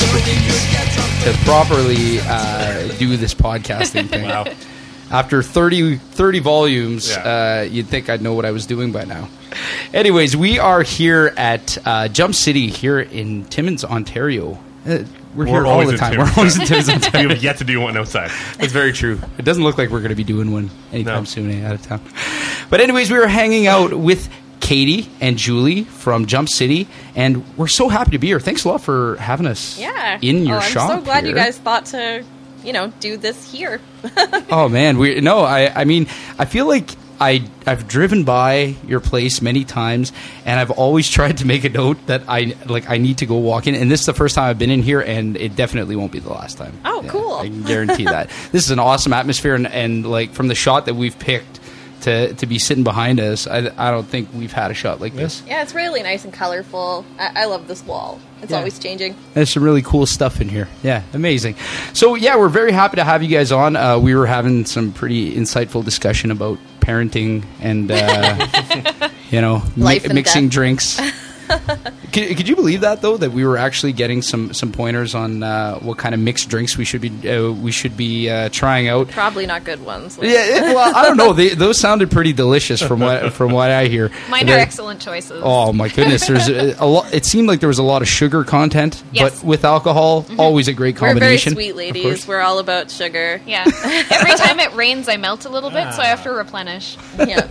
to properly uh, do this podcasting thing. Wow. After 30, 30 volumes, Yeah. uh, you'd think I'd know what I was doing by now. Anyways, we are here at uh, Jump City here in Timmins, Ontario. Uh, we're, here all always the in time. Timmins. We're always in Timmins, Ontario. we have yet to do one outside. That's very true. It doesn't look like we're going to be doing one anytime No. soon eh, out of town. But anyways, we were hanging out with Katie and Julie from Jump City, and we're so happy to be here. Thanks a lot for having us. Yeah. in your oh, shop. I'm so glad you here. guys thought to, you know, do this here. Oh man, we no. I I mean, I feel like. I, I've driven by your place many times, and I've always tried to make a note that I like I need to go walk in. And this is the first time I've been in here, and it definitely won't be the last time. Oh, cool. I can guarantee that. This is an awesome atmosphere, and, and like from the shot that we've picked to to be sitting behind us, I, I don't think we've had a shot like this. yeah, it's really nice and colorful. I, I love this wall. It's Yeah. always changing. There's some really cool stuff in here. Yeah, amazing. So yeah, we're very happy to have you guys on. Uh, we were having some pretty insightful discussion about parenting and uh, you know mi- Life and mixing death. drinks. could, could you believe that though? That we were actually getting some some pointers on uh, what kind of mixed drinks we should be uh, we should be uh, trying out. Probably not good ones. Like, Yeah, it- well, I don't know. They, those sounded pretty delicious from what from what I hear. Mine are They're- excellent choices. Oh my goodness! There's a, a lot. It seemed like there was a lot of sugar content, Yes. but with alcohol, always a great Mm-hmm. We're very combination. sweet course. ladies. We're all about sugar. Yeah. Every time it rains, I melt a little bit, so I have to Ah. replenish. Yeah.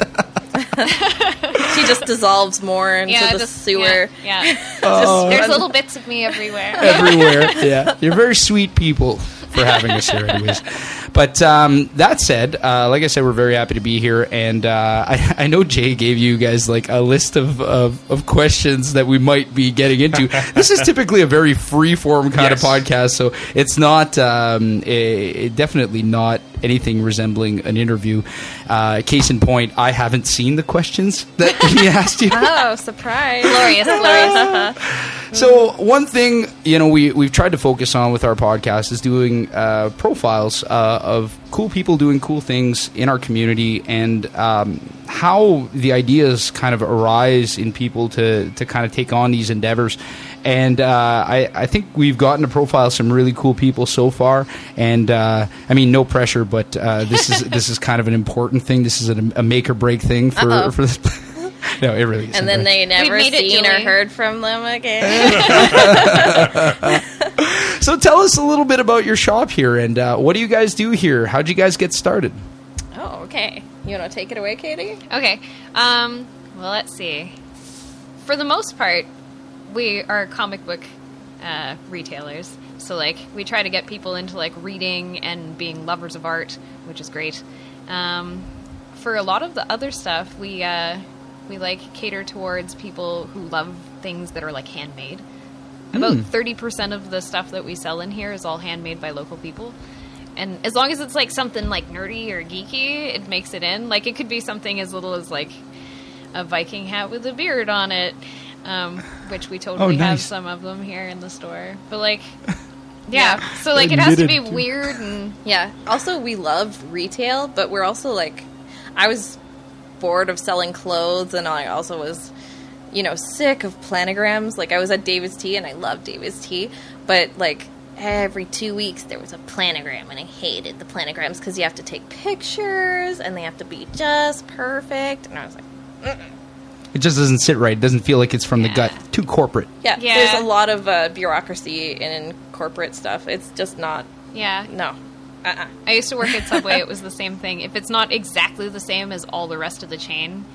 she just dissolves more into Yeah, the just- sewer. Yeah. yeah. Oh. Oh. There's little bits of me everywhere. everywhere. Yeah, you're very sweet people for having us here, anyways. But um, that said, uh, like I said, we're very happy to be here, and uh, I, I know Jay gave you guys like a list of, of, of questions that we might be getting into. this is typically a very free form kind Yes. of podcast, so it's not um, a, definitely not anything resembling an interview. Uh, case in point, I haven't seen the questions that he asked you. Oh, surprise. Glorious, glorious. So one thing you know we we've tried to focus on with our podcast is doing uh, profiles uh, of cool people doing cool things in our community and um, how the ideas kind of arise in people to to kind of take on these endeavors. And uh, I I think we've gotten to profile some really cool people so far. And uh, I mean no pressure, but uh, this is this is kind of an important thing. This is a, a make or break thing for Uh-oh. for this. no, it really. Isn't and then right. they never made it, seen or Julie. heard from them again. So tell us a little bit about your shop here and uh, what do you guys do here? How'd you guys get started? oh, okay. You want to take it away, Katie? Okay. Um, well, let's see. For the most part, we are comic book uh, retailers. So, like, we try to get people into, like, reading and being lovers of art, which is great. Um, for a lot of the other stuff, we, uh, we, like, cater towards people who love things that are, like, handmade. About 30% of the stuff that we sell in here is all handmade by local people. And as long as it's like something like nerdy or geeky, it makes it in. Like it could be something as little as like a Viking hat with a beard on it, um, which we totally have nice. some of them here in the store. But like, yeah. So like it has to be weird and Yeah. Also, we love retail, but we're also like, I was bored of selling clothes, and I also was, you know, sick of planograms. Like, I was at David's Tea, and I love David's Tea, but like every two weeks there was a planogram, and I hated the planograms because you have to take pictures, and they have to be just perfect. And I was like, It just doesn't sit right. It doesn't feel like it's from the Yeah. gut. Too corporate. yeah, Yeah. there's a lot of uh, bureaucracy in corporate stuff. It's just not. yeah. No. Uh-uh. I used to work at Subway. it was the same thing. If it's not exactly the same as all the rest of the chain,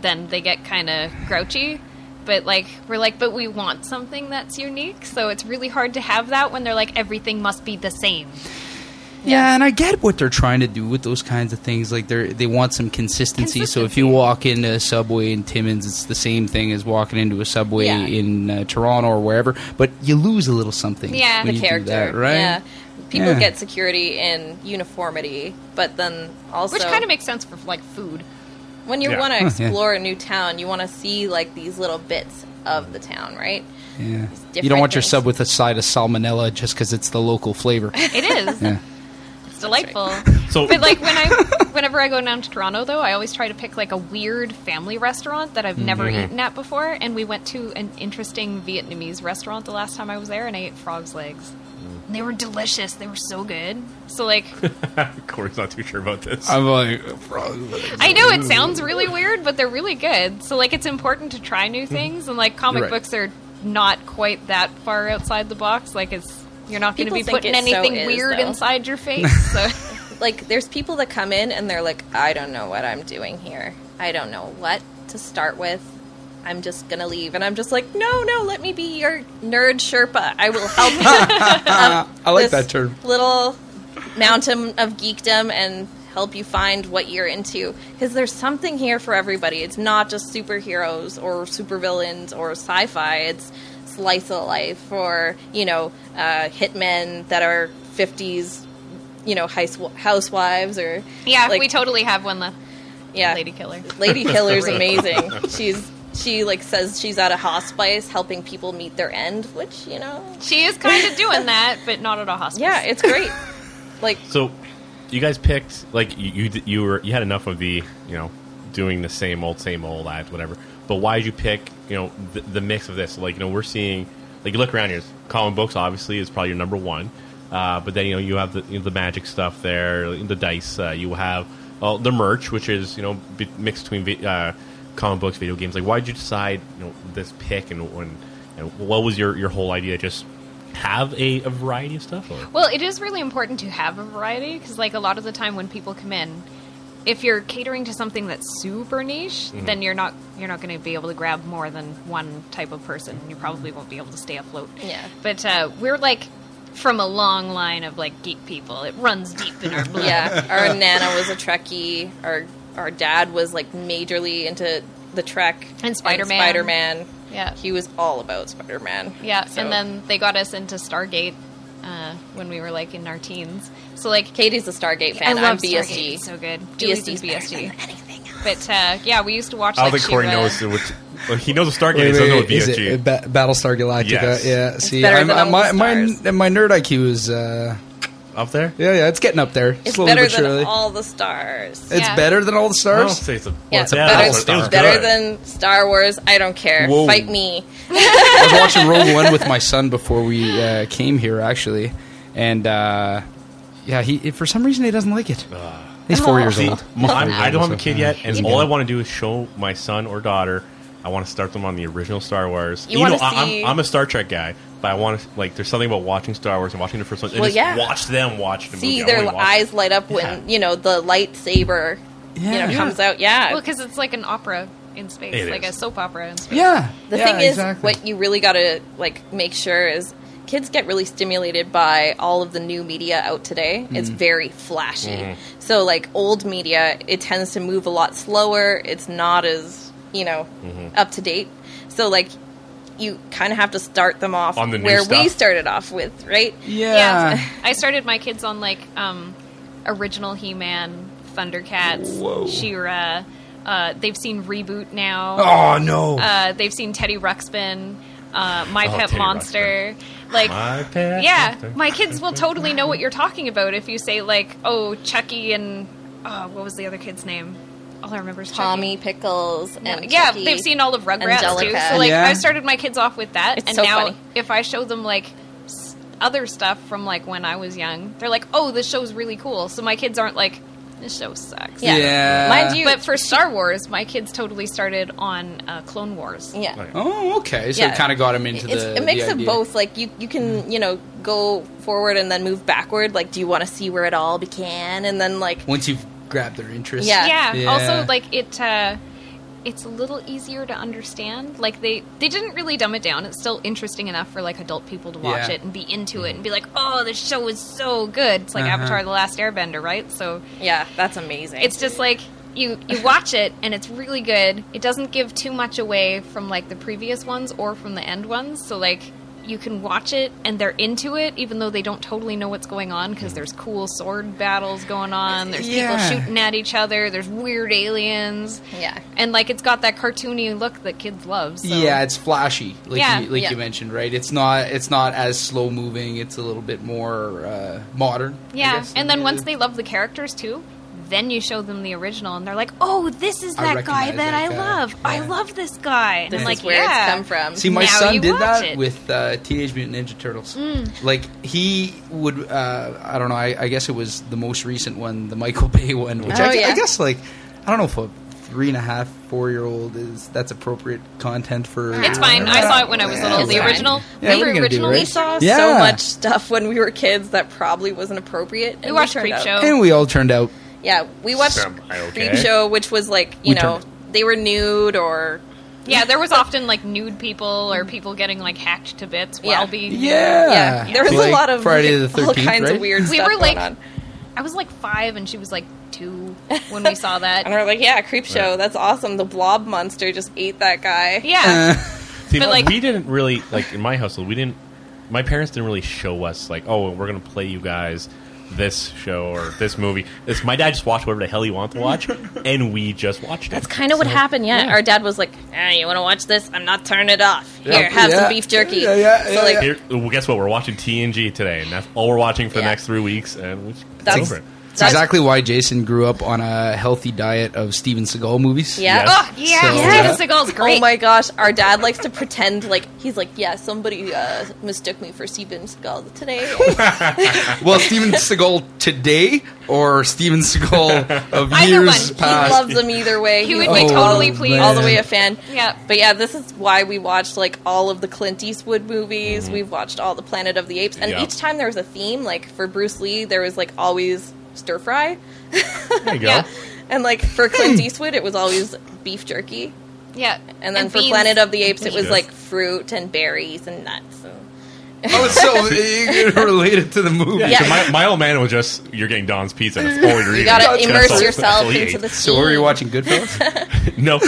then they get kind of grouchy. But like we're like, but we want something that's unique. So it's really hard to have that when they're like everything must be the same. Yeah, and I get what they're trying to do with those kinds of things. Like they they want some consistency. So if you walk into a subway in Timmins, it's the same thing as walking into a subway Yeah. in uh, Toronto or wherever. But you lose a little something. Yeah. when The you do that, right? Yeah. People Yeah. get security in uniformity, but then also Which kind of makes sense for like food. when you Yeah. want Huh, to yeah. explore a new town, you want to see like these little bits of the town, right? Yeah. You don't different want your things. sub with a side of salmonella just because it's the local flavor. It is. yeah. It's delightful. So- but like when I, whenever I go down to Toronto, though, I always try to pick like a weird family restaurant that I've never eaten at before. And we went to an interesting Vietnamese restaurant the last time I was there, and I ate frogs legs. And they were delicious. They were so good. So like, Corey's not too sure about this. I'm like, I know it sounds really weird, but they're really good. So like, it's important to try new things, and like comic You're right. books are not quite that far outside the box. Like it's. You're not going to People be think putting it so anything is, weird though. inside your face. So. like there's people that come in and they're like i don't know what i'm doing here i don't know what to start with i'm just gonna leave and i'm just like no no let me be your nerd sherpa i will help you I like this that term. little mountain of geekdom and help you find what you're into because there's something here for everybody it's not just superheroes or supervillains or sci-fi it's slice of life or you know uh, hitmen that are 50s you know house- housewives or Yeah, like, we totally have one left. yeah Lady killer. Lady Killer's Great. amazing. She's she like says she's at a hospice helping people meet their end, which you know, She is kind of doing that, but not at a hospice. yeah, it's great. Like So, you guys picked like you you you were you had enough of the you know doing the same old same old ads whatever. But why did you pick you know the, the mix of this? Like you know we're seeing like you look around here, comic books obviously is probably your number one. Uh, but then you know you have the you know, the magic stuff there, the dice. Uh, you have uh, the merch, which is you know be- mixed between vi- uh, comic books, video games. Like why did you decide you know this pick and and, and what was your, your whole idea? Just have a, a variety of stuff. Or? Well, it is really important to have a variety because, like, a lot of the time when people come in, if you're catering to something that's super niche, Mm-hmm. then you're not you're not going to be able to grab more than one type of person. You probably won't be able to stay afloat. Yeah. But uh, we're like from a long line of like geek people. It runs deep in our blood. yeah, our nana was a Trekkie. Our our dad was like majorly into the Trek And Spider-Man. Spider Man. Yeah. he was all about Spider Man. Yeah, So- and then they got us into Stargate uh, when we were like in our teens. So like Katie's a Stargate fan. I love am BSG. Stargate. It's so good. BSG BSG, is better than BSG. anything else. But uh, yeah, we used to watch. I don't like, think Corey She-Ra. knows which. Well, he knows the Stargate. Wait, he doesn't know wait, what is BSG. it, uh, Ba- Battlestar Galactica? Yes. Yeah. See, better I'm, than I'm- all my, the my my stars. nerd IQ is uh, up there? yeah yeah it's getting up there It's slowly better but surely. than all the stars. it's Yeah. better than all the I don't stars. say it's a. Yeah, it's a better- battle. it's It was better good. than Star Wars. I don't care. Whoa. Fight me. I was watching Rogue One with my son before we uh, came here, actually, and uh, yeah, he for some reason he doesn't like it. He's four years See, old. my- I'm, I don't have a kid yet, He's and all I good. want to do is show my son or daughter. I want to start them on the original Star Wars. You know, wanna I- see- I'm, I'm a Star Trek guy, but I want to like. There's something about watching Star Wars and watching the first one. and Well, just yeah. watch them watch the see movie. I their wanna watch eyes it. light up when Yeah. you know the lightsaber you know Yeah. comes out yeah Well, because it's like an opera in space, It like is. a soap opera in space. Yeah, the yeah, thing is exactly. what you really gotta like make sure is kids get really stimulated by all of the new media out today it's Mm-hmm. very flashy so like old media it tends to move a lot slower it's not as you know Mm-hmm. up to date so like you kind of have to start them off On the new where we stuff. started off with right yeah. I started my kids on like um, original He-Man, Thundercats, Whoa. She-Ra. Uh, they've seen reboot now. Oh no! Uh, they've seen Teddy Ruxpin, uh, My Oh, Pet Teddy Monster. Like My pet. Yeah, monster. my kids will totally know what you're talking about if you say like, "Oh, Chucky and oh, what was the other kid's name?" All I remember is Chucky. Tommy Pickles and yeah, Chucky. they've seen all of Rugrats too. Angelica. So like, Yeah. I started my kids off with that, It's and so now funny. if I show them like s- other stuff from like when I was young, they're like, "Oh, this show's really cool." So my kids aren't like, "This show sucks." Yeah. Yeah. Mind you, But for Star Wars, my kids totally started on uh, Clone Wars. yeah. Okay. Oh, okay. So Yeah. it kind of got him into It's the. a mix the of idea. both. Like you, you Mm-hmm. can you know go forward and then move backward. Like, do you want to see where it all began? And then like, Once you've grabbed their interest. Yeah. yeah. Yeah. Also, like it, uh, it's a little easier to understand. Like they they didn't really dumb it down. It's still interesting enough for like adult people to watch Yeah. Mm-hmm. it and be into it and be like, oh, this show is so good. It's like Uh-huh. Avatar: The Last Airbender, right? So yeah, that's amazing. it's just like. You, you watch it and it's really good. It doesn't give too much away from like the previous ones or from the end ones. So like you can watch it and they're into it even though they don't totally know what's going on because there's cool sword battles going on there's Yeah. people shooting at each other there's weird aliens Yeah. and like it's got that cartoony look that kids love so. Yeah, it's flashy, like Yeah. you, like Yeah. you mentioned, right? It's not it's not as slow moving. It's a little bit more uh, modern. I Yeah, guess, and then than once the- they love the characters too, then you show them the original, and they're like, "Oh, this is I that guy recognize that, that I guy. love. I Yeah. love this guy." And This I'm is like, where yeah. it's come from. See, my Now son you did watch that it. with uh, Teenage Mutant Ninja Turtles. Like he would, uh, I don't know. I, I guess it was the most recent one, the Michael Bay one, which Oh, I, gu- yeah. I guess like I don't know if a three and a half, four year old is that's appropriate content for. It's fine. I saw it when I was Yeah, little. it's The fine. original, Yeah, what the are you gonna do, original, right? We saw so Yeah. much stuff when we were kids that probably wasn't appropriate. and we watched turned Creep out- Show. And we all turned out. Yeah, we watched Am I okay? Creep Show, which was like We you know they were nude or Yeah, there was often like nude people or people getting like hacked to bits while Yeah. being. Yeah, yeah, there was Like a lot of Friday the all Thirteenth, kinds right? of weird. We stuff were, like- going on. I was like five, and she was like two when we saw that. and we're like, yeah, Creep Show. Right. That's awesome. The Blob Monster just ate that guy. yeah, Uh, See, But, like- we didn't really like in my household. We didn't. My parents didn't really show us like, oh, we're gonna play you guys this show or this movie. It's my dad just watched whatever the hell he wanted to watch, and we just watched it. That's kind of what happened. Yeah. our dad was like, ah, "You want to watch this? I'm not turning it off. Here, Yeah. have Yeah. some beef jerky." Yeah, yeah, yeah, so like, yeah. Here, well, guess what? We're watching TNG today, and that's all we're watching for the Yeah. next three weeks, and we just That's- over it. It's That's- exactly why Jason grew up on a healthy diet of Steven Seagal movies. yeah. Yes. oh, yeah. So, Steven yeah. Seagal's great. Oh my gosh, our dad likes to pretend like he's like, yeah, somebody uh, mistook me for Steven Seagal today. Well, Steven Seagal today or Steven Seagal of Either years one. He he past? loves him either way. He He's would be all- totally Oh, pleased. man. all the way a fan. Yeah. But yeah, this is why we watched like all of the Clint Eastwood Mm-hmm. movies. We've watched all the Planet of the Apes, and Yeah. each time there was a theme. Like for Bruce Lee, there was like always stir fry, There you go. Yeah, and like for Hmm. Clint Eastwood, it was always beef jerky, yeah. and then for beans. Planet of the Apes, it was Yes. like fruit and berries and nuts. And, Oh, it's so you can relate it to the movie. Yeah, Yeah. so my, my old man was just, you're getting Don's pizza. That's all you're you eating. gotta That's immerse all- that's all yourself he into ate. the scene. So, were you watching Goodfellas? No.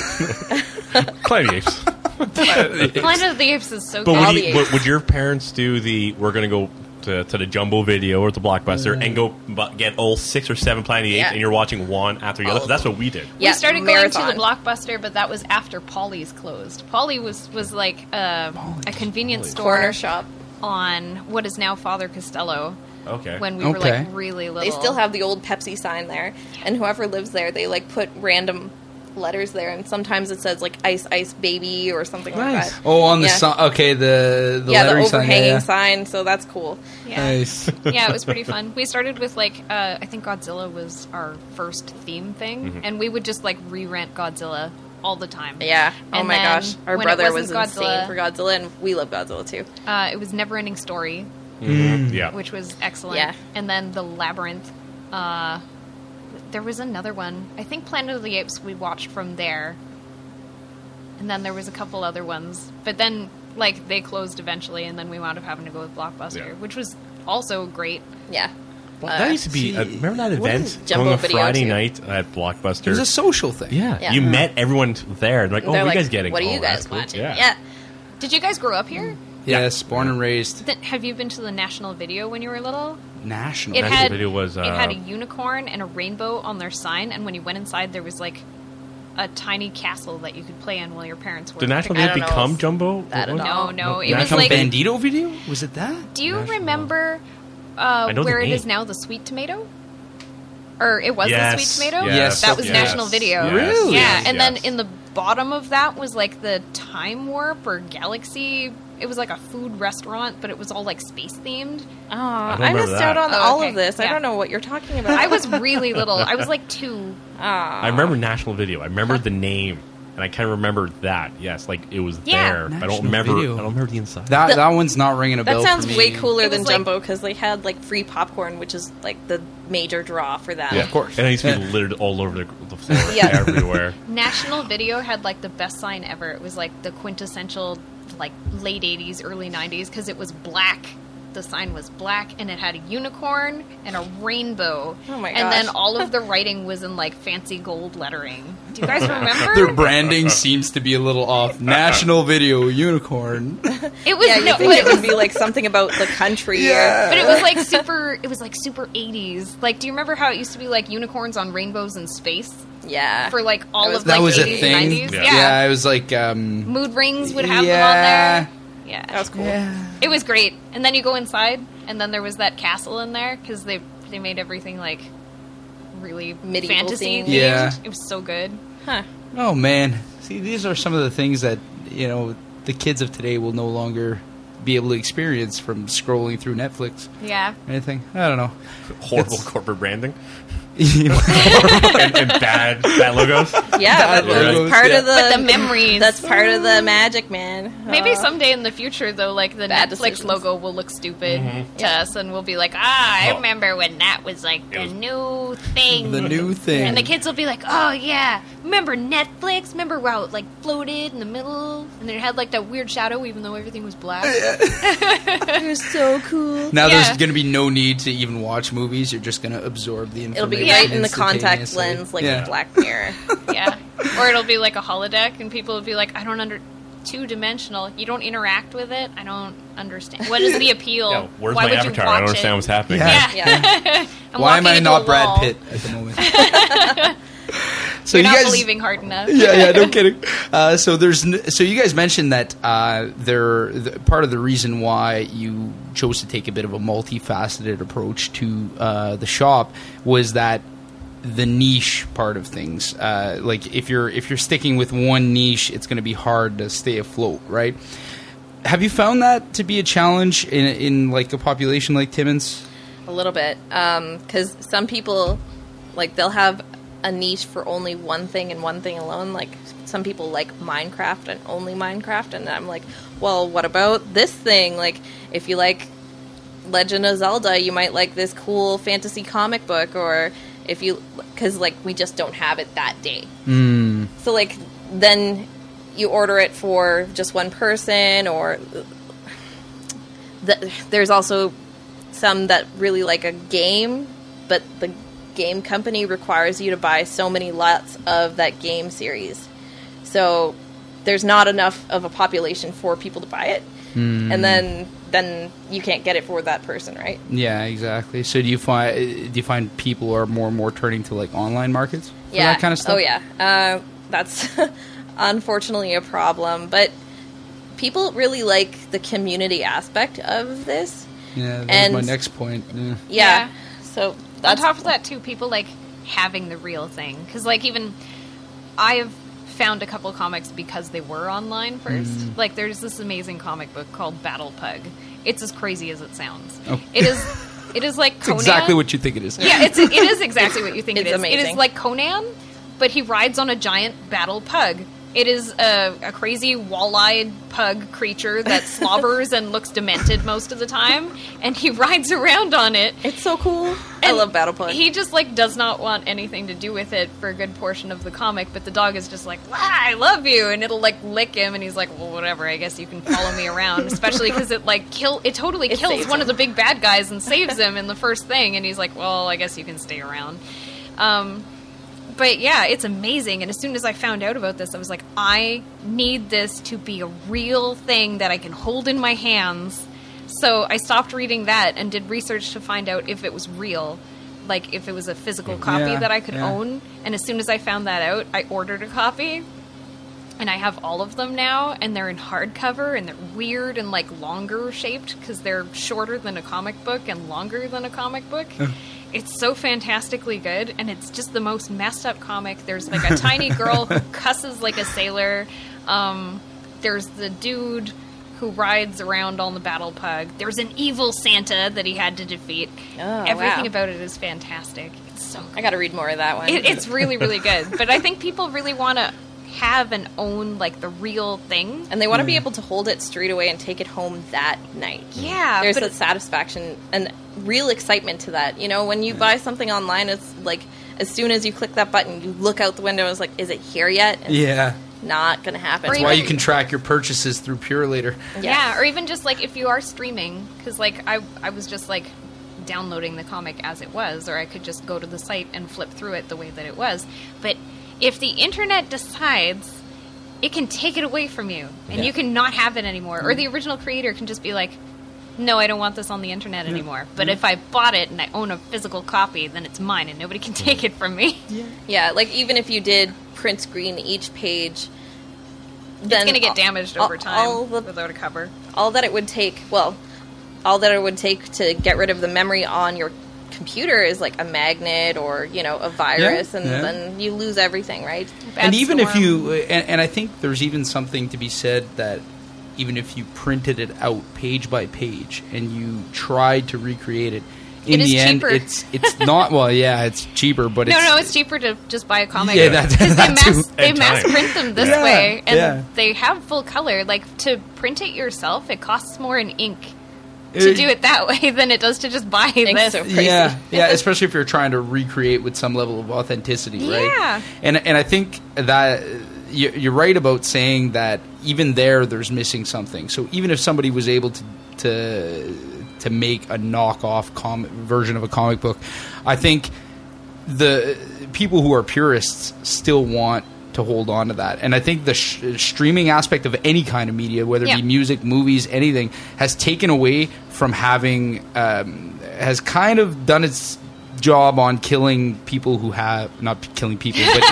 Planet of the Apes. Planet of the Apes is so But good. All would, the you, apes. would, would your parents do the, we're going to go to, to the Jumbo Video or the Blockbuster and go bu- get all six or seven Planet of the Apes Yeah. and you're watching one after the All other? of That's what we did. Yeah, we started marathon. going to the blockbuster, but that was after Polly's closed. Polly was was like um a convenience store corner shop. on what is now Father Costello. Okay. When we were Okay. like really little, They still have the old Pepsi sign there, and whoever lives there, they like put random letters there, and sometimes it says like "Ice Ice Baby" or something Nice. like that. Oh, on the Yeah. song. Okay, the the yeah, the lettering sign. yeah, overhanging yeah. sign, so that's cool. Yeah, Nice. yeah, it was pretty fun. We started with like uh, I think Godzilla was our first theme thing, and we would just like re-rent Godzilla all the time. Yeah. Oh And my then gosh, our when it brother was wasn't insane for Godzilla, and we love Godzilla too. Uh, it was Never Ending Story, Mm. yeah. which was excellent. Yeah. And then the labyrinth. Uh, there was another one. I think Planet of the Apes we watched from there. And then there was a couple other ones, but then like they closed eventually, and then we wound up having to go with Blockbuster, Yeah. which was also great. Yeah. that used to be, see, uh, remember that what event? is Going Jumbo on Video Friday too? night at It was Blockbuster. a social thing. yeah. Mm-hmm. Yeah. You Mhm. met everyone t- there. And like, oh, They're what like, are you guys getting? What are Oh, you that's guys cool. watching? Yeah. Yeah. Did you guys grow up here? Yes, born and Mm. raised Th- Have you been to the National Video when you were little? national. It National had Video was, it uh, had a unicorn and a rainbow on their sign, and when you went inside, there was like a tiny castle that you could play in while your parents were. Did picking National I Day don't know. become Jumbo? I What don't was it? No, No, no. It no. was Some like. Bandito video was it that? Do you National. remember uh, I know the where it name. is now? The sweet tomato, or it was the Yes, sweet tomato. Yes. that was Yes. National Video. Yes, Really? Yeah, yes, and then yes. in the bottom of that was like the time warp or galaxy. It was like a food restaurant, but it was all like space themed. Oh, don't I, remember missed out that. on Oh, all okay. of this. Yeah. I don't know what you're talking about. I was really little. I was like two. Ah. I remember National Video. I remember the name, and I kind of remember that. Yes, like it was Yeah. there. I National don't remember. Video. I don't remember the inside. That The- that one's not ringing a That bell. sounds for me. way cooler It than was like- Jumbo because they had like free popcorn, which is like the major draw for them. Yeah. Of course. And it used to be littered all over the, the floor, Yeah. everywhere. National Video had like the best sign ever. It was like the quintessential like late 80s, early 90s because it was black The sign was black and it had a unicorn and a rainbow. Oh my And gosh. then all of the writing was in like fancy gold lettering. Do you guys remember? Their branding seems to be a little off. National Video Unicorn. it was yeah, you no, think but it it was would be like something about the country. or- Yeah. But it was like super. It was like super eighties. Like, do you remember how it used to be like unicorns on rainbows in space yeah. for like all That was- of That like was a eighties and thing. nineties? Yeah. Yeah. yeah, it was like um, mood rings would have Yeah. them on there. Yeah, that was cool. it was great. And then you go inside, and then there was that castle in there because they they made everything like really Medieval fantasy. themed. Themed. Yeah. it was so good. Huh. Oh man, see, these are some of the things that you know the kids of today will no longer be able to experience from scrolling through Netflix. Yeah, Anything? I don't know. Horrible It's- corporate branding yeah, and, and bad bad logos. Yeah, Bad but that's logos, part yeah. of the, but the memories. Um, That's part of the magic, man. Maybe Uh, someday in the future, though, like the Bad Netflix decisions. logo will look stupid Mm-hmm. to Yeah. us, and we'll be like, "Ah, I Oh. remember when that was like the was- new thing." the new thing. and the kids will be like, "Oh yeah, remember Netflix? Remember wow, it like floated in the middle, and it had like that weird shadow, even though everything was black." You're so cool. now yeah. there's going to be no need to even watch movies. You're just going to absorb the It'll information. be right in the contact instantaneously. lens, like yeah. Black Mirror. yeah, or it'll be like a holodeck, and people will be like, "I don't under two dimensional. You don't interact with it. I don't understand. What is the appeal? Yeah, where's Why my would you avatar? watch I don't understand it? what's happening. Yeah. Yeah. I'm Why am walking I into a not Brad wall. Pitt at the moment? so You're you not guys, believing hard enough. yeah, yeah, no kidding. Uh, so there's n- so you guys mentioned that uh, there the, part of the reason why you chose to take a bit of a multifaceted approach to uh, the shop was that the niche part of things. Uh, like if you're if you're sticking with one niche, it's going to be hard to stay afloat, right? Have you found that to be a challenge in in like a population like Timmins? a little bit because some people like they'll have a niche for only one thing and one thing alone like some people like minecraft and only minecraft and i'm like well what about this thing like if you like legend of zelda you might like this cool fantasy comic book or if you because like we just don't have it that day so like then you order it for just one person or th- there's also some that really like a game, but the game company requires you to buy so many lots of that game series. So there's not enough of a population for people to buy it. Hmm. And then then you can't get it for that person, right? Yeah, exactly. So do you find do you find people are more and more turning to like online markets for yeah. that kind of stuff? Oh yeah, uh, that's unfortunately a problem. But people really like the community aspect of this. Yeah, that's And- my next point. Yeah. Yeah. Yeah. So on that's top of that too people like having the real thing because like even i've found a couple comics because they were online first Mm. like there's this amazing comic book called battle pug it's as crazy as it sounds Oh. it is it is like It's Conan. exactly what you think it is. yeah it's it is exactly what you think it's it is it is amazing. like conan but he rides on a giant battle pug it is a, a crazy wall-eyed pug creature that slobbers and looks demented most of the time and he rides around on it It's so cool. I and love Battle Pug. He just like does not want anything to do with it for a good portion of the comic, but the dog is just like, "Wah, "I love you," and it'll like lick him, and he's like, "Well, whatever. I guess you can follow me around." Especially because it like kill it totally It kills saves one him. of the big bad guys and saves him in the first thing, and he's like, "Well, I guess you can stay around." Um, but yeah, it's amazing. And as soon as I found out about this, I was like, I need this to be a real thing that I can hold in my hands. So I stopped reading that and did research to find out if it was real, like if it was a physical copy Yeah, that I could yeah. own. And as soon as I found that out, I ordered a copy. And I have all of them now, and they're in hardcover, and they're weird and like longer shaped because they're shorter than a comic book and longer than a comic book. it's so fantastically good, and it's just the most messed up comic. There's like a tiny girl who cusses like a sailor. Um, there's the dude who rides around on the battle pug. There's an evil Santa that he had to defeat. Oh, Everything wow. about it is fantastic. It's so I got to read more of that one. it, it's really really good but i think people really want to have and own like the real thing and they want to be able to hold it straight away and take it home that night. yeah There's but that satisfaction and real excitement to that. You know, when you buy something online, it's like as soon as you click that button, you look out the window. It's like, is it here yet? And Yeah. not going to happen. Or Why even- you can track your purchases through Pure Later. Yeah, or even just like if you are streaming, because like I, I was just like downloading the comic as it was, or I could just go to the site and flip through it the way that it was. But if the internet decides, it can take it away from you, and you can not have it anymore, Mm-hmm. or the original creator can just be like. No, I don't want this on the internet anymore. Mm-hmm. But if I bought it and I own a physical copy, then it's mine and nobody can take it from me. Yeah, like even if you did print screen each page, then it's going to all- get damaged all- over time All, the- without a cover. all that it would take, well, all that it would take to get rid of the memory on your computer is like a magnet or you know a virus, and yeah. then you lose everything, right? Bad and even if storm. you, and, and I think there's even something to be said that even if you printed it out page by page and you tried to recreate it, in It is the end, cheaper. it's it's not well. Yeah, it's cheaper, but No, it's, no, it's cheaper to just buy a comic. Yeah, that- because they that too. mass they And mass time. print them this Yeah, way, and yeah. they have full color. Like to print it yourself, it costs more in ink Uh, to do it that way than it does to just buy this. so. Crazy. Yeah, yeah, especially if you're trying to recreate with some level of authenticity, right? Yeah. and and I think that uh, you- you're right about saying that even there, there's missing something. So even if somebody was able to to to make a knockoff comic version of a comic book, I think the people who are purists still want to hold on to that. And I think the sh- streaming aspect of any kind of media, whether it Yeah. be music, movies, anything, has taken away from having, um, has kind of done its job on killing people who have, not killing people, but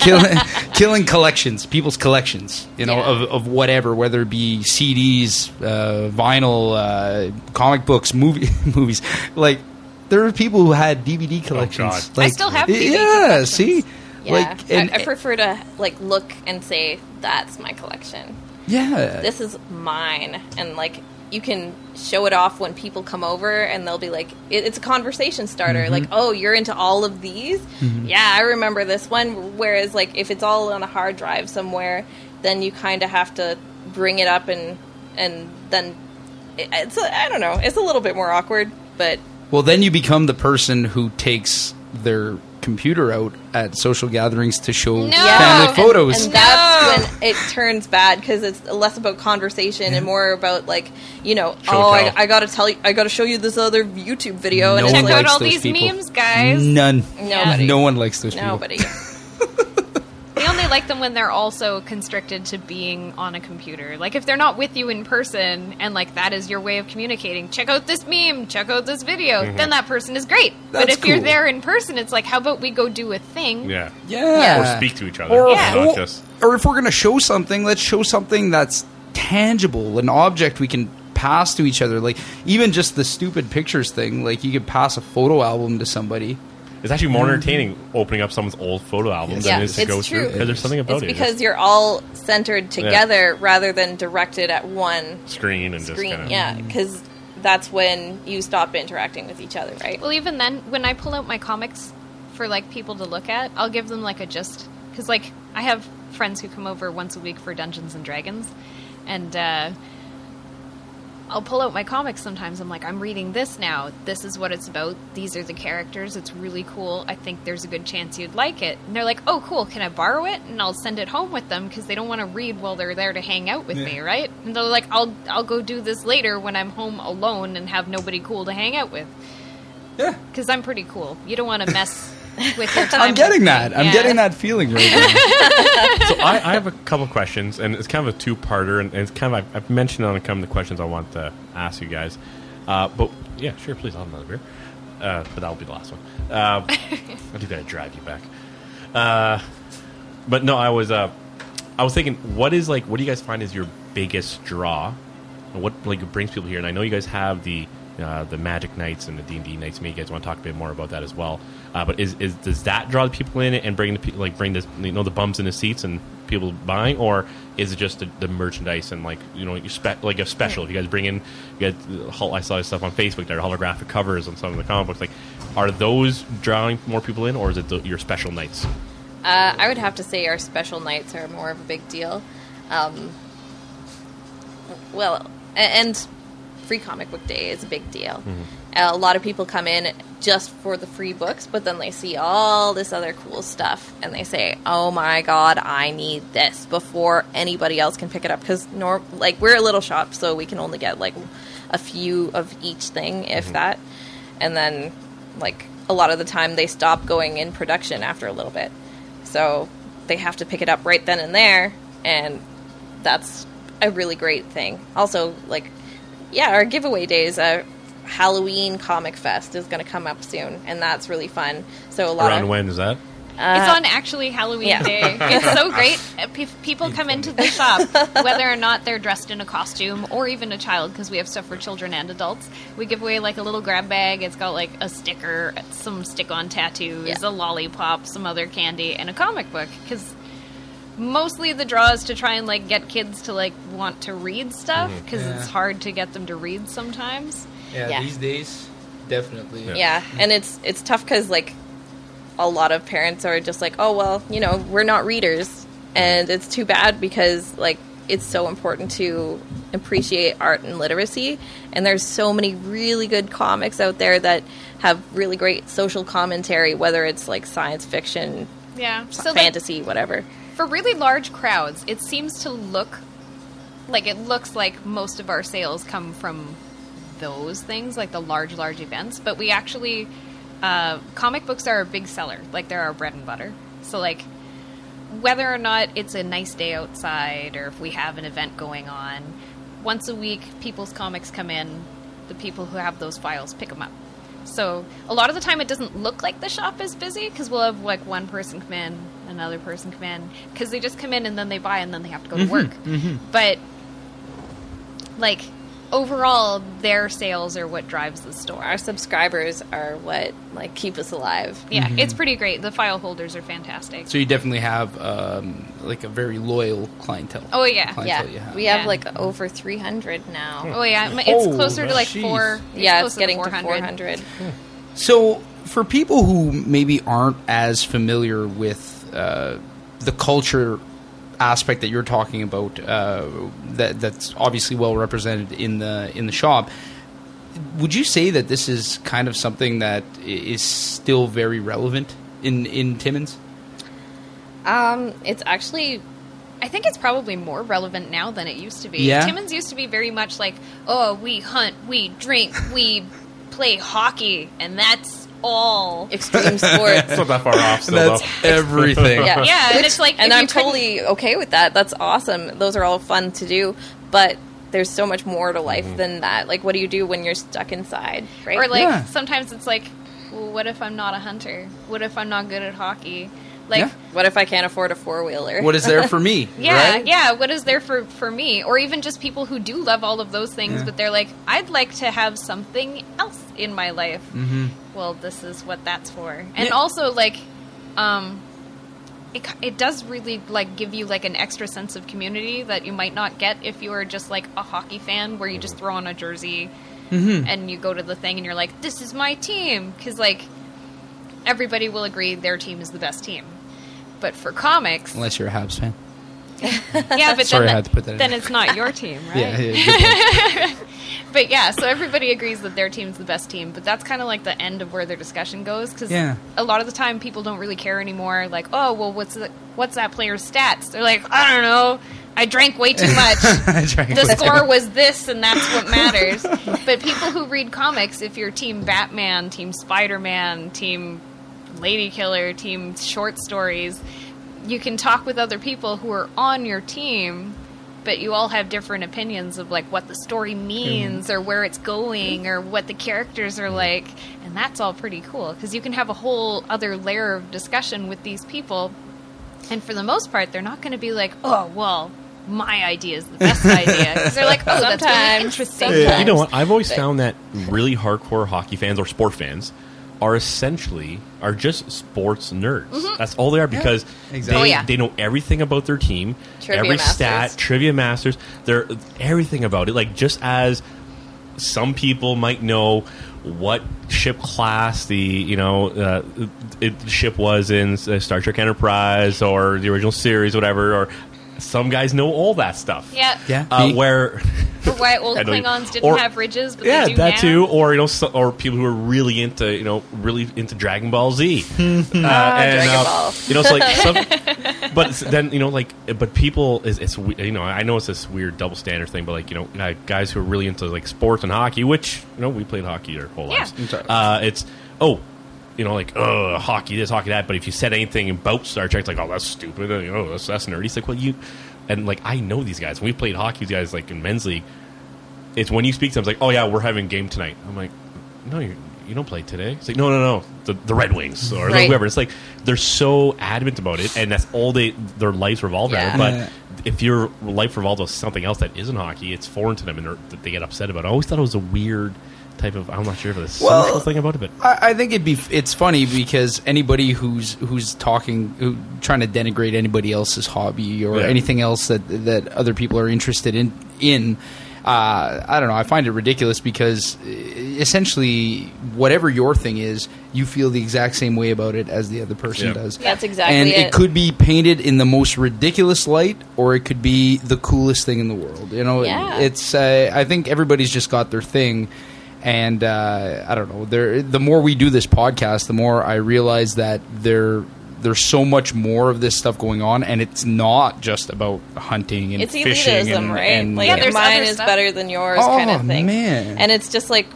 killing, killing collections, people's collections, you know, Yeah. of, of whatever, whether it be CDs, uh, vinyl, uh, comic books, movie, movies. Like, there were people who had DVD collections. God. Like, I still have y- DVD Yeah, collections. see, Yeah, like, and, I, I prefer to like look and say that's my collection. yeah, This is mine, and like you can show it off when people come over, and they'll be like, it, it's a conversation starter. Mm-hmm. Like, oh, you're into all of these? Yeah, I remember this one. Whereas, like, if it's all on a hard drive somewhere, then you kind of have to bring it up and and then it, it's a, I don't know, it's a little bit more awkward, but Well, then you become the person who takes their computer out at social gatherings to show No. family And- photos. And that's when it turns bad because it's less about conversation and more about like you know, Show oh, I, tell. I gotta tell you, I gotta show you this other YouTube video, and No it's one Check like, out likes all those these people. memes, guys. None. Nobody. No one likes those people. nobody. They only like them when they're also constricted to being on a computer. Like if they're not with you in person, and like that is your way of communicating. Check out this meme. Check out this video. Then that person is great. but That's if you're cool. there in person, it's like, how about we go do a thing? Yeah. Yeah. Or speak to each other. Or, Yeah. Not or, just or if we're going to show something, let's show something that's tangible, an object we can pass to each other. Like even just the stupid pictures thing. Like you could pass a photo album to somebody. It's actually more entertaining opening up someone's old photo album Mm-hmm. Yes. than Yeah, it is to it's go true. through because there's something about it's it. because you're all centered together rather than directed at one Just screen and screen. just kind of Yeah, because that's when you stop interacting with each other, right? Well, even then, when I pull out my comics for like people to look at, I'll give them like a just because like I have friends who come over once a week for Dungeons and Dragons, and uh, I'll pull out my comics sometimes. I'm like, I'm reading this now. This is what it's about. These are the characters. It's really cool. I think there's a good chance you'd like it. And they're like, Oh, cool. Can I borrow it? And I'll send it home with them because they don't want to read while they're there to hang out with me, right? And they're like, I'll I'll go do this later when I'm home alone and have nobody cool to hang out with. Yeah. Because I'm pretty cool. You don't want to mess with your time. I'm getting with that. me. I'm Yeah. getting that feeling right now. so I, I have a couple questions, and it's kind of a two-parter, and, and it's kind of I've, I've mentioned on some of the questions I want to ask you guys, uh, but yeah, sure, please, I'll have another beer, uh, but that'll be the last one. Uh, I do gotta drive you back, uh, but no, I was uh, I was thinking, what is like, what do you guys find is your biggest draw, and what like brings people here? And I know you guys have the uh, the Magic Nights and the D and D Nights. Maybe you guys want to talk a bit more about that as well. Uh, but is, is does that draw the people in and bring the pe- like bring this you know the bums in the seats and people buying, or is it just the, the merchandise and like you know you spe- like a special? If you guys bring in, you guys, the hol- I saw stuff on Facebook there holographic covers on some of the comic books. Like, are those drawing more people in, or is it the, your special nights? Uh, I would have to say our special nights are more of a big deal. Um, well, a- and free comic book day is a big deal. Uh, a lot of people come in just for the free books, but then they see all this other cool stuff and they say, "Oh my god, I need this" before anybody else can pick it up because norm like we're a little shop, so we can only get like a few of each thing, if that. And then like a lot of the time they stop going in production after a little bit. So they have to pick it up right then and there and that's a really great thing. Also like yeah, our giveaway days uh Halloween Comic Fest is going to come up soon, and that's really fun. So a lot Around of when is that? it's on actually Halloween Uh, yeah. day. It's so great. Uh, pe- people come into the shop, whether or not they're dressed in a costume or even a child, because we have stuff for children and adults. We give away like a little grab bag. It's got like a sticker, some stick-on tattoos, Yeah. a lollipop, some other candy, and a comic book. Because mostly the draw is to try and like get kids to like want to read stuff, because Yeah. it's hard to get them to read sometimes. Yeah. these days, definitely. Yeah. yeah, and it's it's tough because like a lot of parents are just like, oh well, you know, we're not readers, Mm-hmm. and it's too bad because like it's so important to appreciate art and literacy, and there's so many really good comics out there that have really great social commentary, whether it's like science fiction, Yeah, so like, fantasy, whatever. for really large crowds, it seems to look like it looks like most of our sales come from those things, like the large, large events. But we actually, uh, comic books are a big seller. Like they're our bread and butter. So like, whether or not it's a nice day outside or if we have an event going on, once a week, people's comics come in. The people who have those files pick them up. So a lot of the time, it doesn't look like the shop is busy because we'll have like one person come in, another person come in, because they just come in and then they buy and then they have to go Mm-hmm, to work. But like overall, their sales are what drives the store. Our subscribers are what like keep us alive. Yeah, it's pretty great. The file holders are fantastic. Mm-hmm. So you definitely have um, like a very loyal clientele. Oh yeah, Client- Yeah, Until you have- we have Yeah. like over 300 now. oh yeah. It's Oh, closer to like jeez. four. yeah, it's closer getting to 400. So for people who maybe aren't as familiar with uh, the culture aspect that you're talking about, uh, that that's obviously well represented in the in the shop. Would you say that this is kind of something that i- is still very relevant in in Timmins? Um, it's actually I think it's probably more relevant now than it used to be. Yeah? Timmins used to be very much like, oh, we hunt, we drink, we play hockey, and that's all. extreme sports. It's not that far off still, though. everything. Yeah. Yeah, and it's like, and if I'm you couldn't- totally okay with that. That's awesome. Those are all fun to do, but there's so much more to Mm-hmm. life than that. Like, what do you do when you're stuck inside? Right? Or like Yeah. sometimes it's like, well, what if I'm not a hunter? What if I'm not good at hockey? Like, Yeah. what if I can't afford a four wheeler? What is there for me? Yeah, right? yeah. What is there for for me, or even just people who do love all of those things, but they're like, I'd like to have something else in my life. Mm-hmm. Well, this is what that's for, and Yeah. also like, um, it ki- it does really like give you like an extra sense of community that you might not get if you are just like a hockey fan, where you just throw on a jersey Mm-hmm. and you go to the thing and you're like, this is my team, because like everybody will agree their team is the best team. But for comics, Unless you're a Habs fan. yeah, but Sorry, then, I had to put that in then there. it's not your team, right? Yeah, yeah, good point. But yeah, so everybody agrees that their team's the best team, but that's kind of like the end of where their discussion goes because Yeah. a lot of the time people don't really care anymore. Like, oh, well, what's the, what's that player's stats? They're like, I don't know, I drank way too much. I drank the way too score was this, and that's what matters. but people who read comics, if you're Team Batman, Team Spider Man, Team Lady Killer, Team Short Stories, you can talk with other people who are on your team, but you all have different opinions of like what the story means Mm-hmm. or where it's going or what the characters are like, and that's all pretty cool because you can have a whole other layer of discussion with these people and for the most part, they're not going to be like, oh, well, my idea is the best idea. 'Cause they're like, oh, that's really Sometimes. interesting. Sometimes. You know what? I've always But- found that really hardcore hockey fans or sport fans are essentially are just sports nerds. That's all they are because exactly. Oh, they, yeah. they know everything about their team, Trivia every masters. stat, trivia masters, they're everything about it. Like just as some people might know what ship class the you know uh, it, ship was in uh, Star Trek Enterprise or the original series, whatever, or some guys know all that stuff. Yeah. Yeah. Uh, The- where Or why old I know you- Klingons didn't or- have ridges, but yeah, they do that now. too, or you know, so, or people who are really into you know really into Dragon Ball Z, uh, and Ah, Dragon uh, Ball. you know, it's like some, but it's- then you know, like, but people is it's we- you know, I know it's this weird double standard thing, but like you know, uh, guys who are really into like sports and hockey, which you know, we played hockey our whole Yeah. lives. Exactly. Uh, it's oh. You know, like oh, hockey this, hockey that. But if you said anything about Star Trek, it's like oh, that's stupid. uh, You know, that's that's nerdy. It's like well, you and like I know these guys. When we played hockey, these guys like in men's league it's when you speak to them, it's like, oh yeah, we're having game tonight. I'm like, no, you, you don't play today. It's like, no, no, no, the, the Red Wings or Right. whoever. It's like they're so adamant about it, and that's all they their lives revolve Yeah. around. But Yeah. if your life revolves around something else that isn't hockey, it's foreign to them, and they're- they get upset about. it. I always thought it was a weird type of. I'm not sure if it's a Well- social thing about it, but I, I think it'd be it's funny because anybody who's who's talking who, trying to denigrate anybody else's hobby or Yeah. anything else that that other people are interested in in uh, I don't know I find it ridiculous because eh, essentially whatever your thing is you feel the exact same way about it as the other person Yeah. does That's exactly and it. it could be painted in the most ridiculous light or it could be the coolest thing in the world you know Yeah. it's uh, I think everybody's just got their thing, and uh, I don't know. There, the more we do this podcast, the more I realize that there there's so much more of this stuff going on, and it's not just about hunting and it's fishing. elitism, and, right? and- like Yeah, if there's mine other is stuff. better than yours, Oh, kind of thing. man. And it's just like,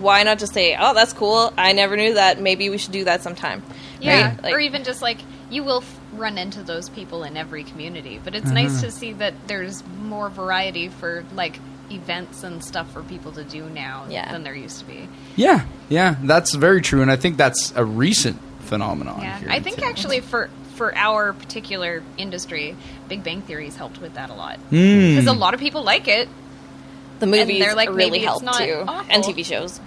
why not just say, "Oh, that's cool. I never knew that. Maybe we should do that sometime." Yeah, Right? Like, or even just like you will f- run into those people in every community, but Mm-hmm. it's nice to see that there's more variety for like events and stuff for people to do now Yeah. than there used to be. yeah, yeah, that's very true, and I think that's a recent phenomenon. yeah, here I in think town. actually for for our particular industry, Big Bang Theory's helped with that a lot Hmm. Mm. because a lot of people like it. the movies they're like, really maybe it's help not too, awful. and TV shows.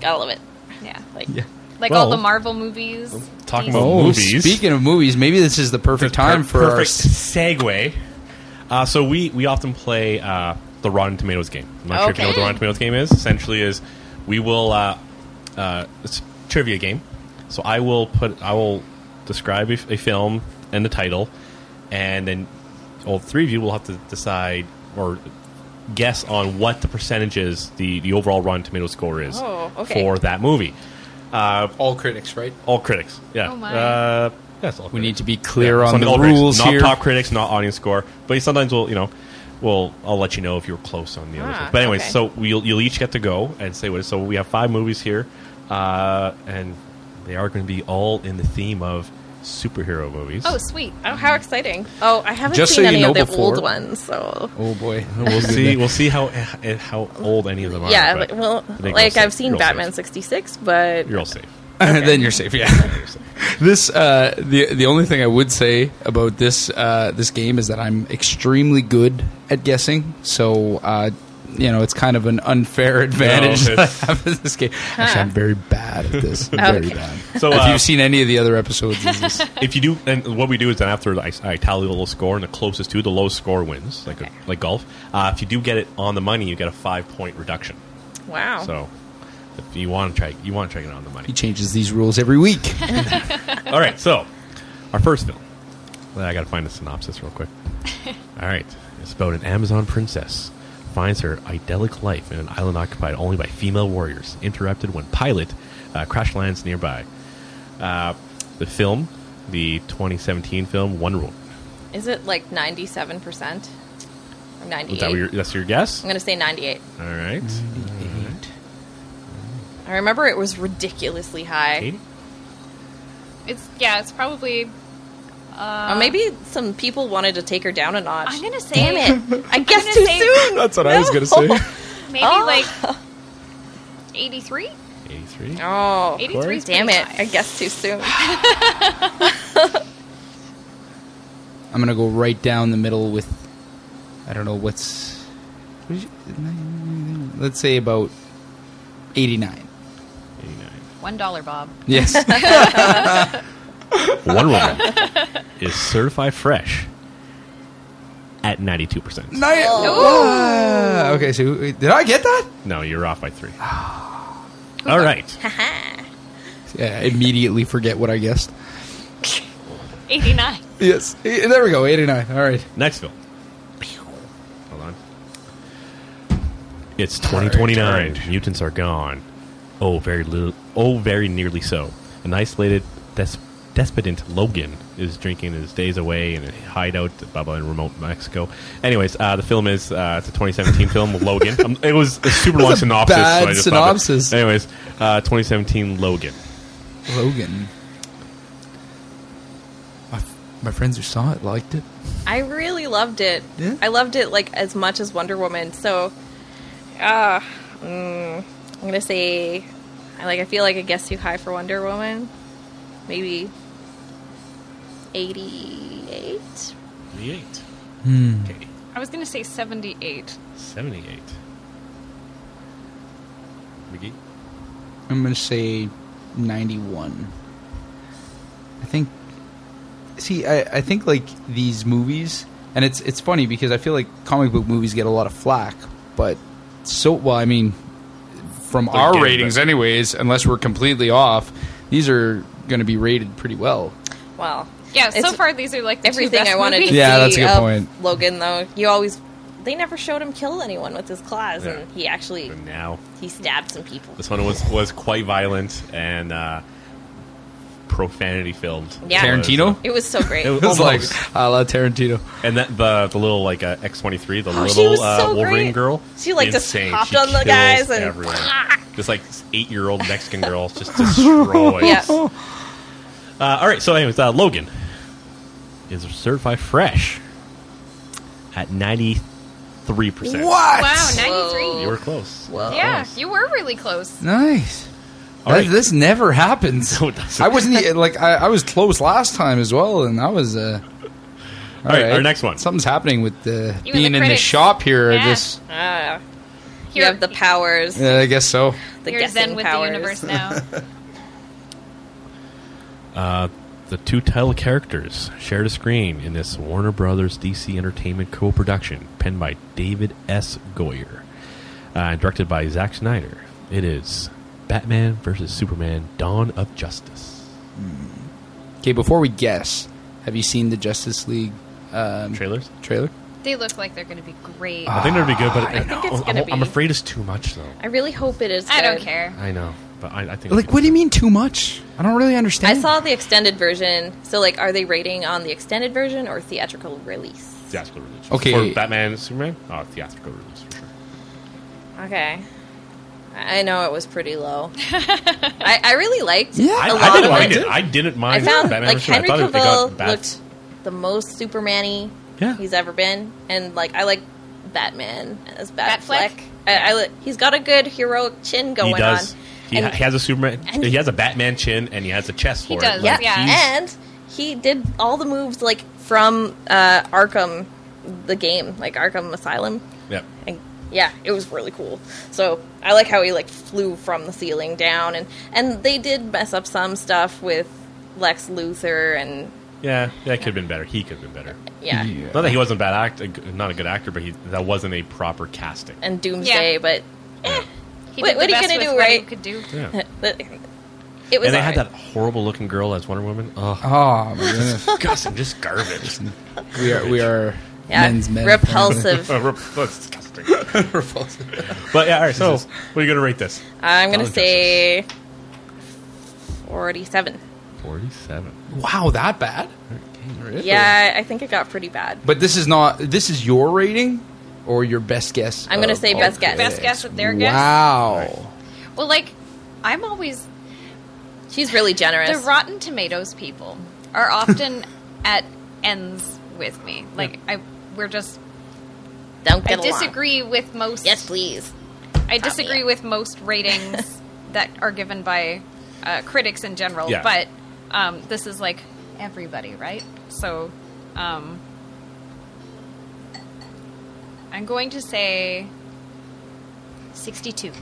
Gotta love it. Yeah, Like, Yeah. like all Well, the Marvel movies. talking these- about Oh, movies. speaking of movies, maybe this is the perfect time for our perfect s- segue. Uh, so we we often play uh, the Rotten Tomatoes game. I'm not sure if you know what the Okay. Rotten Tomatoes game is. Essentially, is we will uh, uh, it's a trivia game. So I will put I will describe a, a film and the title, and then all three of you will have to decide or guess on what the percentages the the overall Rotten Tomato score is Oh, okay. for that movie. Uh, all critics. Right? All critics, yeah. Oh, my. Uh, yes, all We critics. need to be clear Yeah, on something the all critics, rules not here. top critics, not audience score. But sometimes we'll, you know, we'll I'll let you know if you're close on the other. Ah, thing. But anyways, okay. so we'll, you'll each get to go and say what. it is. So we have five movies here, uh, and they are going to be all in the theme of superhero movies. Oh, sweet. oh, how exciting! Oh, I haven't Just so you seen any know of the before- old ones, so. Oh boy, we'll see. We'll see how eh, how old any of them are. Yeah, but like, well, I think you're like all safe. I've seen You're all Batman safe. sixty six, but You're all safe. then you're safe. Yeah. You're safe. this uh, the the only thing I would say about this uh, this game is that I'm extremely good at guessing. So uh, you know, it's kind of an unfair advantage No, that I it's- have in this game. Actually, I'm very bad at this. I'm Very Okay. bad. So, So if uh, you've seen any of the other episodes, it's just- if you do, and what we do is then after I, I tally the little score, and the closest to the lowest score wins, like a, like golf. Uh, if you do get it on the money, you get a five point reduction. wow. So if you want to try, you want to try it on the he money. changes these rules every week. All right, so our first film. Well, I got to find the synopsis real quick. All right, it's about an Amazon princess finds her idyllic life in an island occupied only by female warriors, interrupted when pilot uh, crash lands nearby. Uh, the film, the 2017 film One Rule. Is it like 97%? Or 98? Is that what your, that's your guess? I'm All going to say 98. right. I remember it was ridiculously high. Katie? It's yeah, it's probably. Uh, Or maybe some people wanted to take her down a notch. I'm gonna say Damn it. I I'm guessed gonna too say- soon. That's what I was gonna say. maybe Oh. like 83 83? Oh. 83 is Damn pretty it. high. I guessed too soon. I'm gonna go right down the middle with I don't know what's. what did you- Let's say about eighty nine. 89. one dollar bob Yes. One woman is certified fresh at 92%. Night. Ah, okay, so wait, did I get that? No, you're off by three. All right. Yeah, I immediately forget what I guessed. 89 yes. Eh, There we go. Eight and nine. All right. Next film. Hold on. It's 2029. Mutants are gone. Oh, very little. Oh, very nearly so. An isolated des- despotant Logan is drinking his days away in a hideout, blah blah, in remote Mexico. Anyways, uh, the film is uh, it's a 2017 film, Logan. Um, it was a super long That's a synopsis. so bad I just stopped it. synopsis. Anyways, uh, 2017 Logan. Logan. My, f- my friends who saw it liked it. I really loved it. Yeah? I loved it like as much as Wonder Woman. So, uh, mm, I'm gonna say, I like. I feel like I guess too high for Wonder Woman. Maybe eighty-eight. 78. Okay. I was going to say 78. 78. McGee? I'm going to say 91. I think. See, I, I think like these movies, and it's it's funny because I feel like comic book movies get a lot of flack, but so well. I mean, from They're our getting ratings, better. anyways, unless we're completely off, these are going to be rated pretty well. Well, Yeah, so It's- far these are like the two everything best I wanted movies. to Yeah, see that's a good of point. Logan, though, you always they never showed him kill anyone with his claws, Yeah. and he actually And now. he stabbed some people. This one was, was quite violent and uh, profanity filled. Yeah. Tarantino? It was so great. It was- It's like Almost. a la Tarantino. And that the the little like uh, X twenty three, the Oh, little she was uh, so Wolverine great. girl. She, like, just insane. hopped She on the kills guys and- everyone. this like eight year old Mexican girl just destroys. yeah, Uh, all right. So, anyways, uh, Logan is certified fresh at ninety three percent. Wow, 93. You were close. Whoa. Yeah, you were really close. Nice. All That- right. This never happens. No, it doesn't. I wasn't e- like I, I was close last time as well, and I was. Uh, all right, our next one. Something's happening with the the being in the critics. shop here. I Yeah. just, Ah, you Here- have the powers. yeah, I guess so. The You're guessing zen with powers. the universe now. The two title characters shared a screen in this Warner Brothers DC Entertainment co production, penned by David S. Goyer uh, and directed by Zack Snyder. It is Batman versus Superman Dawn of Justice. Okay, before we guess, have you seen the Justice League um, Trailers? trailer? they look like they're going to be great. Ah. I think that'd be good, but I think it's gonna I'm, I'm be. afraid it's too much, though. I really hope it is. I don't good. care. I know, but I, I think. Like, what do you mean too much? I don't really I understand. saw the extended version. So, like, are they rating on the extended version or theatrical release? Theatrical release. Okay. For Batman Superman? Oh, theatrical release for sure. Okay. I I know it was pretty low. I, I really liked Yeah. a I, lot I didn't of mind it. it. I didn't I mind found Batman like versus Superman. Henry I thought they got Cavill bad- looked the most Superman-y Yeah. he's ever been, and like I like Batman as Batfleck? Batfleck. I, I li- he's got a good heroic chin going He does. on. He, and, ha- he has a Superman. and- he has a Batman chin, and he has a chest He for does, it. yeah, Like, yeah. he's- and he did all the moves like from uh, Arkham, the game, like Arkham Asylum, yeah. and yeah, it was really cool. So I like how he like flew from the ceiling down, and and they did mess up some stuff with Lex Luthor, and Yeah, that could have been better. He could have been better. yeah, Not that he wasn't a bad act, a g- not a good actor, but he, that wasn't a proper casting. and Doomsday, Yeah. but He What- did the what are you best gonna with do, what he right? could do. Yeah. it And was. they alright. had that horrible looking girl as Wonder Woman. Oh, Oh, my goodness. disgusting, just garbage. we are we are yeah, men's men. repulsive. Re- That's oh, disgusting. But yeah, all right. So, what are you going to rate this? I'm gonna Apologies. say forty-seven. Forty-seven. Wow, that bad? Yeah, I think it got pretty bad. But this is not. This is your rating, or your best guess. I'm gonna of say all best guess. critics? Best guess at their guess? Wow. Well, like, I'm always She's really generous. the Rotten Tomatoes people are often at ends with me. Like I, we're just Don't I get along. disagree with most. Yes, please. I disagree up. with most ratings that are given by uh, critics in general. Yeah. But um, this is like everybody, right? So, um, I'm going to say sixty-two.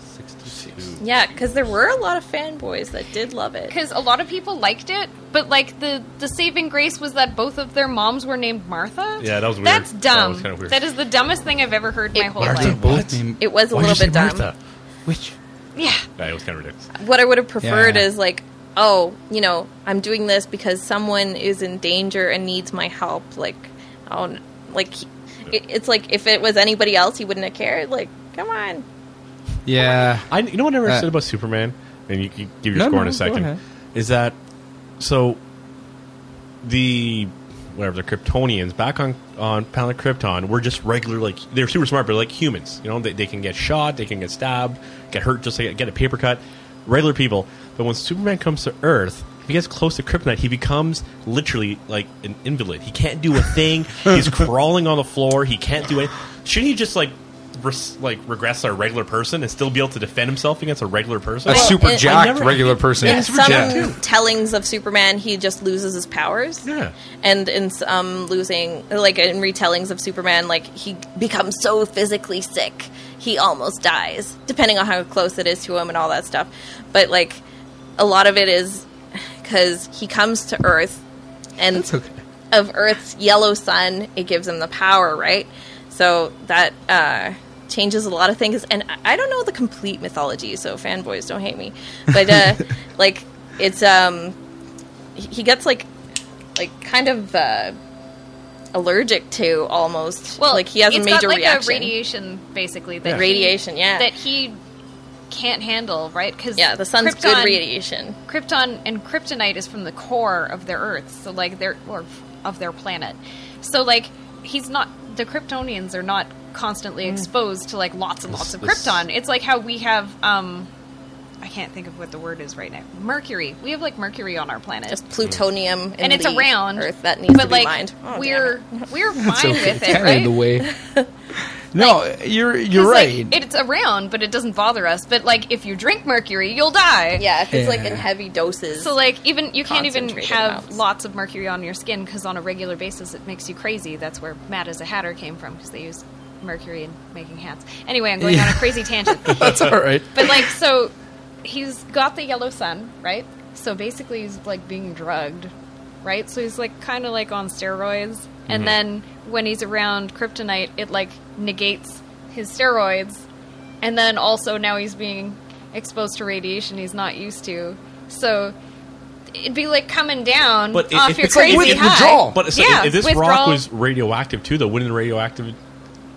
Sixty-two. Yeah, because there were a lot of fanboys that did love it. because a lot of people liked it, but like the the saving grace was that both of their moms were named Martha. Yeah, that was weird. That's That dumb. was kinda weird. That is the dumbest thing I've ever heard in my It- whole Martha, life. what? name- It was a Why'd you little say bit dumb. Martha? Which Yeah, Yeah, it was kind of ridiculous. What I would have preferred Yeah. is like oh, you know, I'm doing this because someone is in danger and needs my help. Like, oh, like he- it, it's like if it was anybody else, he wouldn't have cared. Like, come on. Yeah. I you know what I never Uh, said about Superman, and you can give your No, score in no, a go ahead. second. Is that so? The whatever the Kryptonians back on on planet Krypton were just regular like they're super smart, but like humans. You know they, they can get shot, they can get stabbed, get hurt, just like get a paper cut. Regular people, but when Superman comes to Earth. If he gets close to kryptonite, he becomes literally like an invalid. He can't do a thing. He's crawling on the floor. He can't do it. Shouldn't he just like res- like regress a regular person and still be able to defend himself against a regular person? A Well, super it- I jacked never- regular person. Yeah, In Super some Jack too. tellings of Superman, he just loses his powers. Yeah. And in some losing, like in retellings of Superman, like he becomes so physically sick he almost dies, depending on how close it is to him and all that stuff. But like, a lot of it is because he comes to Earth, and of Earth's yellow sun, it gives him the power, right? So that uh, changes a lot of things. And I I don't know the complete mythology, so fanboys don't hate me. But uh, like, it's um, he- he gets like, like kind of uh, allergic to almost. Well, like he has a it's major got, like, reaction. A radiation, basically. That Yeah. he- Radiation, yeah. That he can't handle, right? Because yeah, the sun's good radiation. Krypton and kryptonite is from the core of their Earth, so like their or of their planet. So like he's not the Kryptonians are not Mm. constantly exposed to like lots and lots of this- Krypton. It's like how we have um I can't think of what the word is right now. Mercury. We have like mercury on our planet. Just plutonium, in and it's the around Earth that needs but to be like mined. Oh, damn we're it. we're fine with It's it, kinda in right? the way. No, you're you're 'Cause, like, right. it's around, but it doesn't bother us. But like, if you drink mercury, you'll die. yeah, if it's like Yeah. in heavy doses. So like even you can't even Concentrated have amounts. lots of mercury on your skin because on a regular basis it makes you crazy. That's where Mad as a Hatter came from because they use mercury in making hats. Anyway, I'm going Yeah. on a crazy tangent. but That's all right. like so, he's got the yellow sun, right? So basically he's like being drugged, right? So he's like kind of like on steroids, Mm-hmm. and then when he's around kryptonite, it like negates his steroids and then also now he's being exposed to radiation he's not used to. So it'd be like coming down But it- off it- your it's like crazy with- high. withdrawal. But so yeah, if, if this rock withdrawal. was radioactive too, though, wouldn't the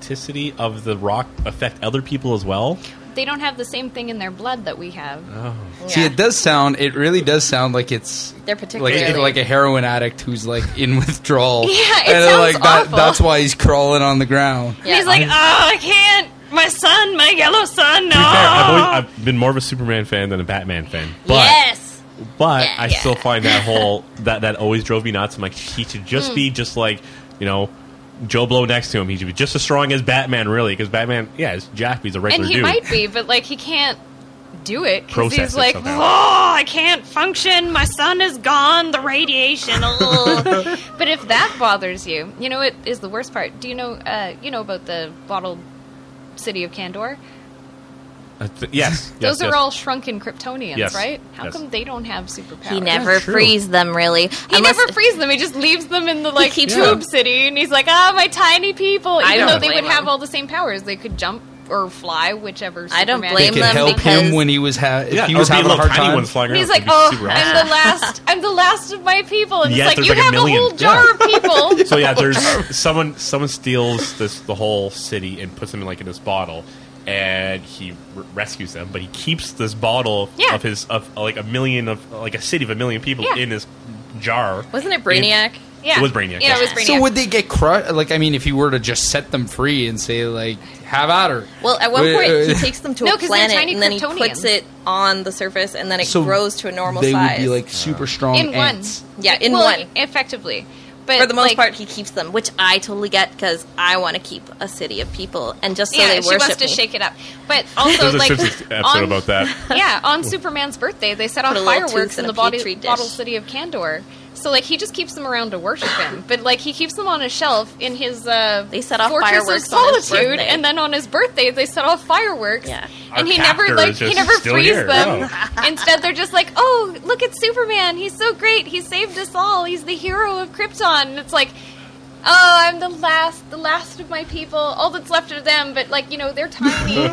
radioactivity of the rock affect other people as well? they don't have the same thing in their blood that we Oh. have. See, Yeah. it does sound. It really does sound like it's They're like particularly it- like a heroin addict who's like in withdrawal. Yeah, it and sounds like that, awful. That's why he's crawling on the ground. And He's like, oh, I can't. My son, my yellow son, To be fair, I've, no. always, I've been more of a Superman fan than a Batman fan, but yes. but Yeah, I yeah. still find that whole that that always drove me nuts. I'm like, he should Hmm. just be just like you know. Joe Blow next to him, he should be just as strong as Batman, really, because Batman, yeah, is Jack, he's a regular And he dude. might be, but like he can't do it because Process he's it like, oh, somehow. I can't function. My son is gone. The radiation. ugh." but if that bothers you, you know it is the worst part. Do you know? Uh, you know about the bottled city of Kandor? Uh, th- yes, yes, Those are yes. all shrunken Kryptonians, Yes, right? How yes. come they don't have superpowers? He never true. frees them really. He never frees them. He just leaves them in the like keeps tube them. city, and he's like, "Ah, my tiny people." I Even don't though they would blame have him. all the same powers, they could jump or fly, whichever. I don't Superman blame could They could them help because- him when he was ha- if Yeah, he was or be having a little hard tiny time. ones flying And around. he's like, It'd be "Oh, super awesome." I'm the last. I'm the last of my people." And Yes, it's there's like, "You like a have a, million. whole jar Yeah. of people." So yeah, there's Oh, someone someone steals this the whole city and puts them in like in this bottle, and he r- rescues them, but he keeps this bottle Yeah. of his of uh, like a million of like a city of a million people Yeah. in this jar. Wasn't it Brainiac? yeah, It was Brainiac, Yeah, it was yes. Brainiac. So would they get crushed? Like, I mean, if you were to just set them free and say, like, have at her. Well, at one Wait, point he uh, takes them to No, a 'cause they're planet tiny and then he Kryptonians. puts it on the surface and then it so grows to a normal they size. would be like super strong in one. ants. Yeah, in Well, one. effectively. But For the most like, part, he keeps them, which I totally get because I want to keep a city of people and just so yeah, they she worship wants to me. shake it up. But also, There's a like, Simpsons episode on- about that. Yeah, on Superman's birthday, they set off a little fireworks tooth in in a the body, Petri dish. bottle city of Kandor. So, like, he just keeps them around to worship him. But, like, he keeps them on a shelf in his uh, They set off fortress fireworks of on his solitude, birthday. and then on his birthday, they set off fireworks. Yeah. Our And he captor never, like, is he just never still frees here, them. Instead, they're just like, oh, look at Superman. He's so great. He saved us all. He's the hero of Krypton. And it's like, Oh, I'm the last, the last of my people, all that's left of them. But like, you know, they're tiny, and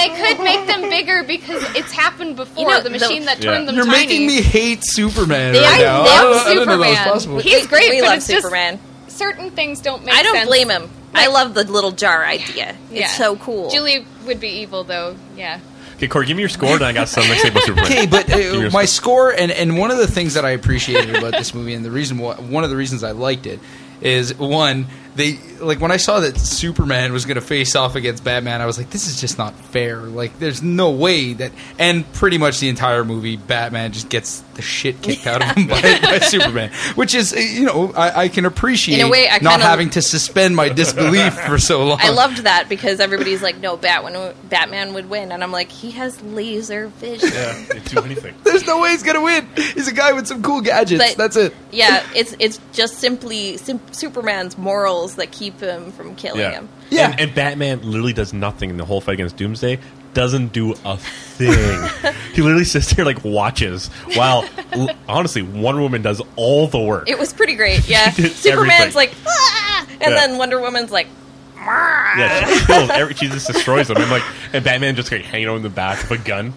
I could make them bigger because it's happened before. You know, the the- machine that Yeah. turned them You're tiny. making me hate Superman They- right I now. love don't, I don't know that was Superman. possible. He- He's great, We but love it's just- Superman. certain things don't make. I don't sense. blame him. I Like- love the little jar idea. Yeah. It's so cool. Julie would be evil though. Yeah. Okay, Corey, give me your score, then I got some mixed up with Superman. Okay, but Give me uh, your my score score. and, and one of the things that I appreciated about this movie and the reason why, one of the reasons I liked it is one they like when I saw that Superman was going to face off against Batman, I was like, this is just not fair. Like, there's no way that. And pretty much the entire movie, Batman just gets the shit kicked out of him by, by Superman, which is uh, you know I, I can appreciate In a way, I not kinda- having to suspend my disbelief for so long. I loved that because everybody's like, no, Batman, Batman would win. And I'm like, he has laser vision. yeah, you do anything. There's no way he's gonna win. He's a guy with some cool gadgets. But- That's it. Yeah, it's it's just simply sim- Superman's morals that keep him from killing Yeah. him. Yeah. And, and Batman literally does nothing in the whole fight against Doomsday. Doesn't do a thing. he literally sits there like watches. While l- honestly, Wonder Woman does all the work. It was pretty great. Yeah, She did everything. Superman's like, ah! and Yeah. then Wonder Woman's like, yeah, she kills every. She just destroys them. And like, and Batman just like hanging on the back of a gun.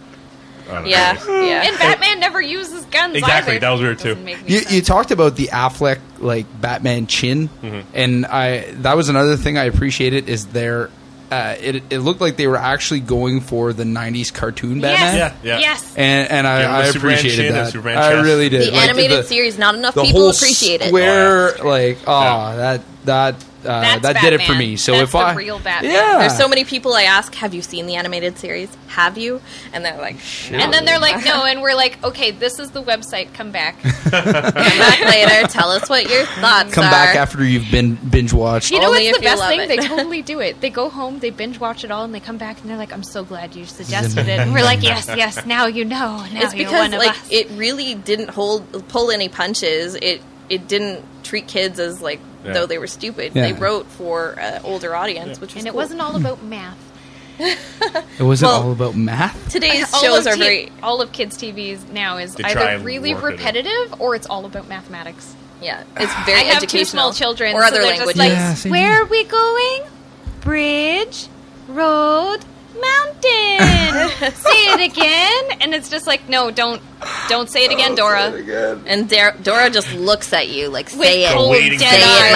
I don't know. yeah, yeah. And Batman never uses guns. Exactly, either. that was weird, too. Doesn't make any You, you sense. talked about the Affleck like Batman chin, Mm-hmm. and I that was another thing I appreciated is their. Uh, it, it looked like they were actually going for the '90s cartoon Batman, Yeah, yeah. Yes. and and Yeah, I, I with Superman appreciated chin and that. Superman I chest. really did. the Like, animated the- series, not enough the people whole appreciate it. square, Oh, like oh Yeah. that that uh, That's that did it for Batman. me. So That's if the I real Batman. yeah, There's so many people I ask, have you seen the animated series? Have you? And they're like, And then they're like, no, and we're like, okay, this is the website. Come back. come back later, tell us what your thoughts come are. back after you've been binge watched. You know Only what's if the you best love thing? it. They totally do it. They go home, they binge watch it all, and they come back and they're like, "I'm so glad you suggested it." And we're like, "Yes, yes. Now you know. Now It's you're because one of like us." it really didn't hold pull any punches. It it didn't treat kids as like Yeah. though they were stupid. Yeah. They wrote for uh, older audience, which was and it cool. wasn't all about math. it wasn't well- all about math. Today's all shows of are t- very all of kids' TVs now is They try either and really work it in. repetitive or it's all about mathematics. yeah. It's very I have two educational. small children, or so other they're languages. Just like, Yeah, same Where here. are we going? Bridge, road, mountain. say it again, and it's just like, no, don't, don't say it again, Dora. and Dar- Dora just looks at you like, With say cold, it, Waiting say dead it,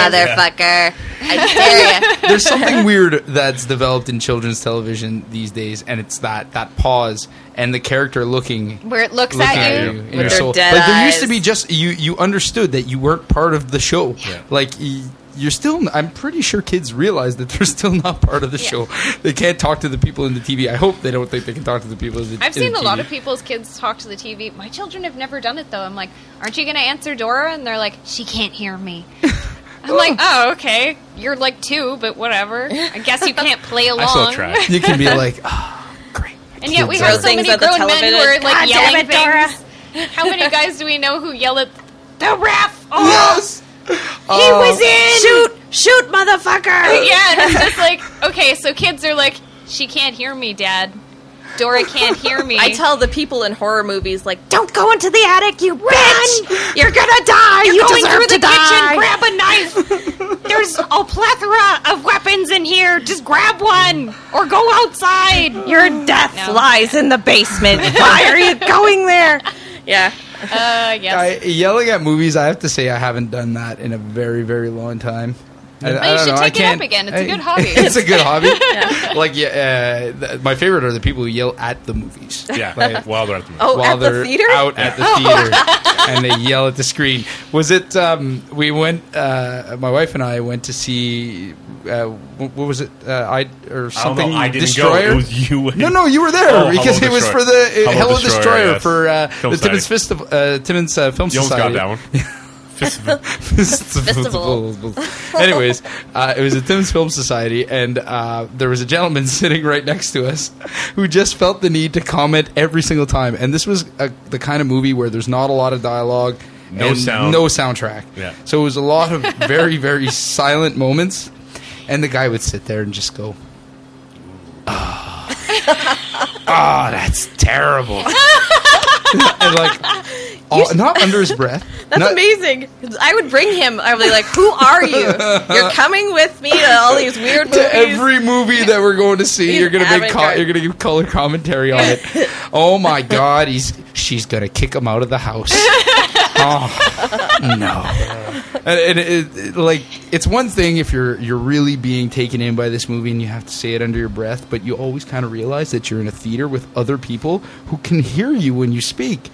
motherfucker. eyes. I dare you. There's something weird that's developed in children's television these days, and it's that that pause and the character looking Where it looks looking at, at you. you in With your their soul. dead like there used to eyes. be just you you understood that you weren't part of the show. Yeah. Like y- you're still. I'm pretty sure kids realize that they're still not part of the Yeah. show. They can't talk to the people in the TV. I hope they don't think they can talk to the people. In the, I've in seen the a lot TV. of people's kids talk to the TV. My children have never done it though. I'm like, aren't you going to answer Dora? And they're like, she can't hear me. I'm like, oh, okay. You're like two, but whatever. I guess you can't play along. I still try. You can be like, ah, great. And yet we Kids have are- so many Things at the grown men who television. are God damn like yelling it, Dora. things. How many guys do we know who yell at the ref? Oh, Yes. he was in. Shoot, shoot, motherfucker! Yeah, and it's just like okay. So kids are like, she can't hear me, Dad. Dora can't hear me. I tell the people in horror movies like, Don't don't go into the attic, you bitch! You're gonna die! You're you going deserve through the to die. kitchen, grab a knife. There's a plethora of weapons in here. Just grab one or go outside. Your death No. lies in the basement. Why are you going there? yeah. Uh, yes. I, yelling at movies, I have to say I haven't done that in a very, very long time. I, I you don't should know, I take it up can't- again. It's a I- good hobby. it's a good hobby. Like, yeah, uh, th- my favorite are the people who yell at the movies. Yeah, Like, while they're at the movie. Oh, while at the they're theater? out at Oh. the theater and they yell at the screen. Was it? Um, we went. Uh, my wife and I went to see. Uh, wh- what was it? Uh, I or I don't something? know, I didn't Destroyer. go. It was you. and- No, no, you were there Oh, because Hello, it was Destroyer. for the uh, Hello, Hello Destroyer, Destroyer, yes. for uh, Film the Timmins Festival. Uh, Timmins uh, Film You almost got Society. that one. Fist- Festival. Anyways, uh, it was at Tim's Film Society, and uh, there was a gentleman sitting right next to us who just felt the need to comment every single time. And this was a, the kind of movie where there's not a lot of dialogue, No and sound. no soundtrack. Yeah. So it was a lot of very, very silent moments, and the guy would sit there and just go. Ah, Ah, that's terrible. and like, all, not under his breath. That's not, amazing. I would bring him. I would be like, "Who are you? You're coming with me to all these weird movies." to every movie that we're going to see. He's You're gonna make avid co- guy. you're gonna give color commentary on it. Oh my god, he's she's gonna kick him out of the house. oh no! And, and it, it- like it's one thing if you're you're really being taken in by this movie and you have to say it under your breath, but you always kind of realize that you're in a theater with other people who can hear you when you speak.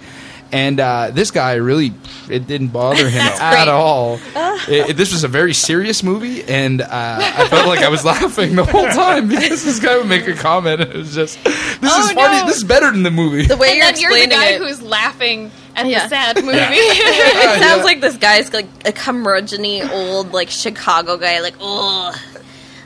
And uh, this guy really, it didn't bother him at great. all. It- it- this was a very serious movie, and uh, I felt like I was laughing the whole time because this guy would make a comment. And it was just, this is Oh, funny. no. This is better than the movie. the way and you're then you're the explaining guy it, who's laughing at Yeah. the sad movie. it sounds yeah. like this guy's like a curmudgeony old like Chicago guy. Like, oh,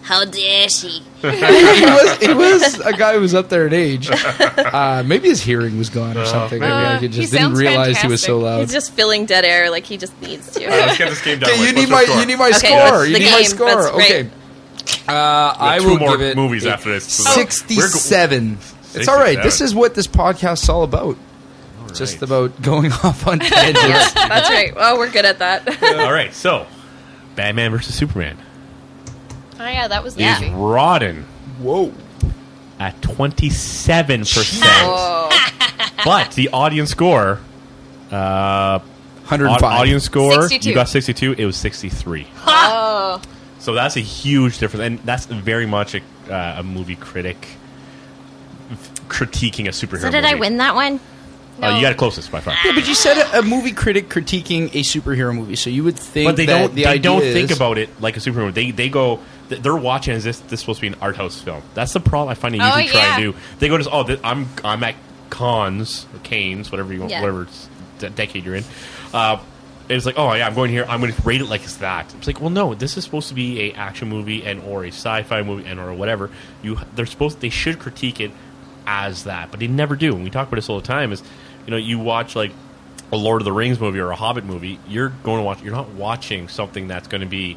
how dare she? he was he was a guy who was up there in age. Uh, maybe his hearing was gone or something. maybe. Maybe I Uh, could- he just didn't sounds realize he was so fantastic. loud. He's just filling dead air like he just needs to. uh, All right, let's get this game done. Okay, with. you need my What's your you need my Okay, score. that's You the need my game. score. That's great. Okay. Uh, I two will more give it movies a after this. Sixty-seven. It's all right. This is what this podcast's all about. Just about going off on tangents. That's right. Well, we're good at that. all right. So, Batman versus Superman Oh yeah, that was the is movie. Rodden Whoa. at twenty seven percent, oh, but the audience score, uh, au- 105. audience score, 62. you got sixty two. It was sixty three. oh, So that's a huge difference, and that's very much a, uh, a movie critic f- critiquing a superhero. movie. that one? Uh, No. Ah. you got it closest by far. Yeah, but you said a, a movie critic critiquing a superhero movie, so you would think But they that don't. the they idea don't is- think about it like a superhero. They they go. th- They're watching as this this supposed to be an art house film. That's the problem I find they Oh, usually try yeah. to do. They go just oh th- I'm I'm at cons or canes whatever you want Yeah. whatever s- de- decade you're in. Uh, it's like oh yeah I'm going here I'm going to rate it like it's that. It's like well no this is supposed to be a action movie and or a sci-fi movie and or whatever you they're supposed they should critique it as that but they never do. And we talk about this all the time is you know you watch like a Lord of the Rings movie or a Hobbit movie, you're going to watch. You're not watching something that's going to be,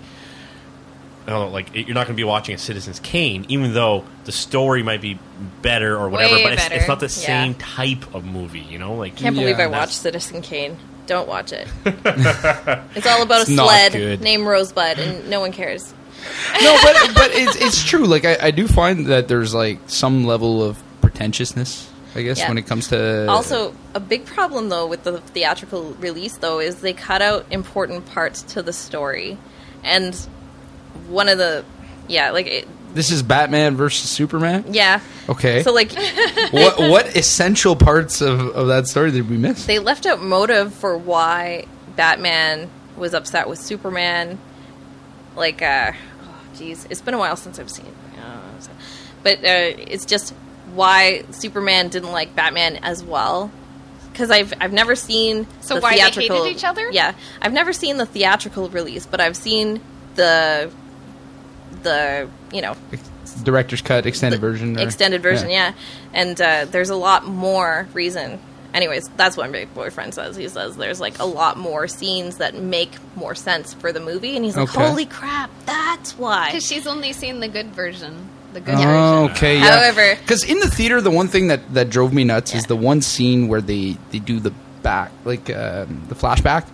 I don't know, like you're not going to be watching a Citizen's Kane, even though the story might be better or whatever. Way but it's, it's better, not the yeah. same type of movie, you know. Like Can't Yeah, believe I that's- watched Citizen Kane. Don't watch it. it's all about It's a not sled good. named Rosebud, and no one cares. no, but but it's it's true. Like I, I do find that there's like some level of pretentiousness, I guess, Yeah. when it comes to Also, a big problem though with the theatrical release though is they cut out important parts to the story, and one of the yeah like it, This is Batman versus Superman. yeah Okay, so like what what essential parts of, of that story did we miss? they left out motive for why Batman was upset with Superman. Like, uh, oh, geez, it's been a while since I've seen. it. Uh, so- But uh, it's just why Superman didn't like Batman as well. Because I've I've never seen So the why they hated theatrical each other? Yeah, I've never seen the theatrical release, but I've seen the the you know Director's cut, extended version, or- extended version yeah, and uh, there's a lot more reason anyways that's what my boyfriend says he says there's like a lot more scenes that make more sense for the movie and he's like Okay. holy crap that's why Because she's only seen the good version. The good Oh, version. okay. Yeah. However- because in the theater, the one thing that, that drove me nuts is Yeah. the one scene where they, they do the back, like um, the flashback,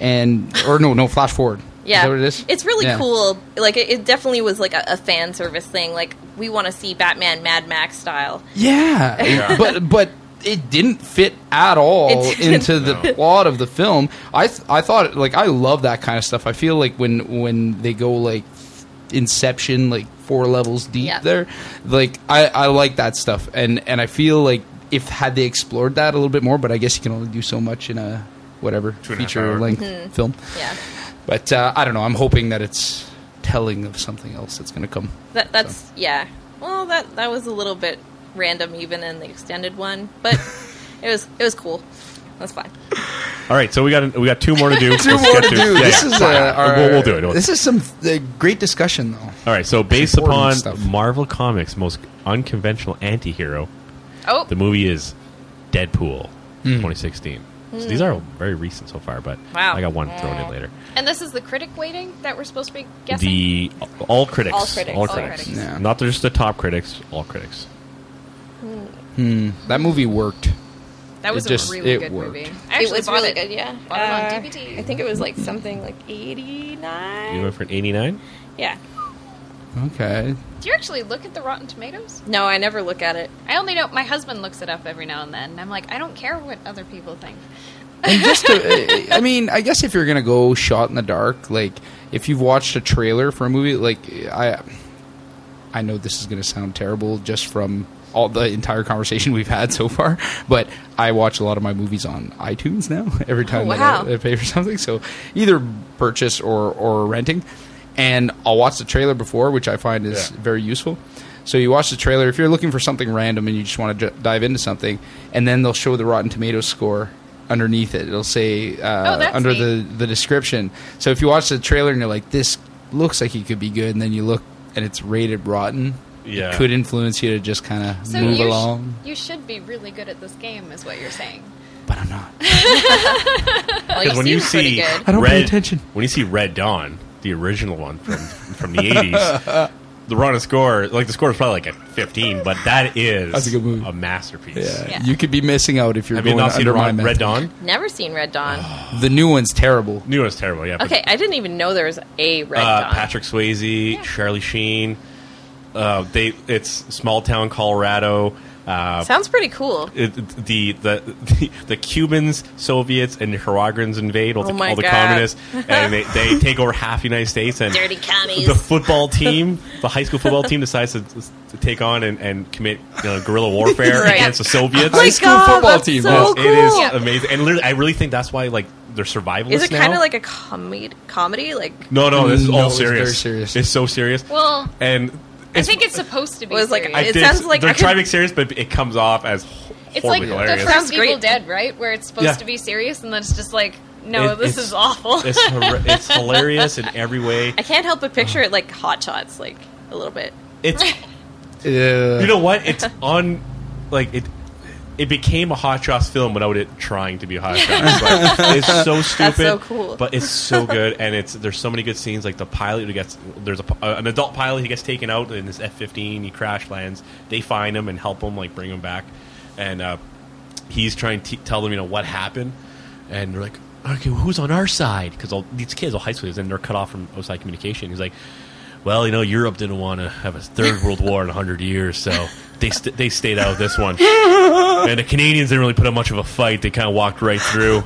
and or no, no flash forward. is yeah that what it is? it's really Yeah. cool like it, it definitely was like a, a fan service thing like we want to see batman mad max style Yeah, but but it didn't fit at all It didn't. into the plot of the film. I th- I thought like I love that kind of stuff. I feel like when when they go like Inception, like four levels deep Yeah. there, like I I like that stuff, and and I feel like if had they explored that a little bit more, but I guess you can only do so much in a whatever Two and a half feature hour. length Mm-hmm. film. yeah But uh, I don't know. I'm hoping that it's telling of something else that's going to come. that that's yeah well that that was a little bit random even in the extended one but it was it was cool Oh. that's fine all right, so we got we got two more to do. Two Let's more to get do. Yeah, this yeah. is uh, our, we'll, we'll do it. We'll- This is some uh, great discussion, though. all right, so based important upon stuff. Marvel Comics' most unconventional anti-hero, Oh, the movie is Deadpool, Hmm. 2016. So these are all very recent so far, but Wow. I got one thrown in later. and this is the critic waiting that we're supposed to be guessing. The all critics, All critics. all All critics, critics. Yeah. not just the top critics, all critics. That movie worked. That was It just- a really it good worked. movie. I It actually was bought really it. good, yeah. Bought it on Uh, DVD. I think it was like something like You 89. went for an 89? Yeah. Okay. Do you actually look at the Rotten Tomatoes? No, I never look at it. I only know my husband looks it up every now and then. and I'm like, I don't care what other people think. And just, to, I mean, I guess if you're gonna go shot in the dark, like if you've watched a trailer for a movie, like I, I know this is gonna sound terrible just from all the entire conversation we've had so far, but I watch a lot of my movies on iTunes now. Every time wow. that I, I pay for something, so either purchase or or renting, and I'll watch the trailer before, which I find is Yeah. very useful. So you watch the trailer if you're looking for something random and you just want to j- dive into something, and then they'll show the Rotten Tomatoes score underneath it. It'll say uh, Oh, that's under neat. the the description. So if you watch the trailer and you're like, "This looks like it could be good," and then you look and it's rated rotten, Yeah. it could influence you to just kind of So move you, sh- along. you should be really good at this game, is what you're saying. But I'm not. Well, Because when you seem see pretty good. I don't pay Red, attention. When you see Red Dawn, the original one from from the eighties, the Rotten score, like the score is probably like a fifteen, but that is That's a good movie. masterpiece. Yeah. Yeah. you could be missing out if you're Have you going not seen under my Red, Red method. Dawn? Never seen Red Dawn. The new one's terrible. New one's terrible. Yeah. but, Okay, I didn't even know there was a Red uh, Dawn. Patrick Swayze, Charlie Sheen. Uh, they it's small town Colorado. Uh, Sounds pretty cool. it, the, the the the Cubans, Soviets, and Nicaraguans invade all the, Oh my all the God. communists, and they, they take over half the United States. And Dirty commies. the football team, the high school football team, decides to, to take on and, and commit you know, guerrilla warfare Right. against the Soviets. High school Oh God, football that's team. so yes. cool. It is Yeah. amazing, and literally, I really think that's why like they're survivalists Is it now. kind of like a comedy? Comedy, like no, no, this is No, all it's very serious. serious. It's so serious. Well, and I think it's supposed to be. Was like- serious. I it did- sounds like they're I could- trying to make serious, but it comes off as ho- It's like horribly the hilarious. first Sounds Evil great. Dead, right? Where it's supposed Yeah. to be serious, and then it's just like, no, It- this it's- is awful. it's hor- it's hilarious in every way. I can't help but picture it like Hot Shots, like a little bit. It's Yeah. you know what? It's on like it. It became a hot shots film without it trying to be hot shots. Like, it's so stupid, so cool. but it's so good, and it's there's so many good scenes. Like the pilot who gets there's a, uh, an adult pilot who gets taken out in this F-15. He crash lands. They find him and help him, like bring him back, and uh, he's trying to tell them you know what happened, and they're like, okay, well, who's on our side? Because all these kids, all high schoolers, and they're cut off from outside communication. He's like, well, you know, Europe didn't want to have a third world war in 100 years, so they, st- they stayed out of this one. And the Canadians didn't really put up much of a fight. They kind of walked right through.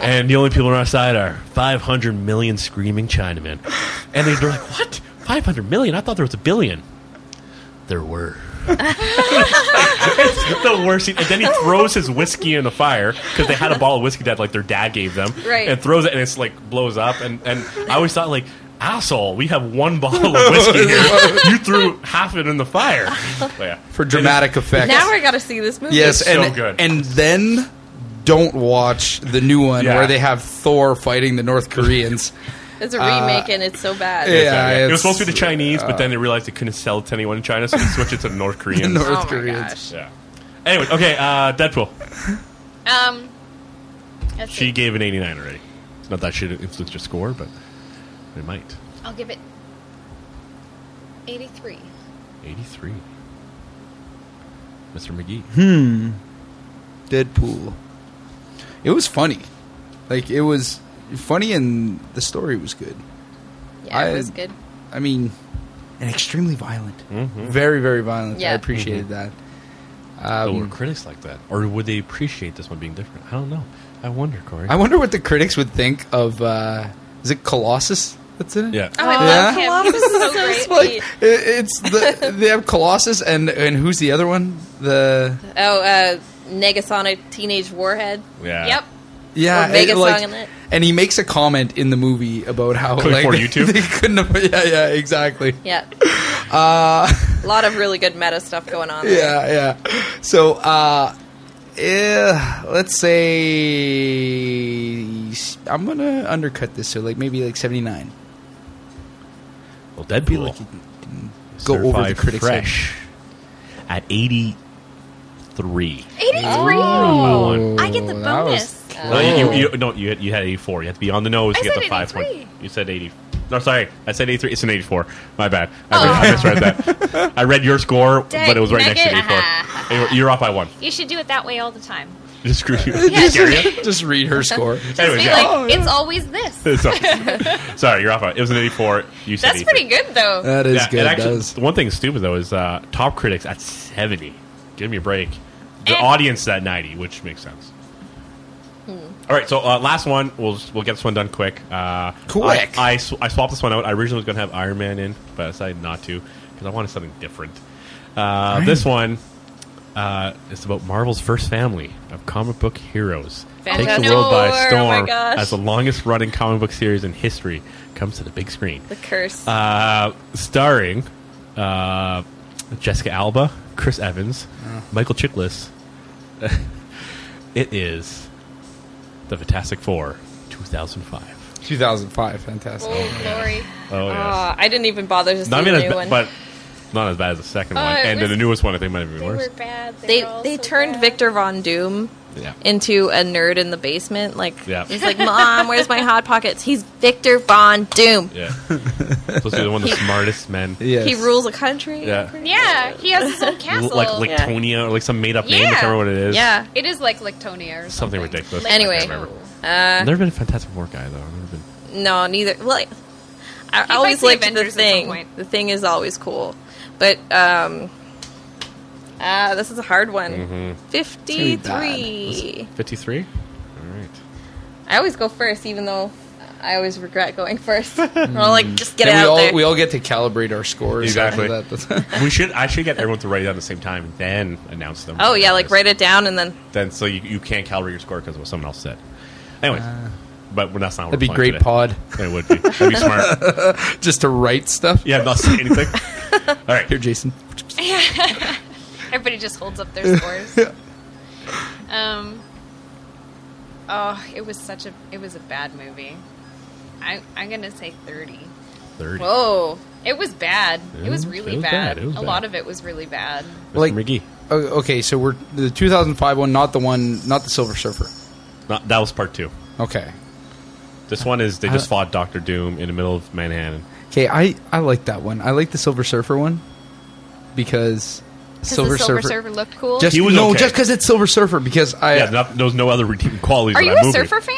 And the only people on our side are 500 million screaming Chinamen. And they were like, what? 500 million? I thought there was a billion. There were. it's the worst. scene. And then he throws his whiskey in the fire because they had a bottle of whiskey that like their dad gave them, Right. And throws it, and it's like blows up. And and I always thought like, asshole, we have one bottle of whiskey here. you threw half it in the fire. But yeah. for dramatic effect. Now I gotta see this movie. Yes, so and good. and then don't watch the new one Yeah. where they have Thor fighting the North Koreans. it's a remake and it's so bad. yeah. Uh, it was it's- supposed to be the Chinese, but then they realized they couldn't sell it to anyone in China, so they switched it to North the Korean. North Oh my Koreans. gosh. Yeah. Anyway, okay, uh, Deadpool. um, let's She see. gave an 89 already. Not that should influence your score, but it might. I'll give it eighty-three. 83. Mr. McGee. Hmm. Deadpool. It was funny, like it was funny, and the story was good. Yeah, I- it was good. I mean, and extremely violent, Mm-hmm. very very violent. I Yeah. appreciated that. But were Um, critics like that? Or would they appreciate this one being different? I don't know. I wonder, Corey. I wonder what the critics would think of. Uh, is it Colossus? That's in it. yeah. Oh, I Yeah? love him. He was so great. like it, it's the they have Colossus and and who's the other one? The Oh, uh, Negasonic Teenage Warhead. yeah. Yep. yeah, Or Megasong like- in it. and he makes a comment in the movie about how Couldn't like afford they- YouTube? they couldn't. Have, yeah, yeah, exactly. Yeah, Uh, a lot of really good meta stuff going on. there. yeah, yeah. So, uh, eh, let's say I'm gonna undercut this. So, like maybe like 79. Well, I feel Deadpool. like you can go over the certified critics. fresh at 83. Eighty-three. Oh. I get the Oh, that was- bonus. No, you, you, you, no, you had, you had 84. You had to be on the nose Oh. I to get said the five 83. point. You said 80. No, sorry. I said 83. It's an Oh. 84. My bad. I, read, I misread that. I read your score, but it was right next to 84. Uh-huh. Anyway, you're off by one. You should do it that way all the time. Just screw you. Scare you. Just read her score. Anyways, Be yeah. like, it's always this. Sorry. Sorry, you're off. By, it was an 84. You said That's 84. pretty good though. That is Yeah, good. and actually, does. the one thing stupid though is uh, top critics at 70. Give me a break. The Eh. audience at 90, which makes sense. Hmm. All right, so uh, last one. We'll we'll get this one done quick. Uh, Quick. I, I, sw- I swapped this one out. I originally was going to have Iron Man in, but I decided not to because I wanted something different. Uh, this one uh, is about Marvel's first family of comic book heroes. Takes Fantastic the world by Four, storm oh my gosh. as the longest running comic book series in history comes to the big screen The curse. uh, starring uh, Jessica Alba, Chris Evans, Oh. Michael Chiklis. it is the Fantastic Four, 2005. 2005. Fantastic. oh, glory. Oh Ah, I didn't even bother to see not the even new as ba- one. Uh, but not as bad as the second Oh, one, it and then was- the newest one I think might have been worse. bad. they they turned Victor Von Doom Yeah. into a nerd in the basement. Like Yeah. he's like, Mom, where's my hot pockets? He's Victor Von Doom. Yeah, supposed to be the one of the smartest men. Yes. He rules a country. Yeah. Yeah, he has his own L- castle. like Yeah. Lictonia or like some made up name. I Yeah. can't remember what it is. Yeah. it is like Lictonia or something something. ridiculous. Anyway. I can't remember. Uh, I've never been a Fantastic Four guy though. I've never been. no, neither. Well, I, I fights always the liked the Avengers at some thing. point. The thing is always cool, but um, ah, this is a hard one. Mm-hmm. Fifty-three. 53? All right. I always go first, even though I always regret going first. I'm like, just get And it we out all there. we all get to calibrate our scores. Exactly. After that. We should. I should get everyone to write it down at the same time, and then announce them. oh yeah, like write it down and then Then so you, you can't calibrate your score because of what someone else said. Anyways, but that's Ah. That'd not. what we're be playing great today. pod. It would be. That'd be smart. Just to write stuff. Yeah, not say anything. All right. Here, Jason. Everybody just holds up their scores. um, oh, it was such a it was a bad movie. I, I'm gonna say thirty. Thirty. whoa. It was bad. It It was was- really it was bad. bad. It was a bad. lot of it was really bad. Mr. Like- McGee. O- Okay, so we're the 2005 one, not the one, not the Silver Surfer. Not, that was part two. Okay. This one is they just Uh, fought Doctor Doom in the middle of Manhattan. Okay, I I like that one. I like the Silver Surfer one because Because Silver, the Silver Surfer. Surfer looked cool. Just He was no, okay. just because it's Silver Surfer. Because I yeah, not, there was no other redeeming qualities. Are of you that a movie. surfer fan?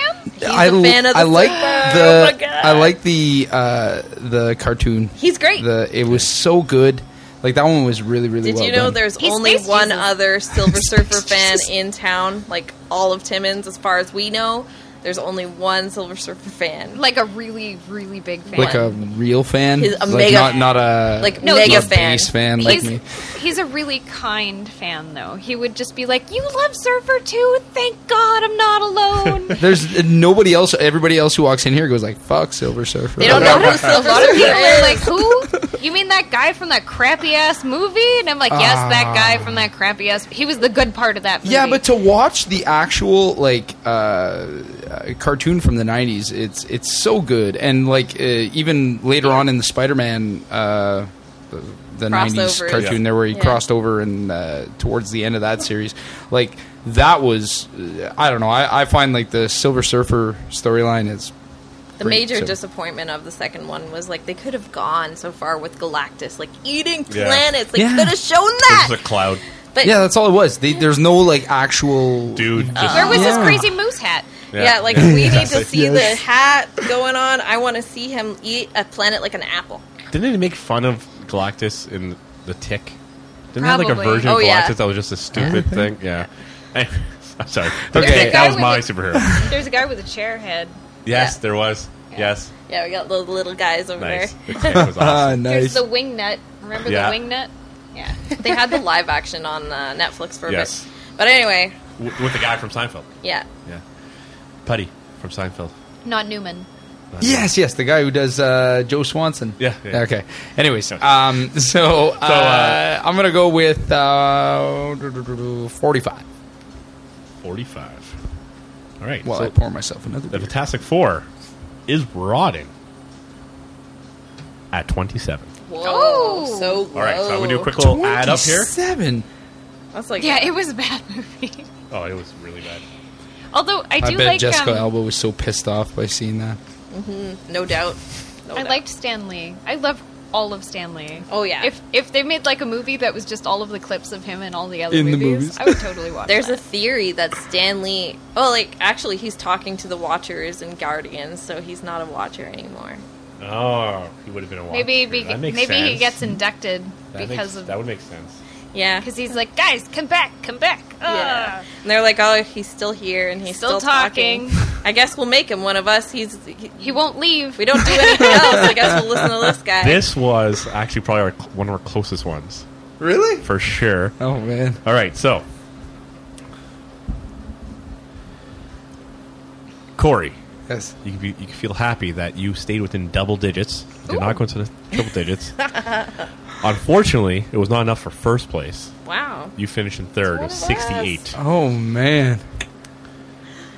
I, a fan of the Oh I like my the God. I like the uh, the cartoon. He's great. The it was so good. Like that one was really really. Did well you know done. there's He's only Space one Jesus. other Silver Surfer Space fan Jesus. in town? Like all of Timmins, as far as we know, there's only one Silver Surfer fan. Like, Like a really, really big fan. like a real fan? He's a like mega- not not a like, No, mega not a fan. base fan like he's, me. he's a really kind fan, though. He would just be like, "You love Surfer too? Thank God I'm not alone." There's nobody else. Everybody else who walks in here goes like, "Fuck Silver Surfer." They don't know who Silver lot of people Surfer are is. like, "Who? You mean that guy from that crappy ass movie?" And I'm like, "Yes, that guy from that crappy ass. He was the good part of that movie." Ah. Yeah, but to watch the actual like uh, uh, cartoon from the '90s, it's it's so good, and like uh, even later on in the Spider-Man, uh, the, the '90s Crossovers. cartoon Yeah. there where he Yeah. crossed over and uh, towards the end of that series, like that was uh, I don't know, I, I find like the Silver Surfer storyline is the great, major so- disappointment of the second one was like they could have gone so far with Galactus, like eating Yeah. planets. They Yeah. could have shown There's that. a cloud But yeah, yeah, that's all it was. They, there's no like actual dude. just- where was Yeah. his crazy moose hat? like Yeah. we need Exactly. to see Yes. the hat going on. I want to see him eat a planet like an apple. Didn't they make fun of Galactus in the Tick? Didn't they have like a Probably. version Oh, of Galactus yeah. that was just a stupid thing? Yeah. I'm sorry. The Okay. Tick, that was Guy my with superhero. There's a guy with a chair head. Yes, Yeah. there was. Yes. Yeah, we got the little guys over Nice. there. The Tick was Ah, awesome. nice. There's the wing nut. Remember Yeah. the wing nut? Yeah. They had the live action on uh, Netflix for a Yes. bit. But anyway, W- with the guy from Seinfeld. yeah. Yeah. Putty from Seinfeld. Not Newman. Yes, yes, the guy who does uh, Joe Swanson. Yeah, yeah. Okay. Anyways, um, so, uh, uh, I'm gonna go with uh, 45. 45. All right. While so I pour myself another. the Beer. Fantastic Four is rotting at 27. Whoa, Oh. so All right. So I'm going to do a quick little add up here. Seven. That's like Yeah, it was a bad movie. Oh, it was really bad. Although I I, do bet like, Jessica um, Alba was so pissed off by seeing that. no doubt. No I doubt. liked Stan Lee. I love all of Stanley. Oh, yeah. If if they made like a movie that was just all of the clips of him and all the other In the movies, movies. I would totally watch. There's a that. theory that Stanley. Oh, like actually, he's talking to the Watchers and Guardians, so he's not a Watcher anymore. Oh, he would have been a watcher. maybe be, That maybe makes he sense. gets inducted That makes- because that of would make sense. Yeah, because he's like, guys, come back, come back. yeah. Ah." And they're like, oh, he's still here and he's Still still, talking. talking. I guess we'll make him one of us. He's he, He won't leave. we don't do anything else. I guess we'll listen to this guy. This was actually probably our, cl- one of our closest ones Really? for sure. Oh man. All right, so Corey, Yes. you can, be, you can feel happy that you stayed within double digits. You did not go into the triple digits. Unfortunately, it was not enough for first place. wow. You finished in third with It's one of us. 68. Oh man.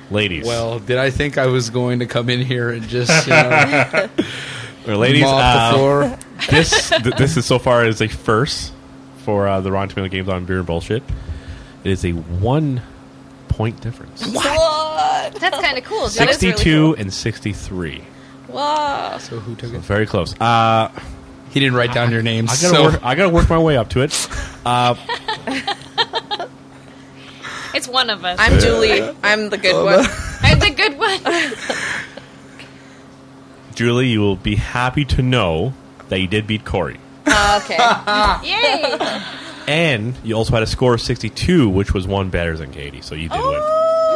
Ladies. Well, did I think I was going to come in here and just you know, Or ladies, mop uh, the floor? this th- this is so far as a first for uh, the Ron Tomato games on beer and bullshit. It is a one point difference. What? That's kind of cool. That is Sixty-two really cool. and sixty-three, Wow. So who took it? very close. Uh, He didn't write down your name. I gotta so work, I gotta work my way up to it. Uh, It's one of us. I'm Julie. I'm the good one. I'm the good one. Julie, you will be happy to know that you did beat Corey, Oh, okay. Yay! and you also had a score of sixty-two, which was one better than Katie, so you did win.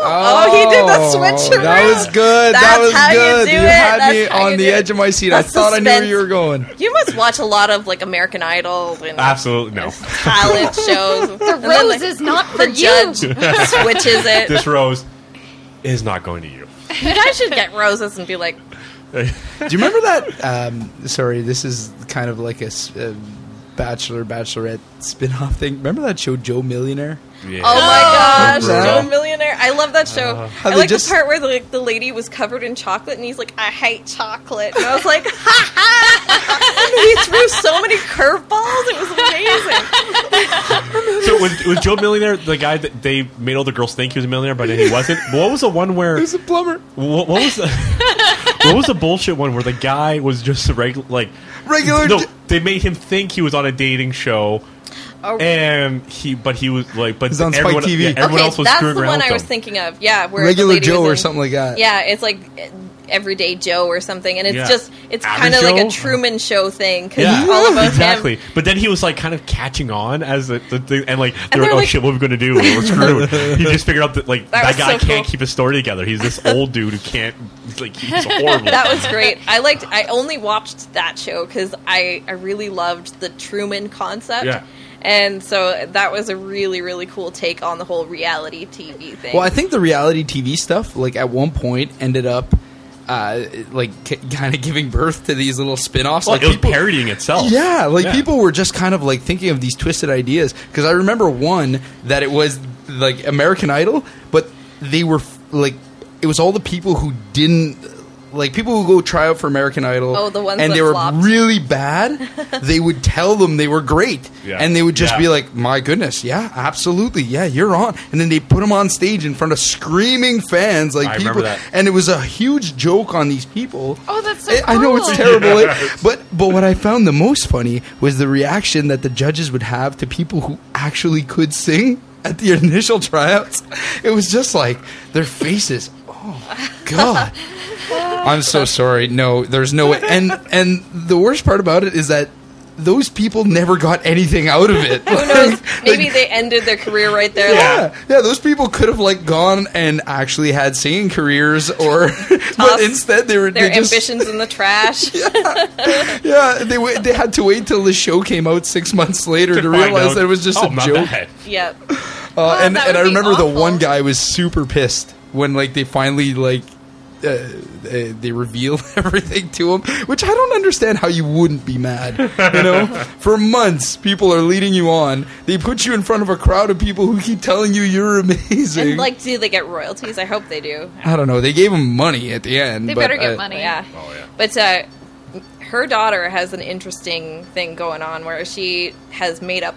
Oh, he did the switch Oh, That around. was good. that That's was how you good. do you it. had That's me how you on the do it. edge of my seat. I That's thought I knew where suspense. you were going. You must watch a lot of like American Idol and Absolutely no. college shows. The And then, like, rose is not for the you. judge switches it. this rose is not going to you. You guys should get roses and be like, Do you remember that? Um, sorry, this is kind of like a, s- a Bachelor Bachelorette spin off thing. Remember that show Joe Millionaire? Yeah. oh Uh, my gosh, brutal. Joe Millionaire. I love that show. I they like just- the part where the, like, the lady was covered in chocolate and he's like, I hate chocolate. And I was like, ha ha! And he threw so many curveballs. It was amazing. So was, was Joe Millionaire the guy that they made all the girls think he was a millionaire, but he wasn't? What was the one where? It was a plumber. What, what was the? what was the bullshit one where the guy was just a regular like Regular No, d- they made him think he was on a dating show, Oh. and he but he was like but He's on Spike everyone, TV. yeah, everyone okay, else was that's screwing the around one with I was him. thinking of. Yeah, where the Regular lady Joe was or in- something like that. Yeah, it's like uh, everyday Joe or something, and it's Yeah. just it's Average kind of like Joe? a Truman Show thing because Yeah. it's all about Exactly, him. but then he was like kind of catching on as the, the thing, and like they're they're like, "Oh like- shit, what are we gonna do? We're screwed." he just figured out that like That that, was guy so can't cool. keep his story together. He's this old dude who can't. he's, Like he's horrible. That was great. I liked. I only watched that show because I I really loved the Truman concept. Yeah. And so that was a really really cool take on the whole reality TV thing. Well, I think the reality TV stuff, like at one point, ended up uh, like c- kind of giving birth to these little spin offs. Well, like it was people- parodying itself. Yeah, like Yeah. people were just kind of like thinking of these twisted ideas because I remember one that it was like American Idol, but they were f- like it was all the people who didn't like people who go try out for American Idol. Oh, the ones and that they were flopped. really bad. they would tell them they were great, Yeah. and they would just Yeah. be like, "My goodness, yeah, absolutely, yeah, you're on." And then they put them on stage in front of screaming fans, like I remember people, that. and it was a huge joke on these people. Oh, that's so. I- I know it's cool. terrible, it- but but what I found the most funny was the reaction that the judges would have to people who actually could sing at the initial tryouts. It was just like their faces. Oh God! I'm so sorry. No, there's no way. And and the worst part about it is that those people never got anything out of it. Who knows? Maybe they ended their career right there. Yeah, yeah. Those people could have like gone and actually had singing careers, or but Tossed instead they were Their they just, ambitions in the trash. Yeah, they wa they had to wait till the show came out six months later to, To find realize out- that it was just oh, a not joke. bad. yep. Uh, and that and would I be remember the awful. one guy was super pissed when like they finally like uh, uh, they reveal everything to him, which I don't understand how you wouldn't be mad. You know, for months people are leading you on. They put you in front of a crowd of people who keep telling you you're amazing. And like, do they get royalties? I hope they do. I don't know. They gave him money at the end. They but, better get uh, money. Yeah. Oh, yeah. But uh, her daughter has an interesting thing going on where she has made up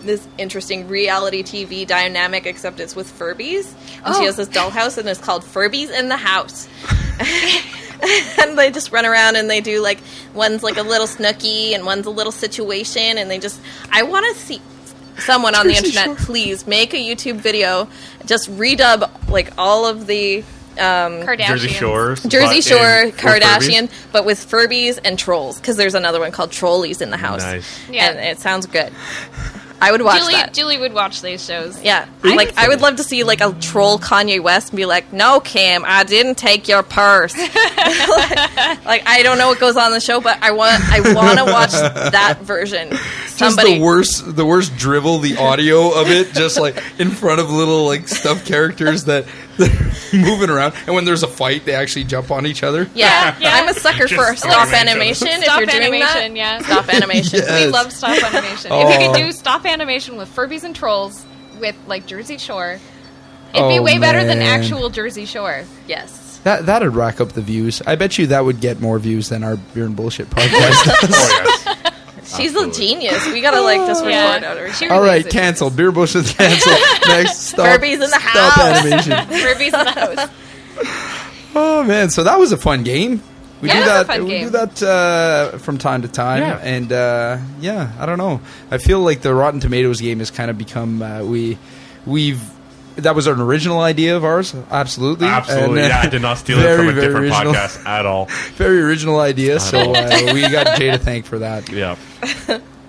this interesting reality TV dynamic, except it's with Furbies. And Oh. she has this dollhouse, and it's called Furbies in the House. and they just run around and they do like one's like a little snooky and one's a little situation and they just I want to see someone on the internet please make a YouTube video just redub like all of the um, Kardashians. Jersey Shore, Jersey Shore Kardashian but with Furbies and trolls because there's another one called Trolleys in the house Nice. Yeah. and it sounds good. I would watch Julie, that. Julie would watch these shows. Yeah, like I would love to see like a troll Kanye West and be like, "No, Cam, I didn't take your purse." like, I don't know what goes on in the show, but I want I want to watch that version. Just Somebody, the worst, the worst drivel. The audio of it, just like in front of little like stuffed characters that they're moving around. And when there's a fight, they actually jump on each other. yeah, Yeah. I'm a sucker for Just throwing stop each other. animation. Stop if you're doing animation, that, yeah. stop animation. Yes. Oh. We love stop animation. If you could do stop animation with Furbies and trolls with like Jersey Shore, it'd be Oh, way better than man. actual Jersey Shore. Yes, That that'd rack up the views. I bet you that would get more views than our beer and bullshit podcast. Oh, yes. she's a Absolutely. genius. We gotta like just record Yeah. out her. She All right, releases cancel beer bullshit. Cancel next. Stop. Furbies in the stop house. animation. Furbies in the house. Oh man, so that was a fun game. We Yeah, do it was a that. fun we game. do that uh, from time to time, Yeah. and uh, yeah, I don't know. I feel like the Rotten Tomatoes game has kind of become uh, we we've that was an original idea of ours, absolutely, Absolutely. And, uh, yeah, I did not steal it very, from a very different original. podcast at all. Very original idea. So uh, we got Jay to thank for that. Yeah.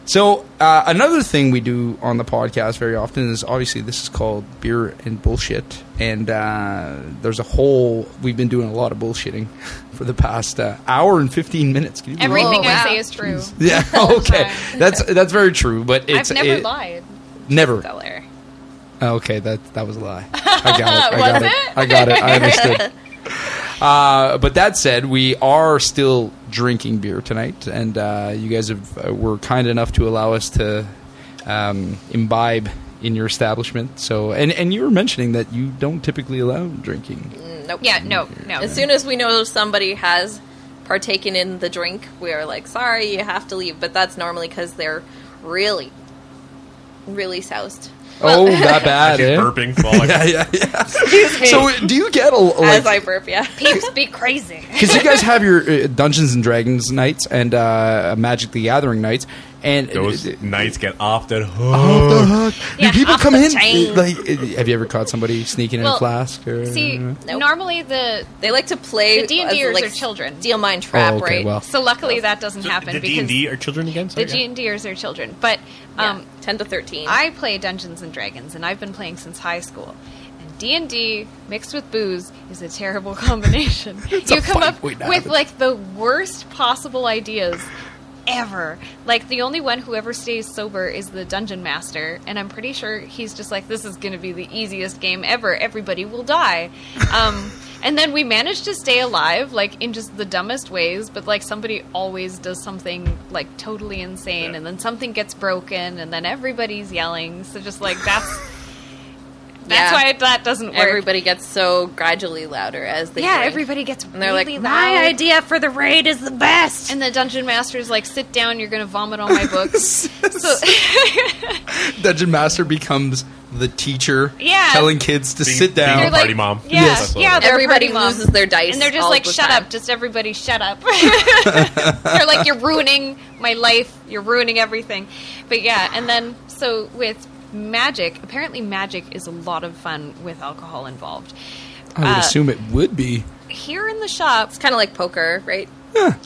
So uh, another thing we do on the podcast very often is obviously this is called beer and bullshit, and uh, there's a whole we've been doing a lot of bullshitting for the past uh, hour and fifteen minutes. Can you believe Everything Oh, wow. I say is true. it? Yeah. Okay. time. That's that's very true, but it's I've never it- lied. Never. Stellar. Oh, Okay. That that was a lie. I got it. I Was got it? it? I got it. I understood. Uh, but that said, we are still drinking beer tonight, and uh, you guys have, uh, were kind enough to allow us to um, imbibe in your establishment. So, and and you were mentioning that you don't typically allow drinking. Nope. Yeah, no, no. As soon as we know somebody has partaken in the drink, we are like, sorry, you have to leave. But that's normally because they're really, really soused. oh, that bad, She's eh? burping. While I- Yeah, yeah, yeah. So, do you get a Oh, like? As I burp, yeah. Peeps be crazy. because you guys have your uh, Dungeons and Dragons nights and uh, Magic the Gathering nights, and Those nights get off that hook. Off the hook. Uh-huh. Yeah, Do people off come the in? chain. Like, uh, have you ever caught somebody sneaking in a Well, flask? Or, See, Mm-hmm. Nope. normally the They like to play. The D&Ders as, like, are children. Deal mind trap, Oh, okay, right? well. so luckily that doesn't happen the because D&D are children again? the Sorry, G yeah. and Ders are children. But um, Um, ten to thirteen. I play Dungeons and Dragons, and I've been playing since high school. And D and D mixed with booze is a terrible combination. you a come fun up way to with have it. like the worst possible ideas ever. Like the only one who ever stays sober is the dungeon master, and I'm pretty sure he's just like, "This is going to be the easiest game ever. Everybody will die." Um, and then we manage to stay alive, like in just the dumbest ways. But like somebody always does something like totally insane, and then something gets broken, and then everybody's yelling. So just like that's Yeah. that's why that doesn't work. Everybody gets so gradually louder as they. yeah, drink. everybody gets And they're like, really My loud. idea for the raid is the best. And the dungeon master's like, "Sit down, you're gonna vomit on my books." so Dungeon Master becomes the teacher, Yeah. telling kids to Being- sit being down. a party mom. Yeah, Yes. yeah. they're a Everybody party mom. loses their dice and they're just all like, the "Shut time." up, just everybody, shut up." they're like, "You're ruining my life. You're ruining everything." But yeah, and then so with magic, apparently magic is a lot of fun with alcohol involved. I would Uh, assume it would be. Here in the shop, It's kind of like poker, right?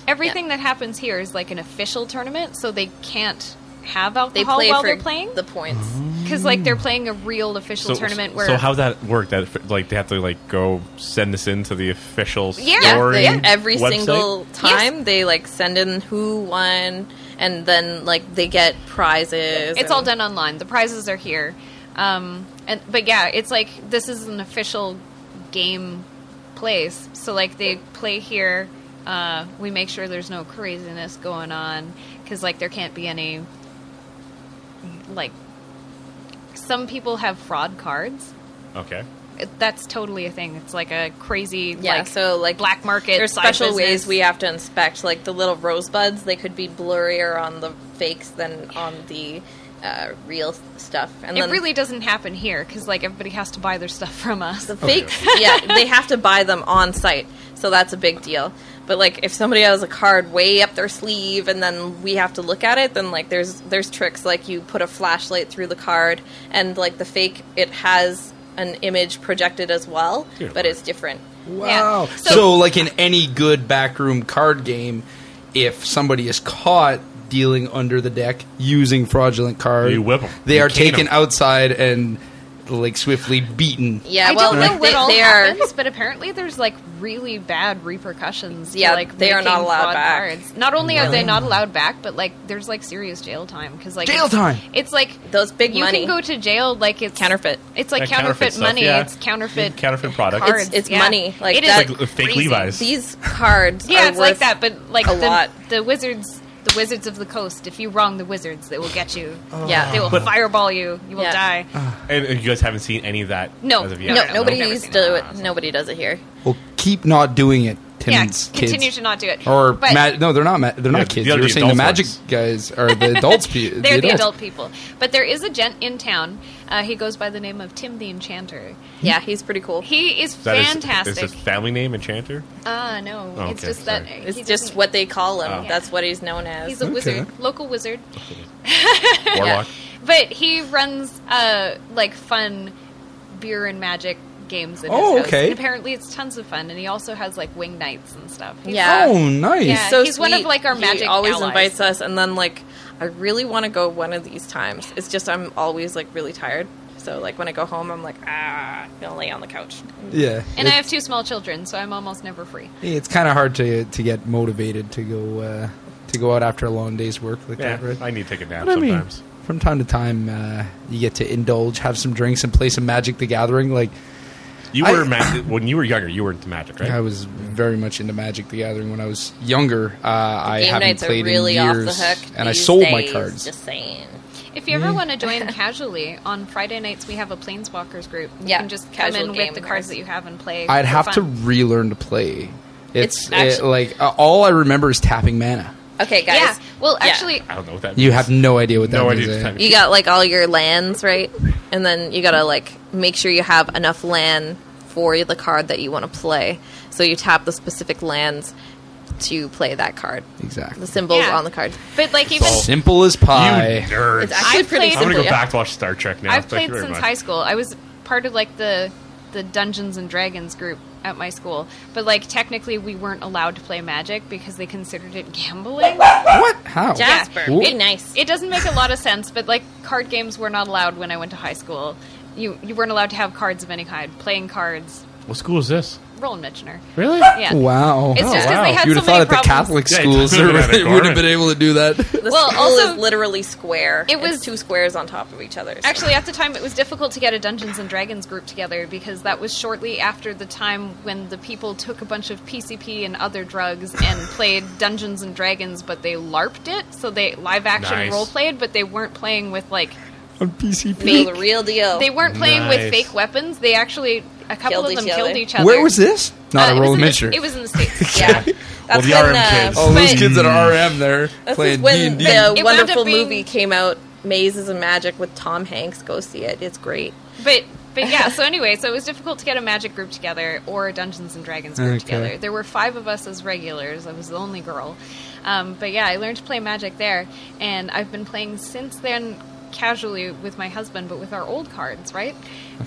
everything that happens here is like an official tournament, so they can't have They alcohol play while for they're playing the Mm. points. because like they're playing a real official tournament where so how does that work? That if- like they have to like go send this in to the official Yeah, store they- and every website? single time they like send in who won and then like they get prizes It's all done online. The prizes are here. Um, and but yeah, it's like this is an official game place. So like they play here. Uh, we make sure there's no craziness going on because like there can't be any like some people have fraud cards. Okay. It- That's totally a thing. It's like a crazy yeah like so like black market. there's side special ways business. we have to inspect like the little rosebuds they could be blurrier on the fakes than on the uh, real s- stuff and It then really doesn't happen here because like everybody has to buy their stuff from us. the fakes yeah they have to buy them on site so that's a big deal But like if somebody has a card way up their sleeve and then we have to look at it, then like there's there's tricks like you put a flashlight through the card and like the fake it has an image projected as well, Dear Lord. but it's different. Wow. Yeah. So, like in any good backroom card game, if somebody is caught dealing under the deck using fraudulent card, You whip 'em. They You are cane taken 'em. outside and like swiftly beaten. Yeah, I well, don't know like, what they, all they are happens, but apparently there's like really bad repercussions. to, Yeah, like they are not making allowed fraud back. Cards. Not only are they not allowed back, but like there's like serious jail time because like Jail it's- time! It's like those big you money. can go to jail like it's Counterfeit. It's like That counterfeit, counterfeit stuff, money. yeah. It's counterfeit Counterfeit product. cards. It's- it's yeah. money, like it is that- It's like fake crazy. Levi's. These cards Yeah, are it's like worth- that, but like a the, lot. the wizards. The wizards of the coast. If you wrong the wizards, they will get you. Yeah. they will But- Uh, fireball you. You will Yeah. die. And and you guys haven't seen any of that. No, as of Yeah, no, yet, nobody Never used to seen do that. it. Nobody does it here. Well, keep not doing it, yeah, Timmons kids. continue to not do it. or But- ma- no, they're not. Ma- they're Yeah, not the- kids. the You other were saying the adult magic ones. guys are the adults. pe- the They're the adults. adult people. But there is a gent in town. Uh, he goes by the name of Tim the Enchanter. Yeah, he's pretty cool. He is That is- fantastic. Is his family name Enchanter? Ah, no. Oh, it's okay, just that. sorry. It's he just doesn't- what they call him. Oh. That's what he's known as. He's a Okay. wizard, local wizard. Warlock. But he runs uh, like fun beer and magic games in Oh, his house. okay. And apparently it's tons of fun. And he also has like wing nights and stuff. He's- Yeah. Oh, nice. Yeah. so He's one of, sweet. like, our He magic always allies. invites us, and then like I really want to go one of these times. It's just I'm always like really tired. So like when I go home, I'm like ah, I'm gonna lay on the couch. Yeah. And I It- have two small children, so I'm almost never free. it's kind of hard to to get motivated to go uh, to go out after a long day's work like Yeah, that, right? I need to take a nap But I mean, sometimes. from time to time, uh, you get to indulge, have some drinks, and play some Magic: The Gathering. Like You I- were magic when you were younger. You were into magic, right? I was very much into Magic: The Gathering when I was younger. Uh, I Game haven't nights are played really in off years, the hook. and I these sold my days, cards. Just saying. If you ever want to join casually, on Friday nights we have a Planeswalkers group. You Yeah, can just come casual in game with the nights. cards that you have and play. I'd for have to fun. relearn to play. It's, It's it, actu- like uh, all I remember is tapping mana. Okay, guys. Yeah. Well, Yeah. actually, I don't know what that. Means. You have no idea what that no means. idea. eh? what that You means. got like all your lands, right? And then you gotta like make sure you have enough land for the card that you want to play. So you tap the specific lands to play that card. Exactly. The symbols Yeah. on the card. but like even all- Simple as You pie. nerds. It's actually I've pretty I'm played- gonna simple. go yeah. back to watch Star Trek now. I've Thank you played very since much. high school. I was part of like the the Dungeons and Dragons group at my school, but like technically we weren't allowed to play Magic because they considered it gambling. What? How? Jasper, Ooh. be nice. It doesn't make a lot of sense, but like card games were not allowed when I went to high school. You you weren't allowed to have cards of any kind. Playing cards, What school is this? Roland Michener. Really? Oh, Yeah. Wow. It's just 'cause wow. they had you would have so thought many at the problems. Catholic Yeah, schools it's- they yeah, would- they're would have been garment. able to do that. The Well, school also- is literally square. It It was- was two squares on top of each other. so- Actually, at the time, it was difficult to get a Dungeons and Dragons group together because that was shortly after the time when the people took a bunch of PCP and other drugs and played Dungeons and Dragons, but they LARPed it, so they live action Nice. role played, but they weren't playing with like On PCP. Feel the real deal. they weren't playing with Nice. fake weapons. They actually a couple Killed of them each killed other. each other. Where was this? Not a Uh, it was in Roland the- Mincher. It was in the states. yeah. That's Well, the when, RM uh, kids. Oh, those But- kids at RM there This is playing when D&D. the It wound up wonderful being- movie came out, Mazes and Magic with Tom Hanks. Go see it. It's great. But but yeah, so anyway, so it was difficult to get a magic group together or a Dungeons and Dragons group Okay. together. There were five of us as regulars. I was the only girl. Um, but yeah, I learned to play magic there, and I've been playing since then casually with my husband, but with our old cards, right?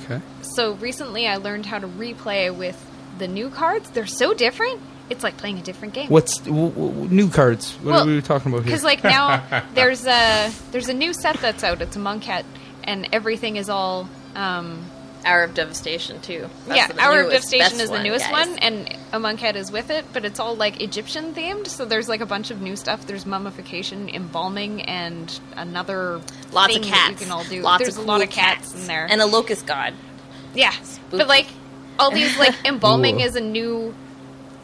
okay. So recently, I learned how to replay with the new cards. They're so different. It's like playing a different game. What's w- w- new cards? What Well, are we talking about here? Because like now there's a there's a new set that's out. It's a Monket, and everything is all. Um, Hour of Devastation too. That's yeah, the Hour of newest, Devastation best is the newest guys. one, and Among Head is with it, but it's all like Egyptian themed. So there's like a bunch of new stuff. There's mummification, embalming, and another Lots thing of that cats. you can all do. Lots there's of a lot cool of cats, in there. and a locust god. yeah, spooky. but like all these like embalming Ooh. is a new.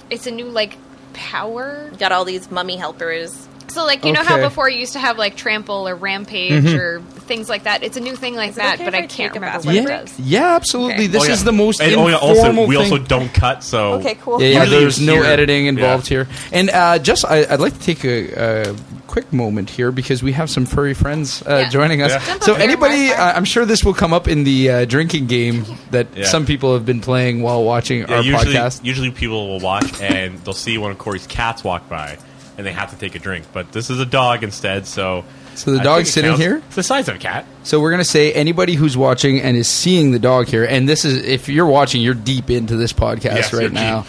It's a new like power Got all these mummy helpers. so, like, you know how Okay. Mm-hmm. before you used to have like trample or rampage or things like that. It's a new thing like it that, okay but if I I can't take a remember bath what yeah, it does. yeah, absolutely. Okay. This Oh, yeah. is the most And oh, yeah, informal also, thing. we also don't cut, so Okay, cool. yeah, yeah Usually there's no here- editing involved yeah. here. And uh, just, I, I'd like to take a, a quick moment here because we have some furry friends uh, Yeah. joining us. Yeah. Jump So up here, anybody, Mark. uh, I'm sure this will come up in the uh, drinking game that Yeah. some people have been playing while watching Yeah, our usually, podcast. usually people will watch and they'll see one of Corey's cats walk by, and they have to take a drink. But this is a dog instead, so So the I dog's think it sitting counts. here? It's the size of a cat. So we're gonna say anybody who's watching and is seeing the dog here, and this is if you're watching, you're deep into this podcast Yes, you're right deep. now.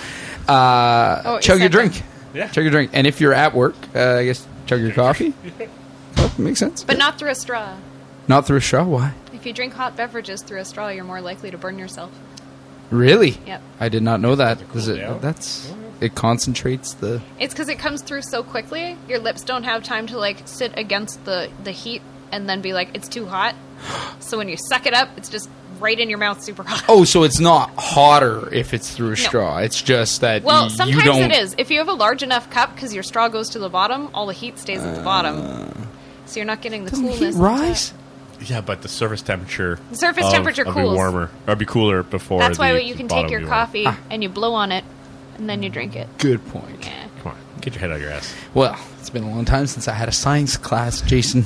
Uh, Oh, chug your is that drink. the- Yeah. Chug your drink, and if you're at work, uh, I guess chug your coffee. Oh, makes sense. But not through a straw. Not through a straw. Why? If you drink hot beverages through a straw, you're more likely to burn yourself. Really? Yep. I did not know that. cool Does it, down. that's it concentrates the. It's because it comes through so quickly. Your lips don't have time to like sit against the the heat and then be like, it's too hot. So when you suck it up, it's just right in your mouth, super hot. Oh, so it's not hotter if it's through a straw. It's just that. Well, y- sometimes you don't, it is. If you have a large enough cup, because your straw goes to the bottom, all the heat stays at the bottom. So you're not getting the Doesn't heat coolness. rise? Yeah, but the surface temperature. The surface of- temperature of cools. Be warmer or be cooler before. That's why the you can bottom take your be warm. coffee and you blow on it, and then you drink it. Ah. Good point. Yeah. Come on, get your head out of your ass. Well, it's been a long time since I had a science class, Jason.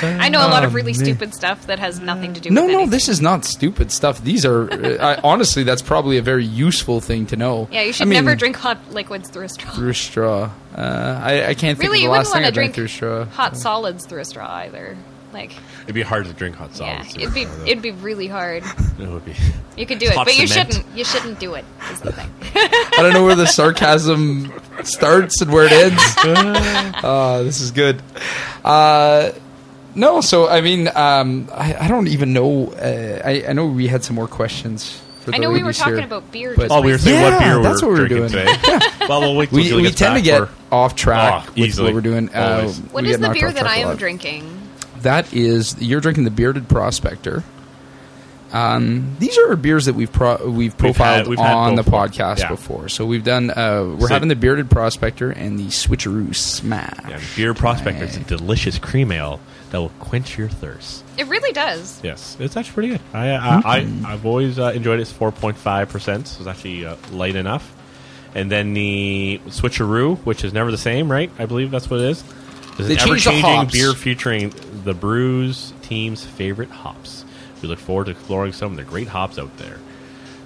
I know a lot of really Oh, man. stupid stuff that has nothing to do. No, with no, anything. this is not stupid stuff. These are I, honestly, that's probably a very useful thing to know. Yeah, you I should mean, never drink hot liquids through a straw. through a straw. Uh, I, I can't think Really, of you the wouldn't last want thing I to drank drink through a straw. hot solids through a straw either. Like, It'd be hard to drink hot yeah, solids. it'd be it'd be really hard. It would be. You could do It's it, hot but you cement. shouldn't. You shouldn't do it. Is the thing. I don't know where the sarcasm starts and where it ends. Uh, this is good. Uh, no, so I mean, um, I, I don't even know. Uh, I, I know we had some more questions. For I the know we were ladies talking here, about beer. but- Just Oh, we were recently. saying what Yeah, beer that's we're what we were drinking doing. today. well, we'll wait till We, Jill we gets tend to back get for- off track Oh, with easily. what we're doing. Uh, Always. What we is get the knocked beer off that track I a am lot. drinking? That is you're drinking the Bearded Prospector. Um, these are beers that we've pro- we've profiled we've had on the both of them. podcast Yeah. before. So we've done uh, we're So- having the Bearded Prospector and the Switcheroo Smash. Yeah, beer prospect is a delicious cream ale that will quench your thirst. It really does. Yes, it's actually pretty good. I, uh, I I've always uh, enjoyed it. It's four point five percent, so it's actually uh, light enough. And then the switcheroo, which is never the same, right? I believe that's what it is. This They is an changed the ever-changing hops. beer featuring the brews team's favorite hops. We look forward to exploring some of the great hops out there.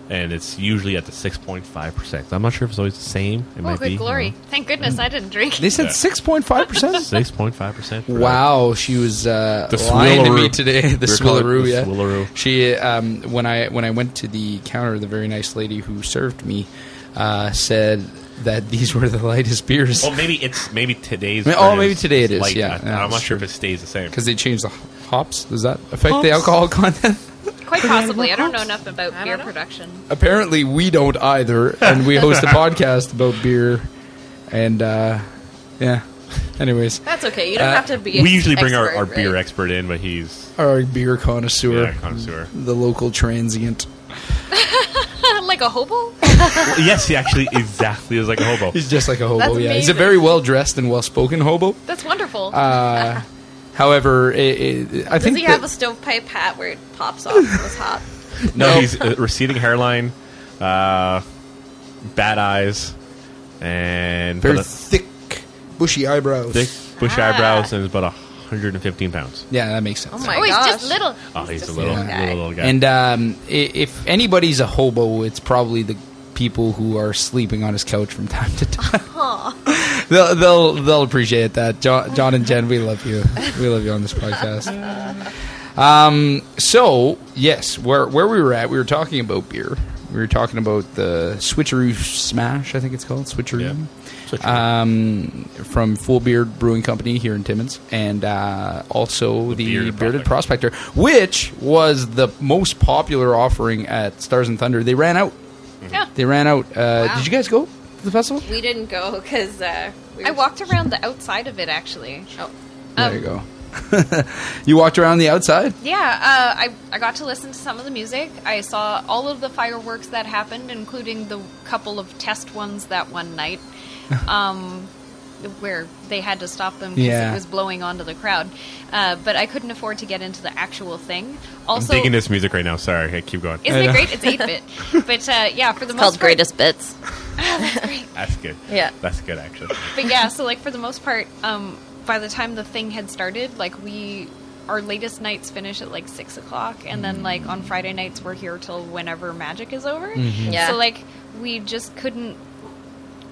And it's usually at the six point five percent. I'm not sure if it's always the same. It Oh, might good be glory! Thank goodness I didn't drink. They said Yeah. six point five percent. six point five percent. Wow, she was uh, The lying to me swillaroo. today. The We're calling it swillaroo, the yeah. swillaroo. She um, when I when I went to the counter, the very nice lady who served me uh, said that these were the lightest beers Well, maybe it's maybe today's. May- oh, version maybe today it is, like yeah. that. Yeah, I'm not that's sure if true. it stays the same. because they changed the hops. Does that affect the alcohol content? Quite possibly. I don't know enough about I beer don't know. production. Apparently, we don't either, and we host a podcast about beer, and uh, yeah. Anyways, That's okay. You don't Uh, have to be. we usually bring our, our beer expert. expert in, but he's our beer connoisseur, yeah, connoisseur. the local transient. like a hobo? yes, he actually exactly is like a hobo. He's just like a hobo. That's yeah, he's a amazing. very well dressed and well spoken hobo. That's wonderful. Uh, However, it, it, I Does think he have a that- stovepipe hat where it pops off and it's hot? No, No. he's uh, receding hairline, uh, bad eyes, and very about a thick, bushy eyebrows. thick bush Ah. eyebrows, and is about 115 pounds. Yeah, that makes sense. Oh oh, my he's gosh. just little. Oh, he's, just a little, a guy. little, little guy. And um, i- if anybody's a hobo, it's probably the people who are sleeping on his couch from time to time. they'll, they'll they'll appreciate that. John, John and Jen, we love you. We love you on this podcast. Um, so yes, where where we were at, we were talking about beer. We were talking about the Switcheroo Smash, I think it's called Switcheroo Yeah. Switcheroo. um, from Full Beard Brewing Company here in Timmins, and uh, also the, Bearded Bearded, Prospector. which was the most popular offering at Stars and Thunder. They ran out. Yeah. They ran out. Uh, Wow. Did you guys go to the festival? We didn't go because uh, we I were- walked around the outside of it, actually. Oh, there you go. you walked around the outside. Yeah, uh, I, I got to listen to some of the music. I saw all of the fireworks that happened, including the couple of test ones that one night, um, where they had to stop them because Yeah. it was blowing onto the crowd. Uh, but I couldn't afford to get into the actual thing. I'm Also, digging this music right now. Sorry, hey, keep going. isn't I know. it great? It's eight bit, but uh, yeah, for the it's most called part, Greatest Bits. That's good. Yeah. That's good, actually. But yeah, so like for the most part, um, by the time the thing had started, like we our latest nights finish at like six o'clock, and then like on Friday nights we're here till whenever magic is over. Yeah. So like we just couldn't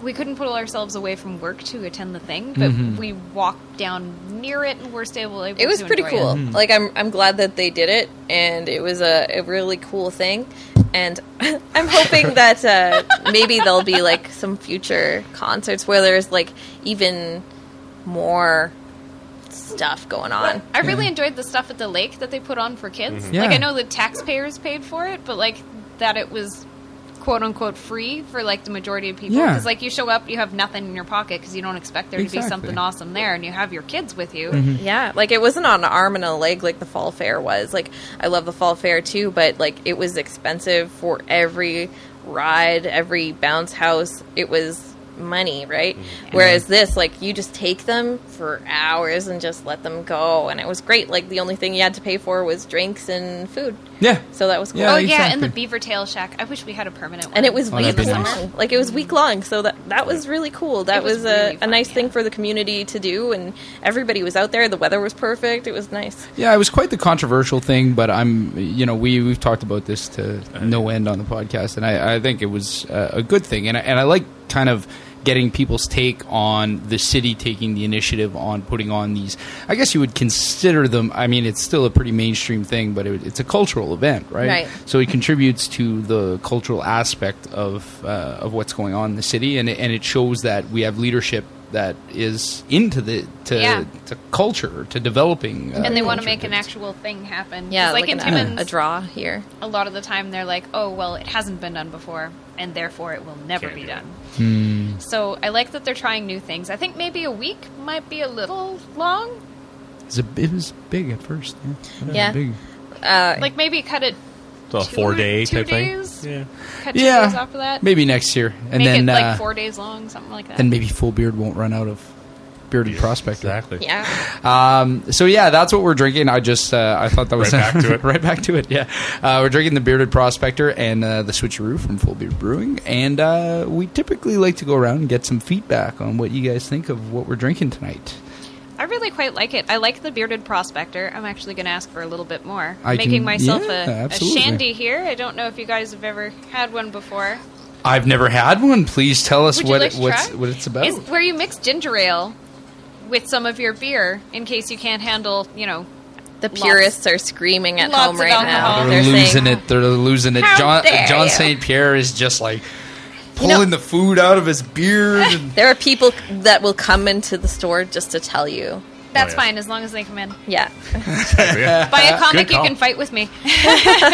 we couldn't pull ourselves away from work to attend the thing, but we walked down near it and we're still able. it was to pretty enjoy it. cool. Like I'm I'm glad that they did it, and it was a, a really cool thing. And I'm hoping that uh, maybe there'll be like some future concerts where there's like even more stuff going on. I really enjoyed the stuff at the lake that they put on for kids. Mm-hmm. Yeah. Like I know the taxpayers paid for it, but like that it was quote unquote free for like the majority of people Yeah. because like you show up you have nothing in your pocket because you don't expect there to be Exactly. Mm-hmm. something awesome there and you have your kids with you Yeah, like it wasn't on an arm and a leg like the fall fair was. Like I love the fall fair too, but like it was expensive for every ride, every bounce house. It was money, right? Mm-hmm. Whereas this, like you just take them for hours and just let them go, and it was great. Like the only thing you had to pay for was drinks and food, Yeah. so that was cool. Yeah, oh you- yeah and exactly. the beaver tail shack i wish we had a permanent one And it was Oh, week that'd long. be nice. Like it was week long, so that that was really cool. That It was was, a, really a fun, nice yeah. thing for the community to do, and everybody was out there. The weather was perfect. It was nice. Yeah, it was quite the controversial thing, but I'm, you know, we we've talked about this to no end on the podcast, and I, I think it was uh, a good thing, and I, and I like kind of getting people's take on the city taking the initiative on putting on these. I guess you would consider them. I mean, it's still a pretty mainstream thing, but it, it's a cultural event, right? Right. So it contributes to the cultural aspect of uh, of what's going on in the city, and it, and it shows that we have leadership that is into the to Yeah. to culture to developing uh, and they want to culture make an things. actual thing happen. Yeah, 'Cause, like, an- in uh, Timmins, a draw here. a lot of the time they're like, oh, well, it hasn't been done before, and therefore it will never Can't be do done. Hmm. So I like that they're trying new things. I think maybe a week might be a little long. It's a- it was big at first. Yeah. It was Yeah. big. Uh, Like maybe cut it So a two- four day two type days. thing. Yeah. Cut two Yeah. days off of that. Maybe next year, and Make then it uh, like four days long, something like that. then maybe full beard won't run out of bearded prospector. Exactly. yeah, Um, so yeah, that's what we're drinking. I just uh, I thought that was Right back to it. right back to it. Yeah, uh, we're drinking the bearded prospector and uh, the switcheroo from Full Beard Brewing, and uh, we typically like to go around and get some feedback on what you guys think of what we're drinking tonight. I really quite like it. I like the bearded prospector. I'm actually going to ask for a little bit more. I Making can- myself yeah, a, a absolutely. shandy here. I don't know if you guys have ever had one before. I've never had one. Please tell us Would what you like to what's try? what it's about. It's where you mix ginger ale with some of your beer in case you can't handle, you know, the Lots- purists are screaming at lots home of right alcohol. now. They're They're, losing saying, it. They're losing it. How John dare John you. St. Pierre is just like You know- pulling the food out of his beard. And there are people that will come into the store just to tell you. that's yeah. fine as long as they come in. Yeah, Yeah. Buy a Uh, comic, Good you call. can fight with me.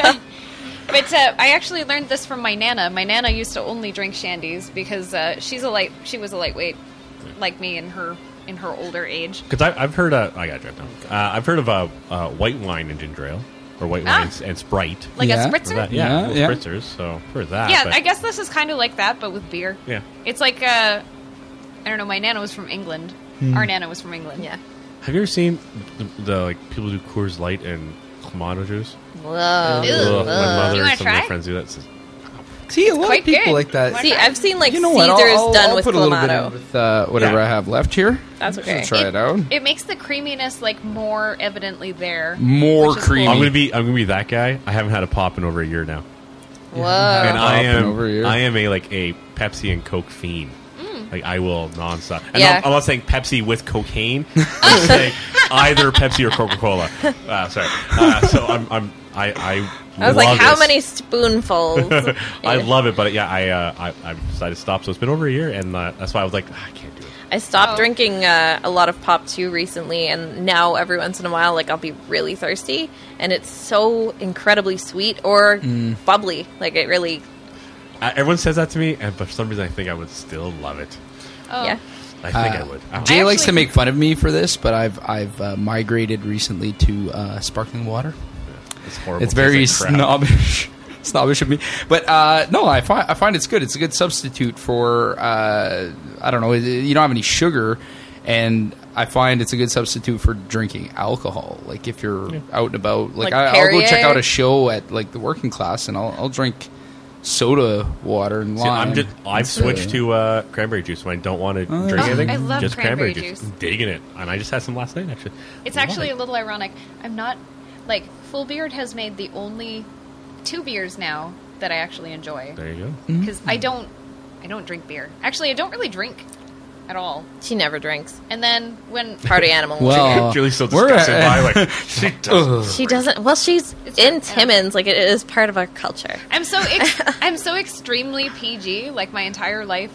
but uh, I actually learned this from my nana. My nana used to only drink shandies because uh, she's a light. She was a lightweight, like me in her in her older age. Because I've heard of, I got drunk now. Uh, I've heard of uh, uh, white wine and ginger ale, or white Ah. wine and, and Sprite. Like Yeah. a For spritzer. that, yeah, Yeah, little yeah. spritzers. So for that, yeah, Ah, but- I guess this is kind of like that, but with beer. Yeah. It's like uh, I don't know. My nana was from England. Hmm. Our nana was from England. yeah. Have you ever seen the, the like people do Coors Light and Clamato juice? Whoa. Ew. Ugh, my mother You and wanna some of my try? friends do that. It's just- see a lot quite of people good. like that. See, I've seen like you know what? Caesars I'll, I'll- done I'll with put a little bit in Clamato. with uh, whatever Yeah. I have left here. That's Just okay. try it, out. It makes the creaminess like more evidently there. More which is cool. creamy. I'm gonna be I'm gonna be that guy. I haven't had a pop in over a year now, Whoa. and I Pop in am over a year. I am a like a Pepsi and Coke fiend. Like I will nonstop. And Hmm. Yeah. I'm, I'm not saying Pepsi with cocaine. I'm saying either Pepsi or Coca Cola. Uh, sorry. Uh, so I'm I'm I I. I was like, love how this. many spoonfuls? I love it, but yeah, I uh, I, I decided to stop. So it's been over a year, and uh, that's why I was like, "Ah, I can't do it. I stopped Oh. drinking uh, a lot of pop too recently, and now every once in a while, like I'll be really thirsty, and it's so incredibly sweet or Mm. bubbly. Like it really, I, Uh, everyone says that to me, and but for some reason, I think I would still love it. Oh. yeah. I think I Uh, would. I don't Jay I likes to actually- make fun of me for this, but I've I've uh, migrated recently to uh, sparkling water. know. it's horrible. It's very Tastes like crap. snobbish, snobbish of me. But uh, no, I find I find it's good. It's a good substitute for uh, I don't know. You don't have any sugar, and I find it's a good substitute for drinking alcohol. Like if you're out and about, like, Like I, I'll go check Perrier? out a show at like the working class, and I'll, I'll drink soda water and See, lime. I'm just I've switched to uh, cranberry juice when I don't want to drink Oh, anything. I love just cranberry juice. I'm digging it, and I just had some last night actually. It's Love actually it. a little ironic. I'm not like Full Beard has made the only two beers now that I actually enjoy there you go. because Mm. I don't I don't drink beer. Actually, I don't really drink at all. She never drinks. And then when Party animal. Well, Julie's so we're disgusted at- by like she does. She doesn't. Well, she's It's in like- Timmins. Like it is part of our culture. I'm so ex- I'm so extremely PG. Like my entire life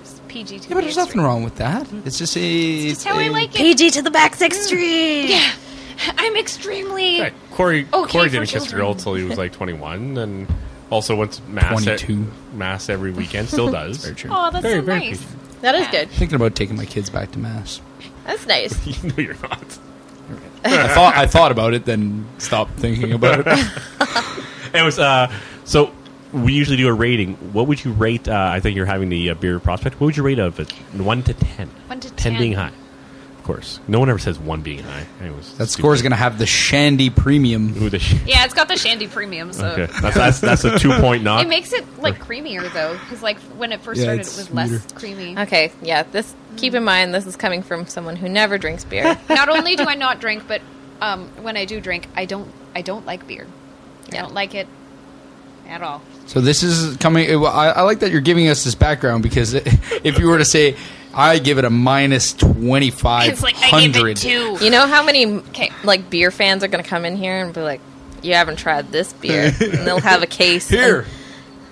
was PG. To yeah, but the there's extreme. nothing wrong with that. It's just a. It's how I a- like it. PG to the back six street. Yeah, I'm extremely. Right. Corey Oh, Okay Corey for didn't kiss a children. girl till he was like 21, and also went to mass at- 22. mass every weekend. Still does. Very true. Oh, that's Very, so very nice. PG. That is good. Thinking about taking my kids back to mass. That's nice. you know you're not. I thought I thought about it, then stopped thinking about it. It was uh, so we usually do a rating. What would you rate? Uh, I think you're having the uh, beer prospect. What would you rate of it? One to ten. One to ten, 10. being high. Of course, no one ever says one being high. It was That score's gonna have the Shandy premium. Ooh, the sh- Yeah, it's got the shandy premium, so okay, that's, that's that's a two point knock. it makes it like creamier though, because like when it first Yeah, started, it it's was less sweeter. creamy. Okay, yeah. This keep in mind. This is coming from someone who never drinks beer. Not only do I not drink, but um, when I do drink, I don't I don't like beer. I Yeah. don't like it at all. So this is coming. I, I like that you're giving us this background because if you were to say, I give it a minus twenty five It's like I gave it hundred. two. You know how many like beer fans are going to come in here and be like, "You haven't tried this beer," and they'll have a case and Here,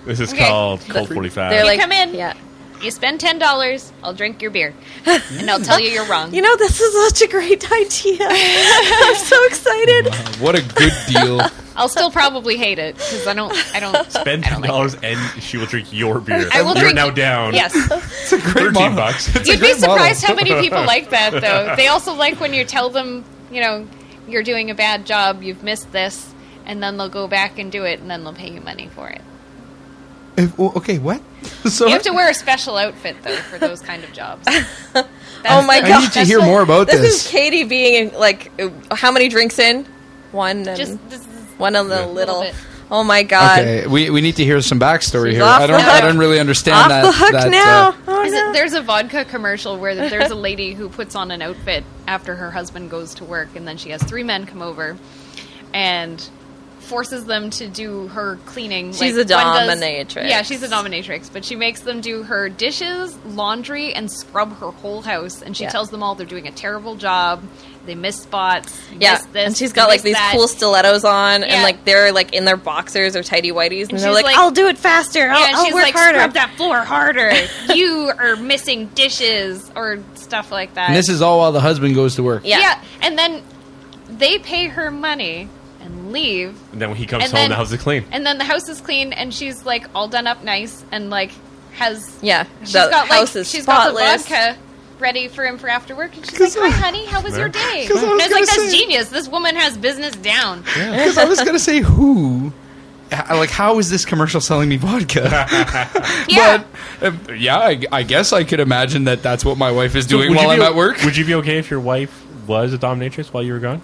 this is Okay. called The- cold forty They're five. like, come in. Yeah. You spend ten dollars, I'll drink your beer, and I'll tell you you're wrong. You know, this is such a great idea. I'm so excited. what a good deal. I'll still probably hate it because I don't I don't Spend I ten don't like it. dollars and she will drink your beer. I will You're drink now it. down. Yes. Great thirteen model. bucks. It's a You'd be great model. surprised how many people like that, though. They also like when you tell them, you know, you're doing a bad job, you've missed this, and then they'll go back and do it, and then they'll pay you money for it. If- well, okay, what? So You have to wear a special outfit, though, for those kind of jobs. "Oh my I god!" need to hear more about This, this. is Katie being like, how many drinks in? One and Just this is one and Yeah. a little. bit. Oh my god! Okay, we, we need to hear some backstory She's here. off I don't the I hook. don't really understand Off that. the hook that, now. uh, Oh, Is no. it, there's a vodka commercial where th- there's a lady who puts on an outfit after her husband goes to work, and then she has three men come over and forces them to do her cleaning. She's like, a one does- dominatrix. yeah, she's a dominatrix, but she makes them do her dishes, laundry, and scrub her whole house. And she Yeah. tells them all they're doing a terrible job. They miss spots. you Yeah, missed this, and she's you got like missed these that. cool stilettos on, Yeah. and like they're like in their boxers or tidy whities, and, And they're she's like, like- I'll do it faster. I'll, Yeah, and I'll she's work like, harder. scrub that floor harder. you are missing dishes or stuff like that. And this is all while the husband goes to work. Yeah. And then they pay her money and leave. And then when he comes And home, then- the house is clean. And then the house is clean and she's like all done up nice and like has yeah, she's the got house like is she's spotless. got the vodka ready for him for after work and she's like, Hi honey, how was your day? And I was like, That's genius. This woman has business down. Because I was gonna say who, h- like how is this commercial selling me vodka? Yeah. But um, yeah, I, I guess I could imagine that that's what my wife is doing Would you while I'm be o- at work. Would you be okay if your wife was a dominatrix while you were gone?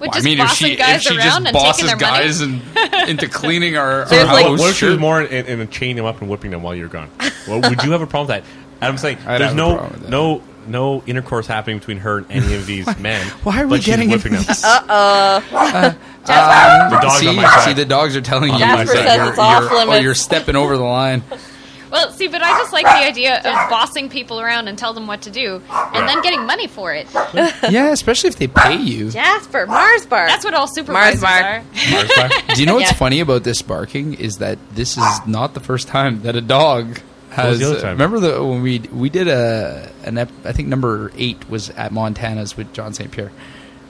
With Well, just bossing guys around and taking their guys money. and, into cleaning our, our There's, like- house, what if she sure. was more in, in, in chaining them up and whipping them while you were gone? Well, would you have a problem with that? And I'm saying I'd have there's a no problem with that. no no intercourse happening between her and any of these men. why are we but she's getting whipping them? into this? Jasper, The dog's see, on my side. see, the dogs are telling you Jasper that says you're, it's off you're- oh, limits. you're stepping over the line. Well, see, but I just like the idea of bossing people around and tell them what to do and then getting money for it. Yeah, especially if they pay you. Jasper, Mars bar. That's what all supervisors bar. are. Mars bar. Do you know what's Yeah. funny about this barking is that this is not the first time that a dog has. uh, was the other time? Remember the when we we did a an ep, I think number eight was at Montana's with John St Pierre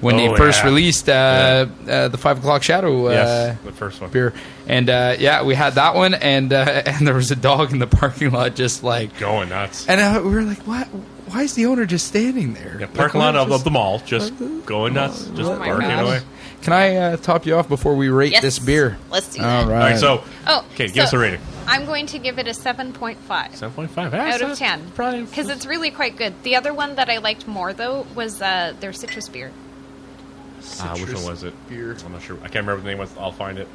when Oh, they first yeah. released uh, uh, the five o'clock shadow uh, Yes, the first one. beer, and uh, yeah, we had that one, and uh, and there was a dog in the parking lot just like, Going nuts. and uh, we were like, what? Why is the owner just standing there? Yeah, Like, parking why lot of, just- of the mall, just going nuts, just Oh my barking gosh. away. Can I uh, top you off before we rate Yes. this beer? Let's do All that. All right, so Oh, okay, give us so a rating. I'm going to give it a 7.5 Seven point five out of 10 because it's really quite good. The other one that I liked more though was uh, their citrus beer. Ah, which one was it? Beer. I'm not sure. I can't remember what the name was. I'll find it.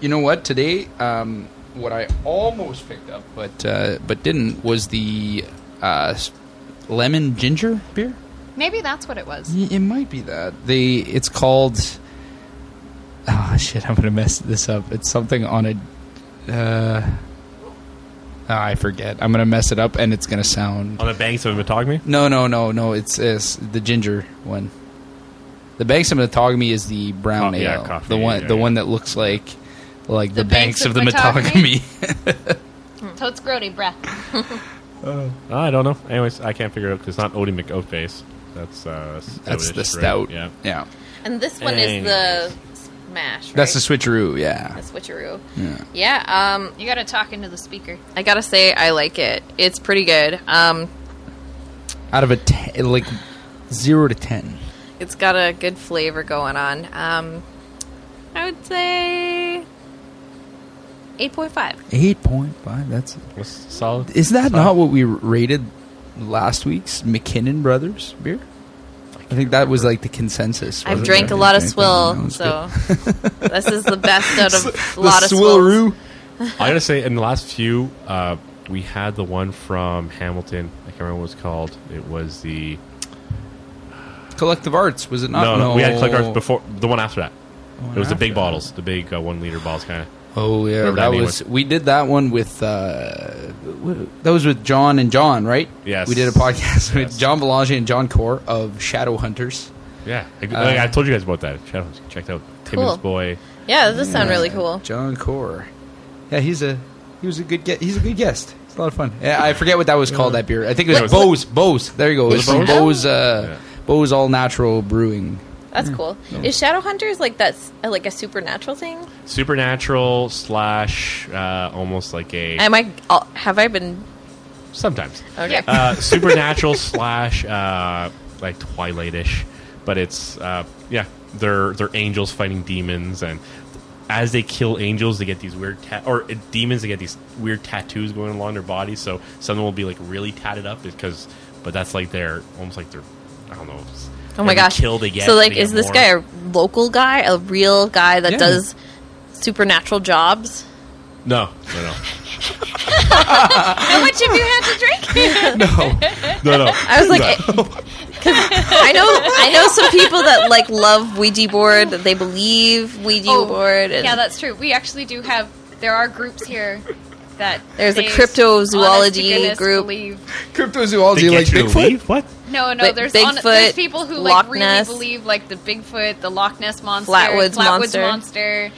You know what? Today, um, what I almost picked up, but uh, but didn't, was the uh, s- lemon ginger beer. Maybe that's what it was. Y- It might be that they. It's called. Oh shit! I'm gonna mess this up. It's something on a. Uh, oh, I forget. I'm gonna mess it up, and it's gonna sound. On the banks of Matogamy? No, no, no, no. It's, it's the ginger one. The Banks of Metogamy is the brown Co- ale. Oh, yeah, coffee, the one, yeah, the yeah. one that looks like, like the, The banks, Banks of of the Metogamy? Metogamy. Totes grody breath. Uh, I don't know. Anyways, I can't figure it out because it's not Odie McOatface. That's uh, That's the stoutish, right? stout. Yeah. yeah. And this one is the smash. Right? That's the switcheroo. Yeah. the switcheroo. Yeah. Yeah. Um, You gotta talk into the speaker. I gotta say, I like it. It's pretty good. Um, Out of a ten, like zero to ten. it's got a good flavor going on. Um, I would say eight point five. Eight point five. That's That's solid. is that not what we rated last week's McKinnon Brothers beer? I think that was like the consensus. I've wasn't drank it? a lot of Drank that one. That swill, was so this is the best out good. of a The lot of swills. swilleroo. I gotta say, in the last few, uh, we had the one from Hamilton. I can't remember what it was called. It was the Collective Arts was it not? no, no, we had Click Arts before the one after that. one it was the after big that. bottles, the big uh, one liter bottles, kind of. Oh yeah, Whatever that that name was we did that one with uh, wh- that was with John and John, right? Yes. we did a podcast Yes. with John Belanger and John Core of Shadow Hunters. Yeah, like, Uh, like I told you guys about that. Check checked out Timmins Cool. Boy. Yeah, this does sound really cool. John Core, yeah, he's a he was a good ge- he's a good guest. It's a lot of fun. Yeah, I forget what that was called that beer. I think it was What- Bose. Bose. There you go. It was Was it from Bose. Bose? Uh, Yeah. Bose All Natural Brewing. That's cool. Is Shadowhunters like that's uh, like a supernatural thing? Supernatural slash uh, almost like a Am I? uh, Have I been? sometimes Okay. Oh Yeah. uh, supernatural slash uh, like Twilightish, but it's uh, yeah they're they're angels fighting demons and as they kill angels they get these weird ta- or uh, demons they get these weird tattoos going along their bodies so some of them will be like really tatted up because but that's like their almost like their I don't know it's- Oh my every gosh! kill they get so like, they get is this more. guy a local guy, a real guy that Yeah. does supernatural jobs? no no no How much have you had to drink? No, no no I was like, eh. because I know I know some people that like love Ouija board. That they believe Ouija Oh, board. And yeah, that's true. We actually do have. There are groups here that There's a they- cryptozoology honest to goodness group. Believe. They cryptozoology get like you to Bigfoot. leave? what No, no. Like there's Bigfoot, on, there's people who like Loch really Ness. believe like the Bigfoot, the Loch Ness monster, Flatwoods monster. monster.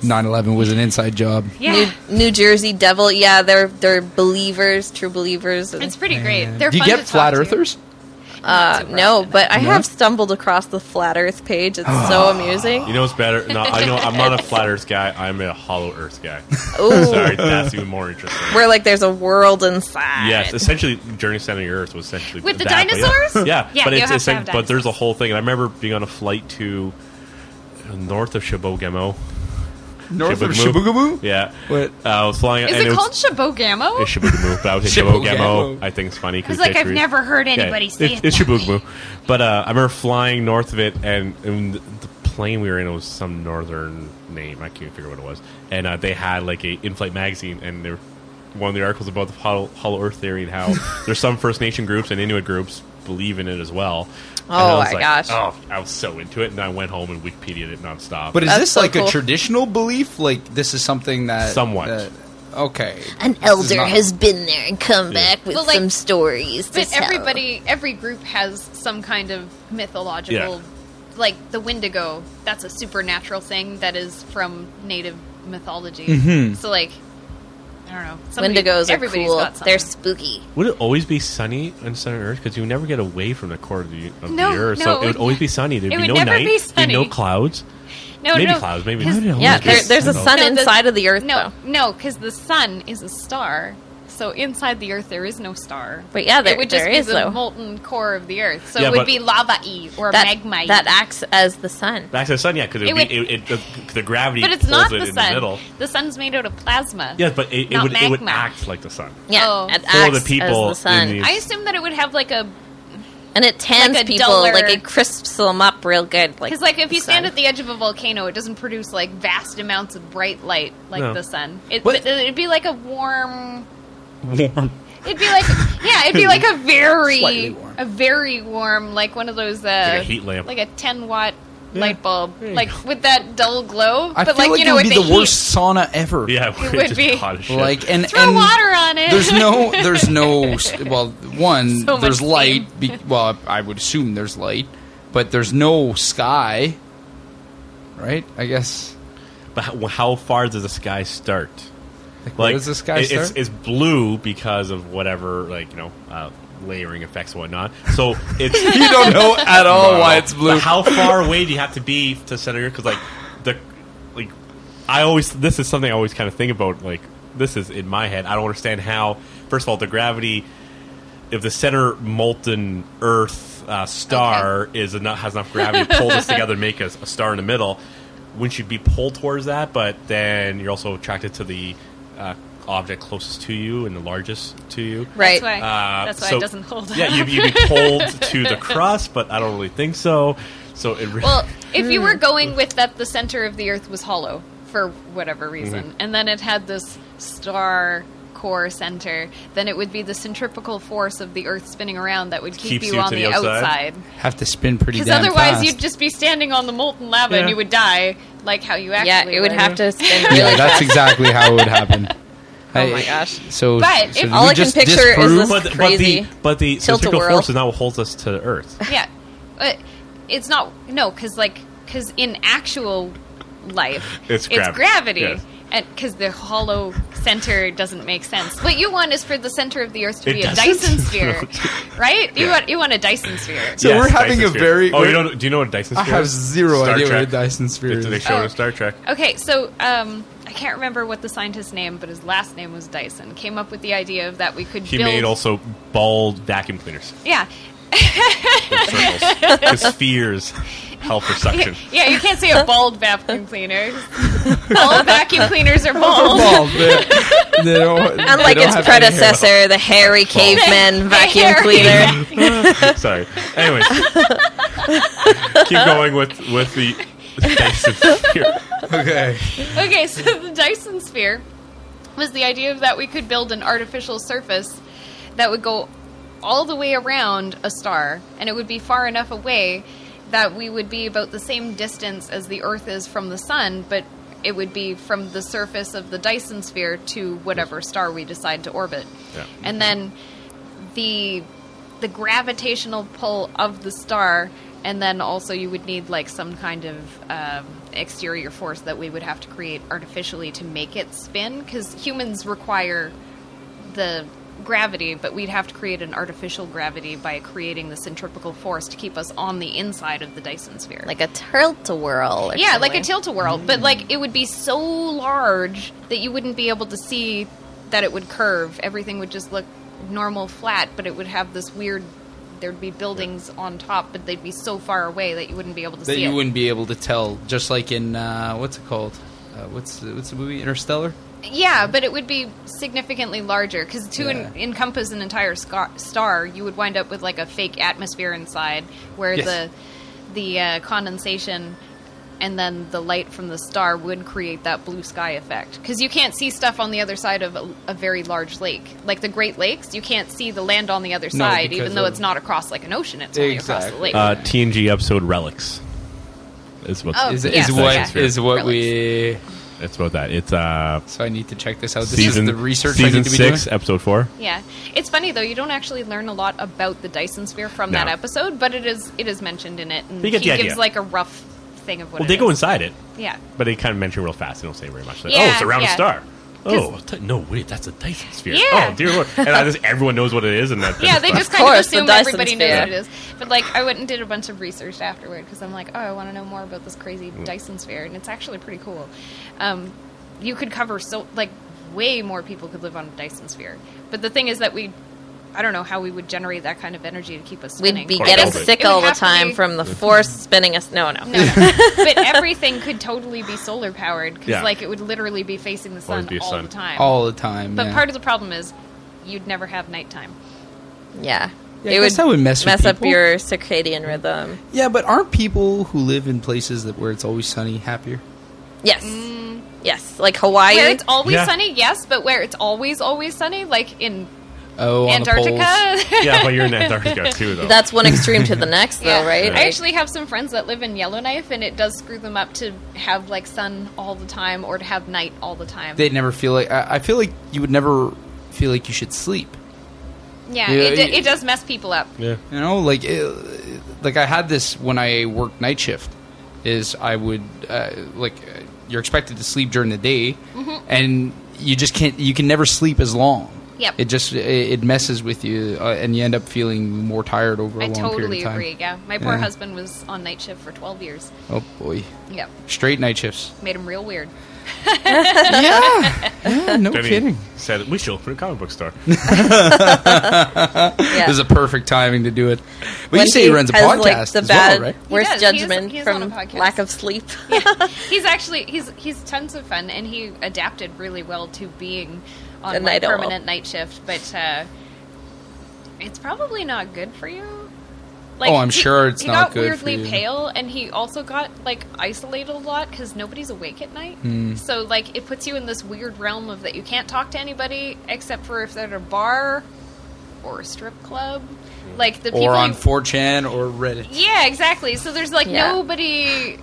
9/11 was an inside job. Yeah, New, New Jersey Devil. Yeah, they're they're believers, true believers. and- it's pretty great. Yeah. They're Do you fun get to flat talk to. earthers? uh, no, but I No? have stumbled across the flat Earth page. It's so You amusing. know what's better? No, I know I'm not a flat Earth guy. I'm a Hollow Earth guy. Sorry, Ooh, that's even more interesting. where like there's a world inside. Yes, essentially, Journey to Center of the Earth was essentially With the that, but yeah. dinosaurs? Yeah, Yeah, but you it's, have it's to like- have but there's a dinosaurs. whole thing. And I remember being on a flight to north of Shibogamo. North of Shibugamu? Shibugamu. Yeah, Uh, What? I was flying. Is and it, was, called Shabogamo? It's Shibugamo, but I would say Shibugamo. Shibugamo. I think it's funny I was because like, I've never heard anybody say it. It's that way. Shibugamo, but uh, I remember flying north of it, and, and the plane we were in it was some northern name. I can't figure what it was, and uh, they had like a in-flight magazine, and they were, one of the articles about the Hollow, Hollow Earth theory and how there's some First Nation groups and Inuit groups believe in it as well. And I Oh was my like, gosh. Oh, I was so into it, and I went home and Wikipedia'd it nonstop. But is That's this so like cool. a traditional belief? Like this is something that Somewhat. that- okay. An is elder not- has been there and come Yeah. back with Well, like- some stories. to But tell. everybody, every group has some kind of mythological, Yeah. like the Wendigo. That's a supernatural thing that is from native mythology. Mm-hmm. So like, I don't know. Somebody, Wendigos are everybody's cool. Got They're something. spooky. Would it always be sunny on Center Earth? Because you never get away from the core of the, of No, the Earth, no, so it it would would- always be sunny. There'd it be would no never night, be there'd be no sunny. clouds, no, maybe no. clouds, maybe His- not. Yeah, Yes. there, there's a No. sun No, the- inside of the Earth. No, though. no, because the sun is a star. So inside the Earth, there is no star. But yeah, there- it would just there be is, the though. molten core of the Earth. So Yeah, it would but- be lava-y or that magma-y. that acts as the sun. Back to the sun, yeah, because it It would be, it, it, the, the gravity but it's pulls not it the in sun. the middle. The sun's made out of plasma. Yeah, but it, it Not would it would magma. act like the sun. Yeah, Oh. it For the acts people as the sun. in the- I assume that it would have like a And it tans Like a people, duller- like it crisps them up real good. Like Because like if you the sun. stand at the edge of a volcano, it doesn't produce like vast amounts of bright light like No. the sun. It, What- it, it'd be like a warm. Warm. It'd be like yeah, it'd be like a Slightly very warm. a very warm like one of those uh, Like a heat lamp. like a ten watt Yeah. light bulb, you like with that dull glow. I feel but like, like, you know, it would with be the heat, worst sauna ever. Yeah, It we're would just be. hot as shit. Like and Throw and water on it. there's no there's no s- well one So much there's light. Be, steam. well, I would assume there's light, but there's no sky. Right? I guess. But how, how far does the sky start? Like, where does the sky it- It's, start? it's blue because of whatever, like you know, uh, layering effects and whatnot. So it's You don't know at all why it's blue. But how far away do you have to be to center? Because like the like, I always this is something I always kind of think about. Like this is in my head. I don't understand how. First of all, the gravity if the center molten Earth uh, star is enough has enough gravity to pull this together, and make us a star in the middle. Wouldn't you be pulled towards that? But then you're also attracted to the uh, object closest to you and the largest to you. right. That's why, Uh, that's why so- it doesn't hold. Yeah, up. you'd, you'd be pulled to the crust, but I don't really think so. So it really, Well, if you were going with that, the center of the Earth was hollow for whatever reason, and then it had this star core center, then it would be the centrifugal force of the Earth spinning around that would keep Keeps you, you on to the the outside. outside. Have to spin pretty Because damn otherwise, fast. you'd just be standing on the molten lava and Yeah. you would die, like how you actually. Yeah, it would were. have to spin yeah, really that's exactly how it would happen. Oh my gosh. So, But so if did all we I can just picture is disprove- this- but, crazy. but the but the centrifugal Tilt-a-whirl. force is not what holds us to Earth. Yeah, but it's not no because like because in actual life It's gravity. Yes. and because the hollow center doesn't make sense. What you want is for the center of the Earth to It be a doesn't? Dyson sphere, right? You want you want a Dyson sphere. So we're having Dyson a sphere. very- Oh, you we're- don't, do you know what a Dyson I sphere have is? zero Star idea what a Trek. Dyson sphere They, they is. showed it Oh. in Star Trek. Okay, so um, I can't remember what the scientist's name, but his last name was Dyson. Came up with the idea of that we could He build. made also bald vacuum cleaners yeah, with circles because spheres help for suction. yeah. You can't say a bald vacuum cleaner. All vacuum cleaners are bald. Well, they- they don't- they Unlike don't have any its hair. predecessor, the hairy caveman vacuum Hairy. cleaner. Sorry. Anyways, keep going with with the Dyson sphere. Okay. Okay, so the Dyson sphere was the idea of that we could build an artificial surface that would go all the way around a star, and it would be far enough away that we would be about the same distance as the Earth is from the Sun, but it would be from the surface of the Dyson sphere to whatever star we decide to orbit. Yeah. And then the the gravitational pull of the star, and then also you would need like some kind of um, exterior force that we would have to create artificially to make it spin, because humans require the gravity, but we'd have to create an artificial gravity by creating the centripetal force to keep us on the inside of the Dyson sphere. Like a tilt-a-whirl. Or yeah, like a something. tilt a whirl, Mm. but like it would be so large that you wouldn't be able to see that it would curve. Everything would just look normal flat, but it would have this weird. There'd be buildings on top, but they'd be so far away that you wouldn't be able to That see you it. wouldn't be able to tell, just like in uh, what's it called? Uh, what's the, what's the movie Interstellar? Yeah, but it would be significantly larger because to en- encompass an entire scar- star, you would wind up with like a fake atmosphere inside, where Yes. the the uh, condensation and then the light from the star would create that blue sky effect. Because you can't see stuff on the other side of a, a very large lake, like the Great Lakes. You can't see the land on the other side, because even though of- it's not across like an ocean; it's only across the Exactly. lake. Uh, TNG episode relics. It's about Oh, Is, yes, is what yeah. is what we? it's about that. It's uh So I need to check this out. This season is the research I season need to be six doing. episode four. Yeah, it's funny though. You don't actually learn a lot about the Dyson sphere from No. that episode, but it is it is mentioned in it, and You get he the gives idea. like a rough thing of what. Well, it they go is. inside it. Yeah, But they kind of mention real fast. They don't say very much. Like, oh, Yeah, it's around yeah. a star. 'Cause- Oh, I thought- no, wait, that's a Dyson sphere. Yeah. Oh, dear lord. And I just, everyone knows what it is. And that, yeah. They just Of kind of course, the assume Dyson everybody knows sphere. what it is. But like, I went and did a bunch of research afterward because I'm like, oh, I want to know more about this crazy Mm. Dyson sphere, and it's actually pretty cool. Um, you could cover so like way more people could live on a Dyson sphere. But the thing is that we. I don't know how we would generate that kind of energy to keep us spinning. We'd be Or getting tilt it. sick It would all the have to time be- from the force spinning us. No, no. No, no. but everything could totally be solar powered because, Yeah. like, it would literally be facing the sun Always be a all sun. the time. all the time. but yeah. part of the problem is you'd never have nighttime. Yeah. Yeah, I it guess would that would mess with up people. your circadian rhythm. Yeah, but aren't people who live in places that where it's always sunny happier? Yes. Yes. Like Hawaii. Mm. Where it's always Yeah. sunny, yes, but where it's always always sunny, like in Oh, on the poles. Antarctica. yeah, but you're in Antarctica too, though. That's one extreme to the next, though, Yeah. right? I actually have some friends that live in Yellowknife, and it does screw them up to have like sun all the time or to have night all the time. They'd never feel like. I, I feel like you would never feel like you should sleep. yeah, Yeah, it, d- y- it does mess people up. yeah. You know, like it, like I had this when I worked night shift. Is I would uh, like uh, you're expected to sleep during the day, Mm-hmm. and you just can't. You can never sleep as long. Yep. It just it, it messes with you, uh, and you end up feeling more tired over a I long totally period of time. agree. Yeah, my poor Yeah. husband was on night shift for 12 years. Oh boy, Yep, straight night shifts. made him real weird. yeah, yeah, no Then he kidding. Said we should open a comic book store. Yeah. This is a perfect timing to do it. But When you say he runs a has, podcast like, the as bad, well, right? He worst does. He is- judgment he is on from a podcast. lack of sleep. he's actually he's he's tons of fun, and he adapted really well to being on A like, night owl. permanent night shift. But uh, it's probably not good for you. Like, Oh, I'm he- sure it's he not got good for weirdly you. pale, and he also got like isolated a lot because nobody's awake at night. Hmm. So like it puts you in this weird realm of that you can't talk to anybody except for if they're at a bar or a strip club. Like the people Or on you- 4chan or Reddit. yeah, exactly. So there's like Yeah. nobody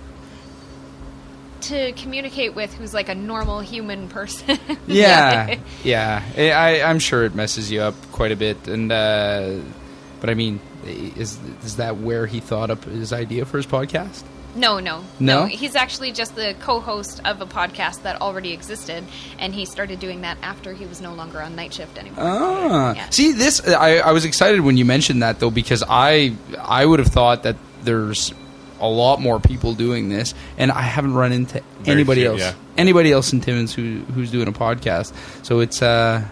to communicate with who's like a normal human person. Yeah, yeah. I, I, I'm sure it messes you up quite a bit. And uh, but I mean, is is that where he thought up his idea for his podcast? no, no, No? He's actually just the co-host of a podcast that already existed, and he started doing that after he was no longer on night shift anymore. Ah, Yeah. see this. I, I was excited when you mentioned that though because I I would have thought that there's a lot more people doing this, and I haven't run into Very anybody few, else. yeah. Anybody else in Timmins who who's doing a podcast. So it's uh,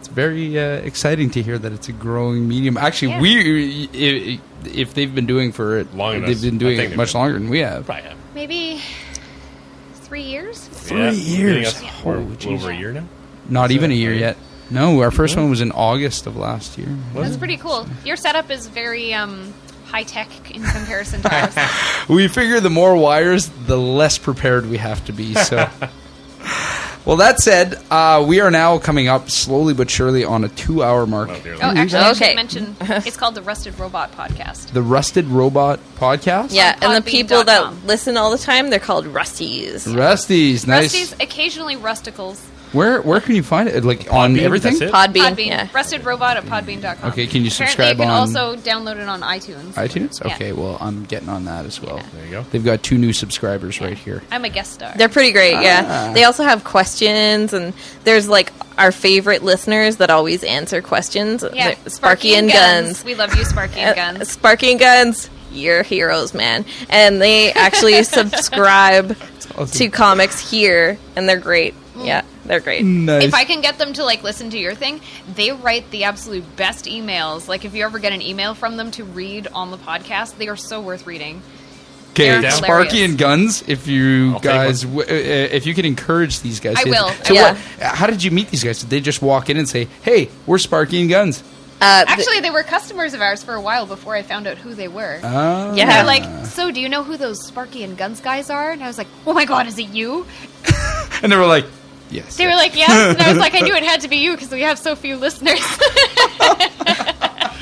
it's very uh, exciting to hear that it's a growing medium. Actually, Yeah. we i- i- if they've been doing for it, Long enough. they've been I doing think it they've much been. longer than we have. Probably have. Maybe three years. Three years. we're, Holy we're over a year now. Not Is even that a year uh, right? yet. Mm-hmm. No, our first one was in August of last year. That's pretty cool. Your setup is very um, high tech in comparison to ours. Oh, we figure the more wires, the less prepared we have to be. So, well, that said, uh, we are now coming up slowly but surely on a two-hour mark. Oh, dear. Oh, actually, I Okay. should mention it's called the Rusted Robot Podcast. The Rusted Robot Podcast. yeah, and the Podbean.com. people that listen all the time, they're called Rusties. Rusty's nice. Rusty's occasionally rusticles. Where where can you find it? Like on Podbean, everything? that's it? Podbean. Podbean. Yeah. Rusted Robot at podbean.com. Okay, can you subscribe Apparently you can on- also download it on iTunes. iTunes. Yeah. Okay, well, I'm getting on that as well. There you go. They've got two new subscribers right here. I'm a guest star. They're pretty great, yeah. Ah. They also have questions, and there's like our favorite listeners that always answer questions. yeah. They're- Sparky, and Guns. We love you, Sparky and Uh, Guns. Sparky and Guns, you're heroes, man. And they actually subscribe awesome. to comics here, and they're great. Mm. Yeah, they're great. Nice. If I can get them to like listen to your thing, they write the absolute best emails. Like if you ever get an email from them to read on the podcast, they are so worth reading. Okay, They're Sparky hilarious. and Guns. If you I'll take guys, w- uh, if you could encourage these guys, I to- will, So I what? will. How did you meet these guys? Did they just walk in and say, "Hey, we're Sparky and Guns"? Uh, th- Actually, they were customers of ours for a while before I found out who they were. Ah. Yeah. They're like, so do you know who those Sparky and Guns guys are? And I was like, oh my god, is it you? and they were like, "Yes." They were like, yes. And I was like, I knew it had to be you because we have so few listeners.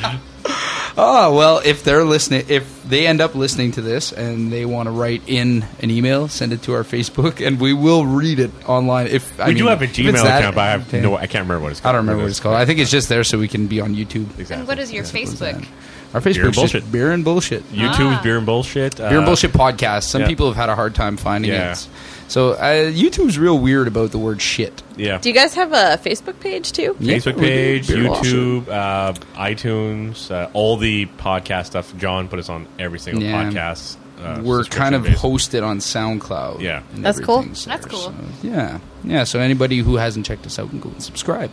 "Oh well, if they're listening, if they end up listening to this and they want to write in an email, send it to our Facebook, and we will read it online." If I we do mean, have a if it's Gmail that- account, but I have Okay. no. I can't remember what it's I called. don't remember what it's called. I think it's just there so we can be on YouTube. Exactly. and what is your Facebook? Our Facebook's just bullshit. beer and bullshit. YouTube's Ah. beer and bullshit. Uh, Beer and Bullshit podcast. Some yeah. people have had a hard time finding Yeah. it. So uh, YouTube's real weird about the word shit. Yeah. do you guys have a Facebook page too? Yeah, Facebook we do. page, Beer and YouTube, uh, iTunes, uh, all the podcast stuff. John put us on every single Yeah. podcast. Uh, We're subscription kind of basis. hosted on SoundCloud. Yeah. and That's cool. everything's That's cool. so, uh, yeah, yeah. So anybody who hasn't checked us out can go and subscribe.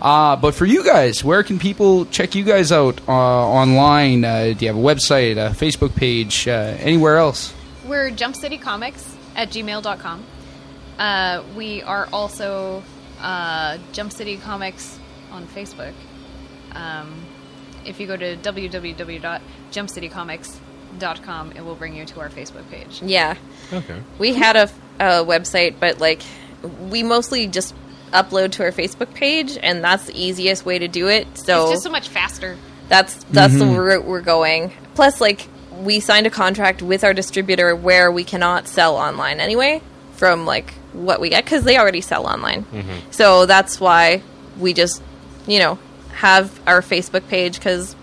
Uh, but for you guys, where can people check you guys out uh, online? Uh, do you have a website, a Facebook page, uh, anywhere else? We're jumpcitycomics at gmail.com. Uh, we are also uh, Jump City Comics on Facebook. Um, if you go to www.jumpcitycomics.com, it will bring you to our Facebook page. Yeah. Okay. We had a, a website, but like we mostly just upload to our Facebook page, and that's the easiest way to do it. So It's just so much faster. that's that's the route we're going. Plus, like we signed a contract with our distributor where we cannot sell online anyway from like what we get because they already sell online. So that's why we just you know have our Facebook page because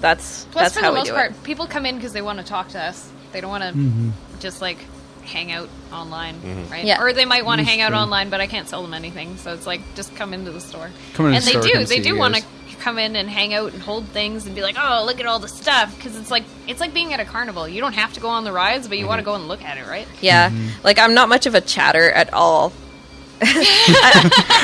that's Plus, that's for how the we most do part, it. people come in because they want to talk to us. They don't want to Mm-hmm. just like hang out online, right? Yeah. Or they might want to hang out online, but I can't sell them anything. So it's like just come into the store. Come into and the store, they come do. They see do you want to guys. come in and hang out and hold things and be like, "Oh, look at all the stuff." Because it's like it's like being at a carnival. You don't have to go on the rides, but you want to Mm-hmm. go and look at it, right? Yeah, like I'm not much of a chatter at all.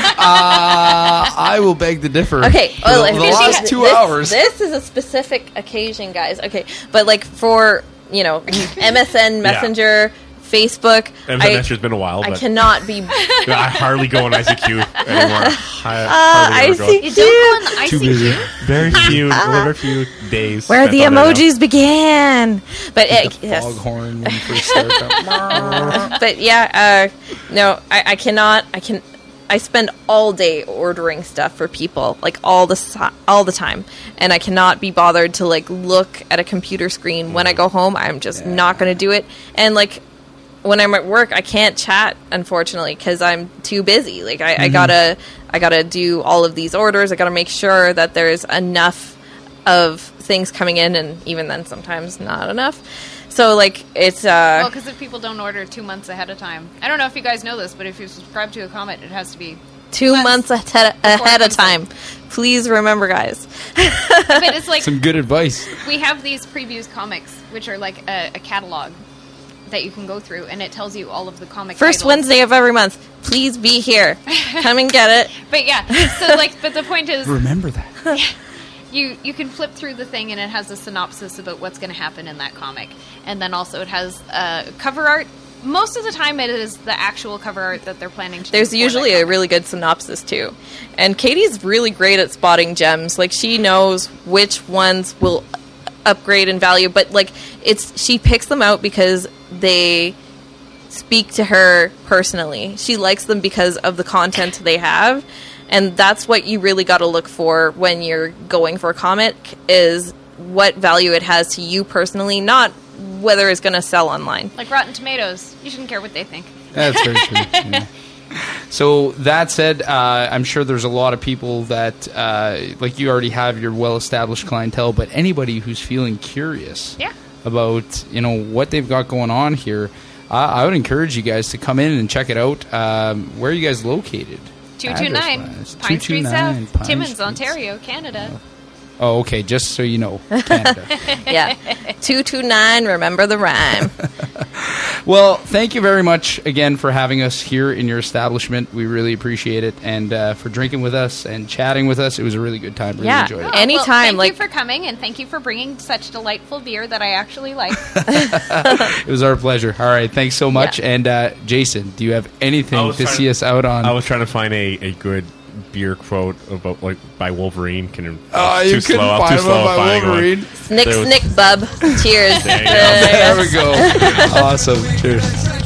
Uh, I will beg to differ. Okay, For well, the, if the you last ha- two this- hours. This is a specific occasion, guys. Okay, but like for you know MSN Messenger, Facebook, And I- has been a while, I but cannot be. I hardly go on ICQ anymore. Ah, Uh, I, I see. You don't go on the ICQ. Very few, very few days. Where spent the on that emojis began. But it, yes, Foghorn when you first start up. but yeah, uh, no, I, I cannot. I can. I spend all day ordering stuff for people, like all the si- all the time, and I cannot be bothered to like look at a computer screen when I go home. I'm just not going to do it. And like when I'm at work, I can't chat unfortunately because I'm too busy. Like I, I gotta, I gotta do all of these orders. I gotta make sure that there's enough of things coming in, and even then, sometimes not enough. So like it's uh, Well, because if people don't order two months ahead of time, I don't know if you guys know this, but if you subscribe to a comment, it has to be two months ahead, ahead of Wednesday. time. Please remember, guys. but it's like Some good advice. we have these previews comics, which are like a, a catalog that you can go through, and it tells you all of the comic. First titles. Wednesday of every month. Please be here. Come and get it. but yeah. So like, but the point is, Remember that. you you can flip through the thing, and it has a synopsis about what's going to happen in that comic, and then also it has uh, cover art. Most of the time, it is the actual cover art that they're planning to. do There's for that usually a comic. really good synopsis too. And Katie's really great at spotting gems. Like she knows which ones will upgrade in value, but like it's she picks them out because they speak to her personally. She likes them because of the content they have. And that's what you really got to look for when you're going for a comic is what value it has to you personally, not whether it's going to sell online. like Rotten Tomatoes. You shouldn't care what they think. That's very true. yeah. So that said, uh, I'm sure there's a lot of people that, uh, like, you already have your well-established clientele, but anybody who's feeling curious Yeah. about, you know, what they've got going on here, I I would encourage you guys to come in and check it out. Um, where are you guys located? 229 Address-wise. Pine Street 229 South, Pine Timmins, Street. Ontario, Canada. Oh, okay. Just so you know, Canada. Yeah. 229, remember the rhyme. Well, thank you very much again for having us here in your establishment. We really appreciate it, and uh, for drinking with us and chatting with us. It was a really good time. Really Yeah. enjoyed it. Oh, Anytime, Well, thank like- you for coming, and thank you for bringing such delightful beer that I actually like. It was our pleasure. All right, thanks so much. Yeah. And uh, Jason, do you have I anything was to trying- see us out on? I was trying to find a, a good beer quote about like by Wolverine. Can Oh, I'm you too couldn't slow. I'm find too one slow by at finding one. Wolverine. Snick, There was- snick, bub. Cheers. There you go. there we go. awesome. Cheers.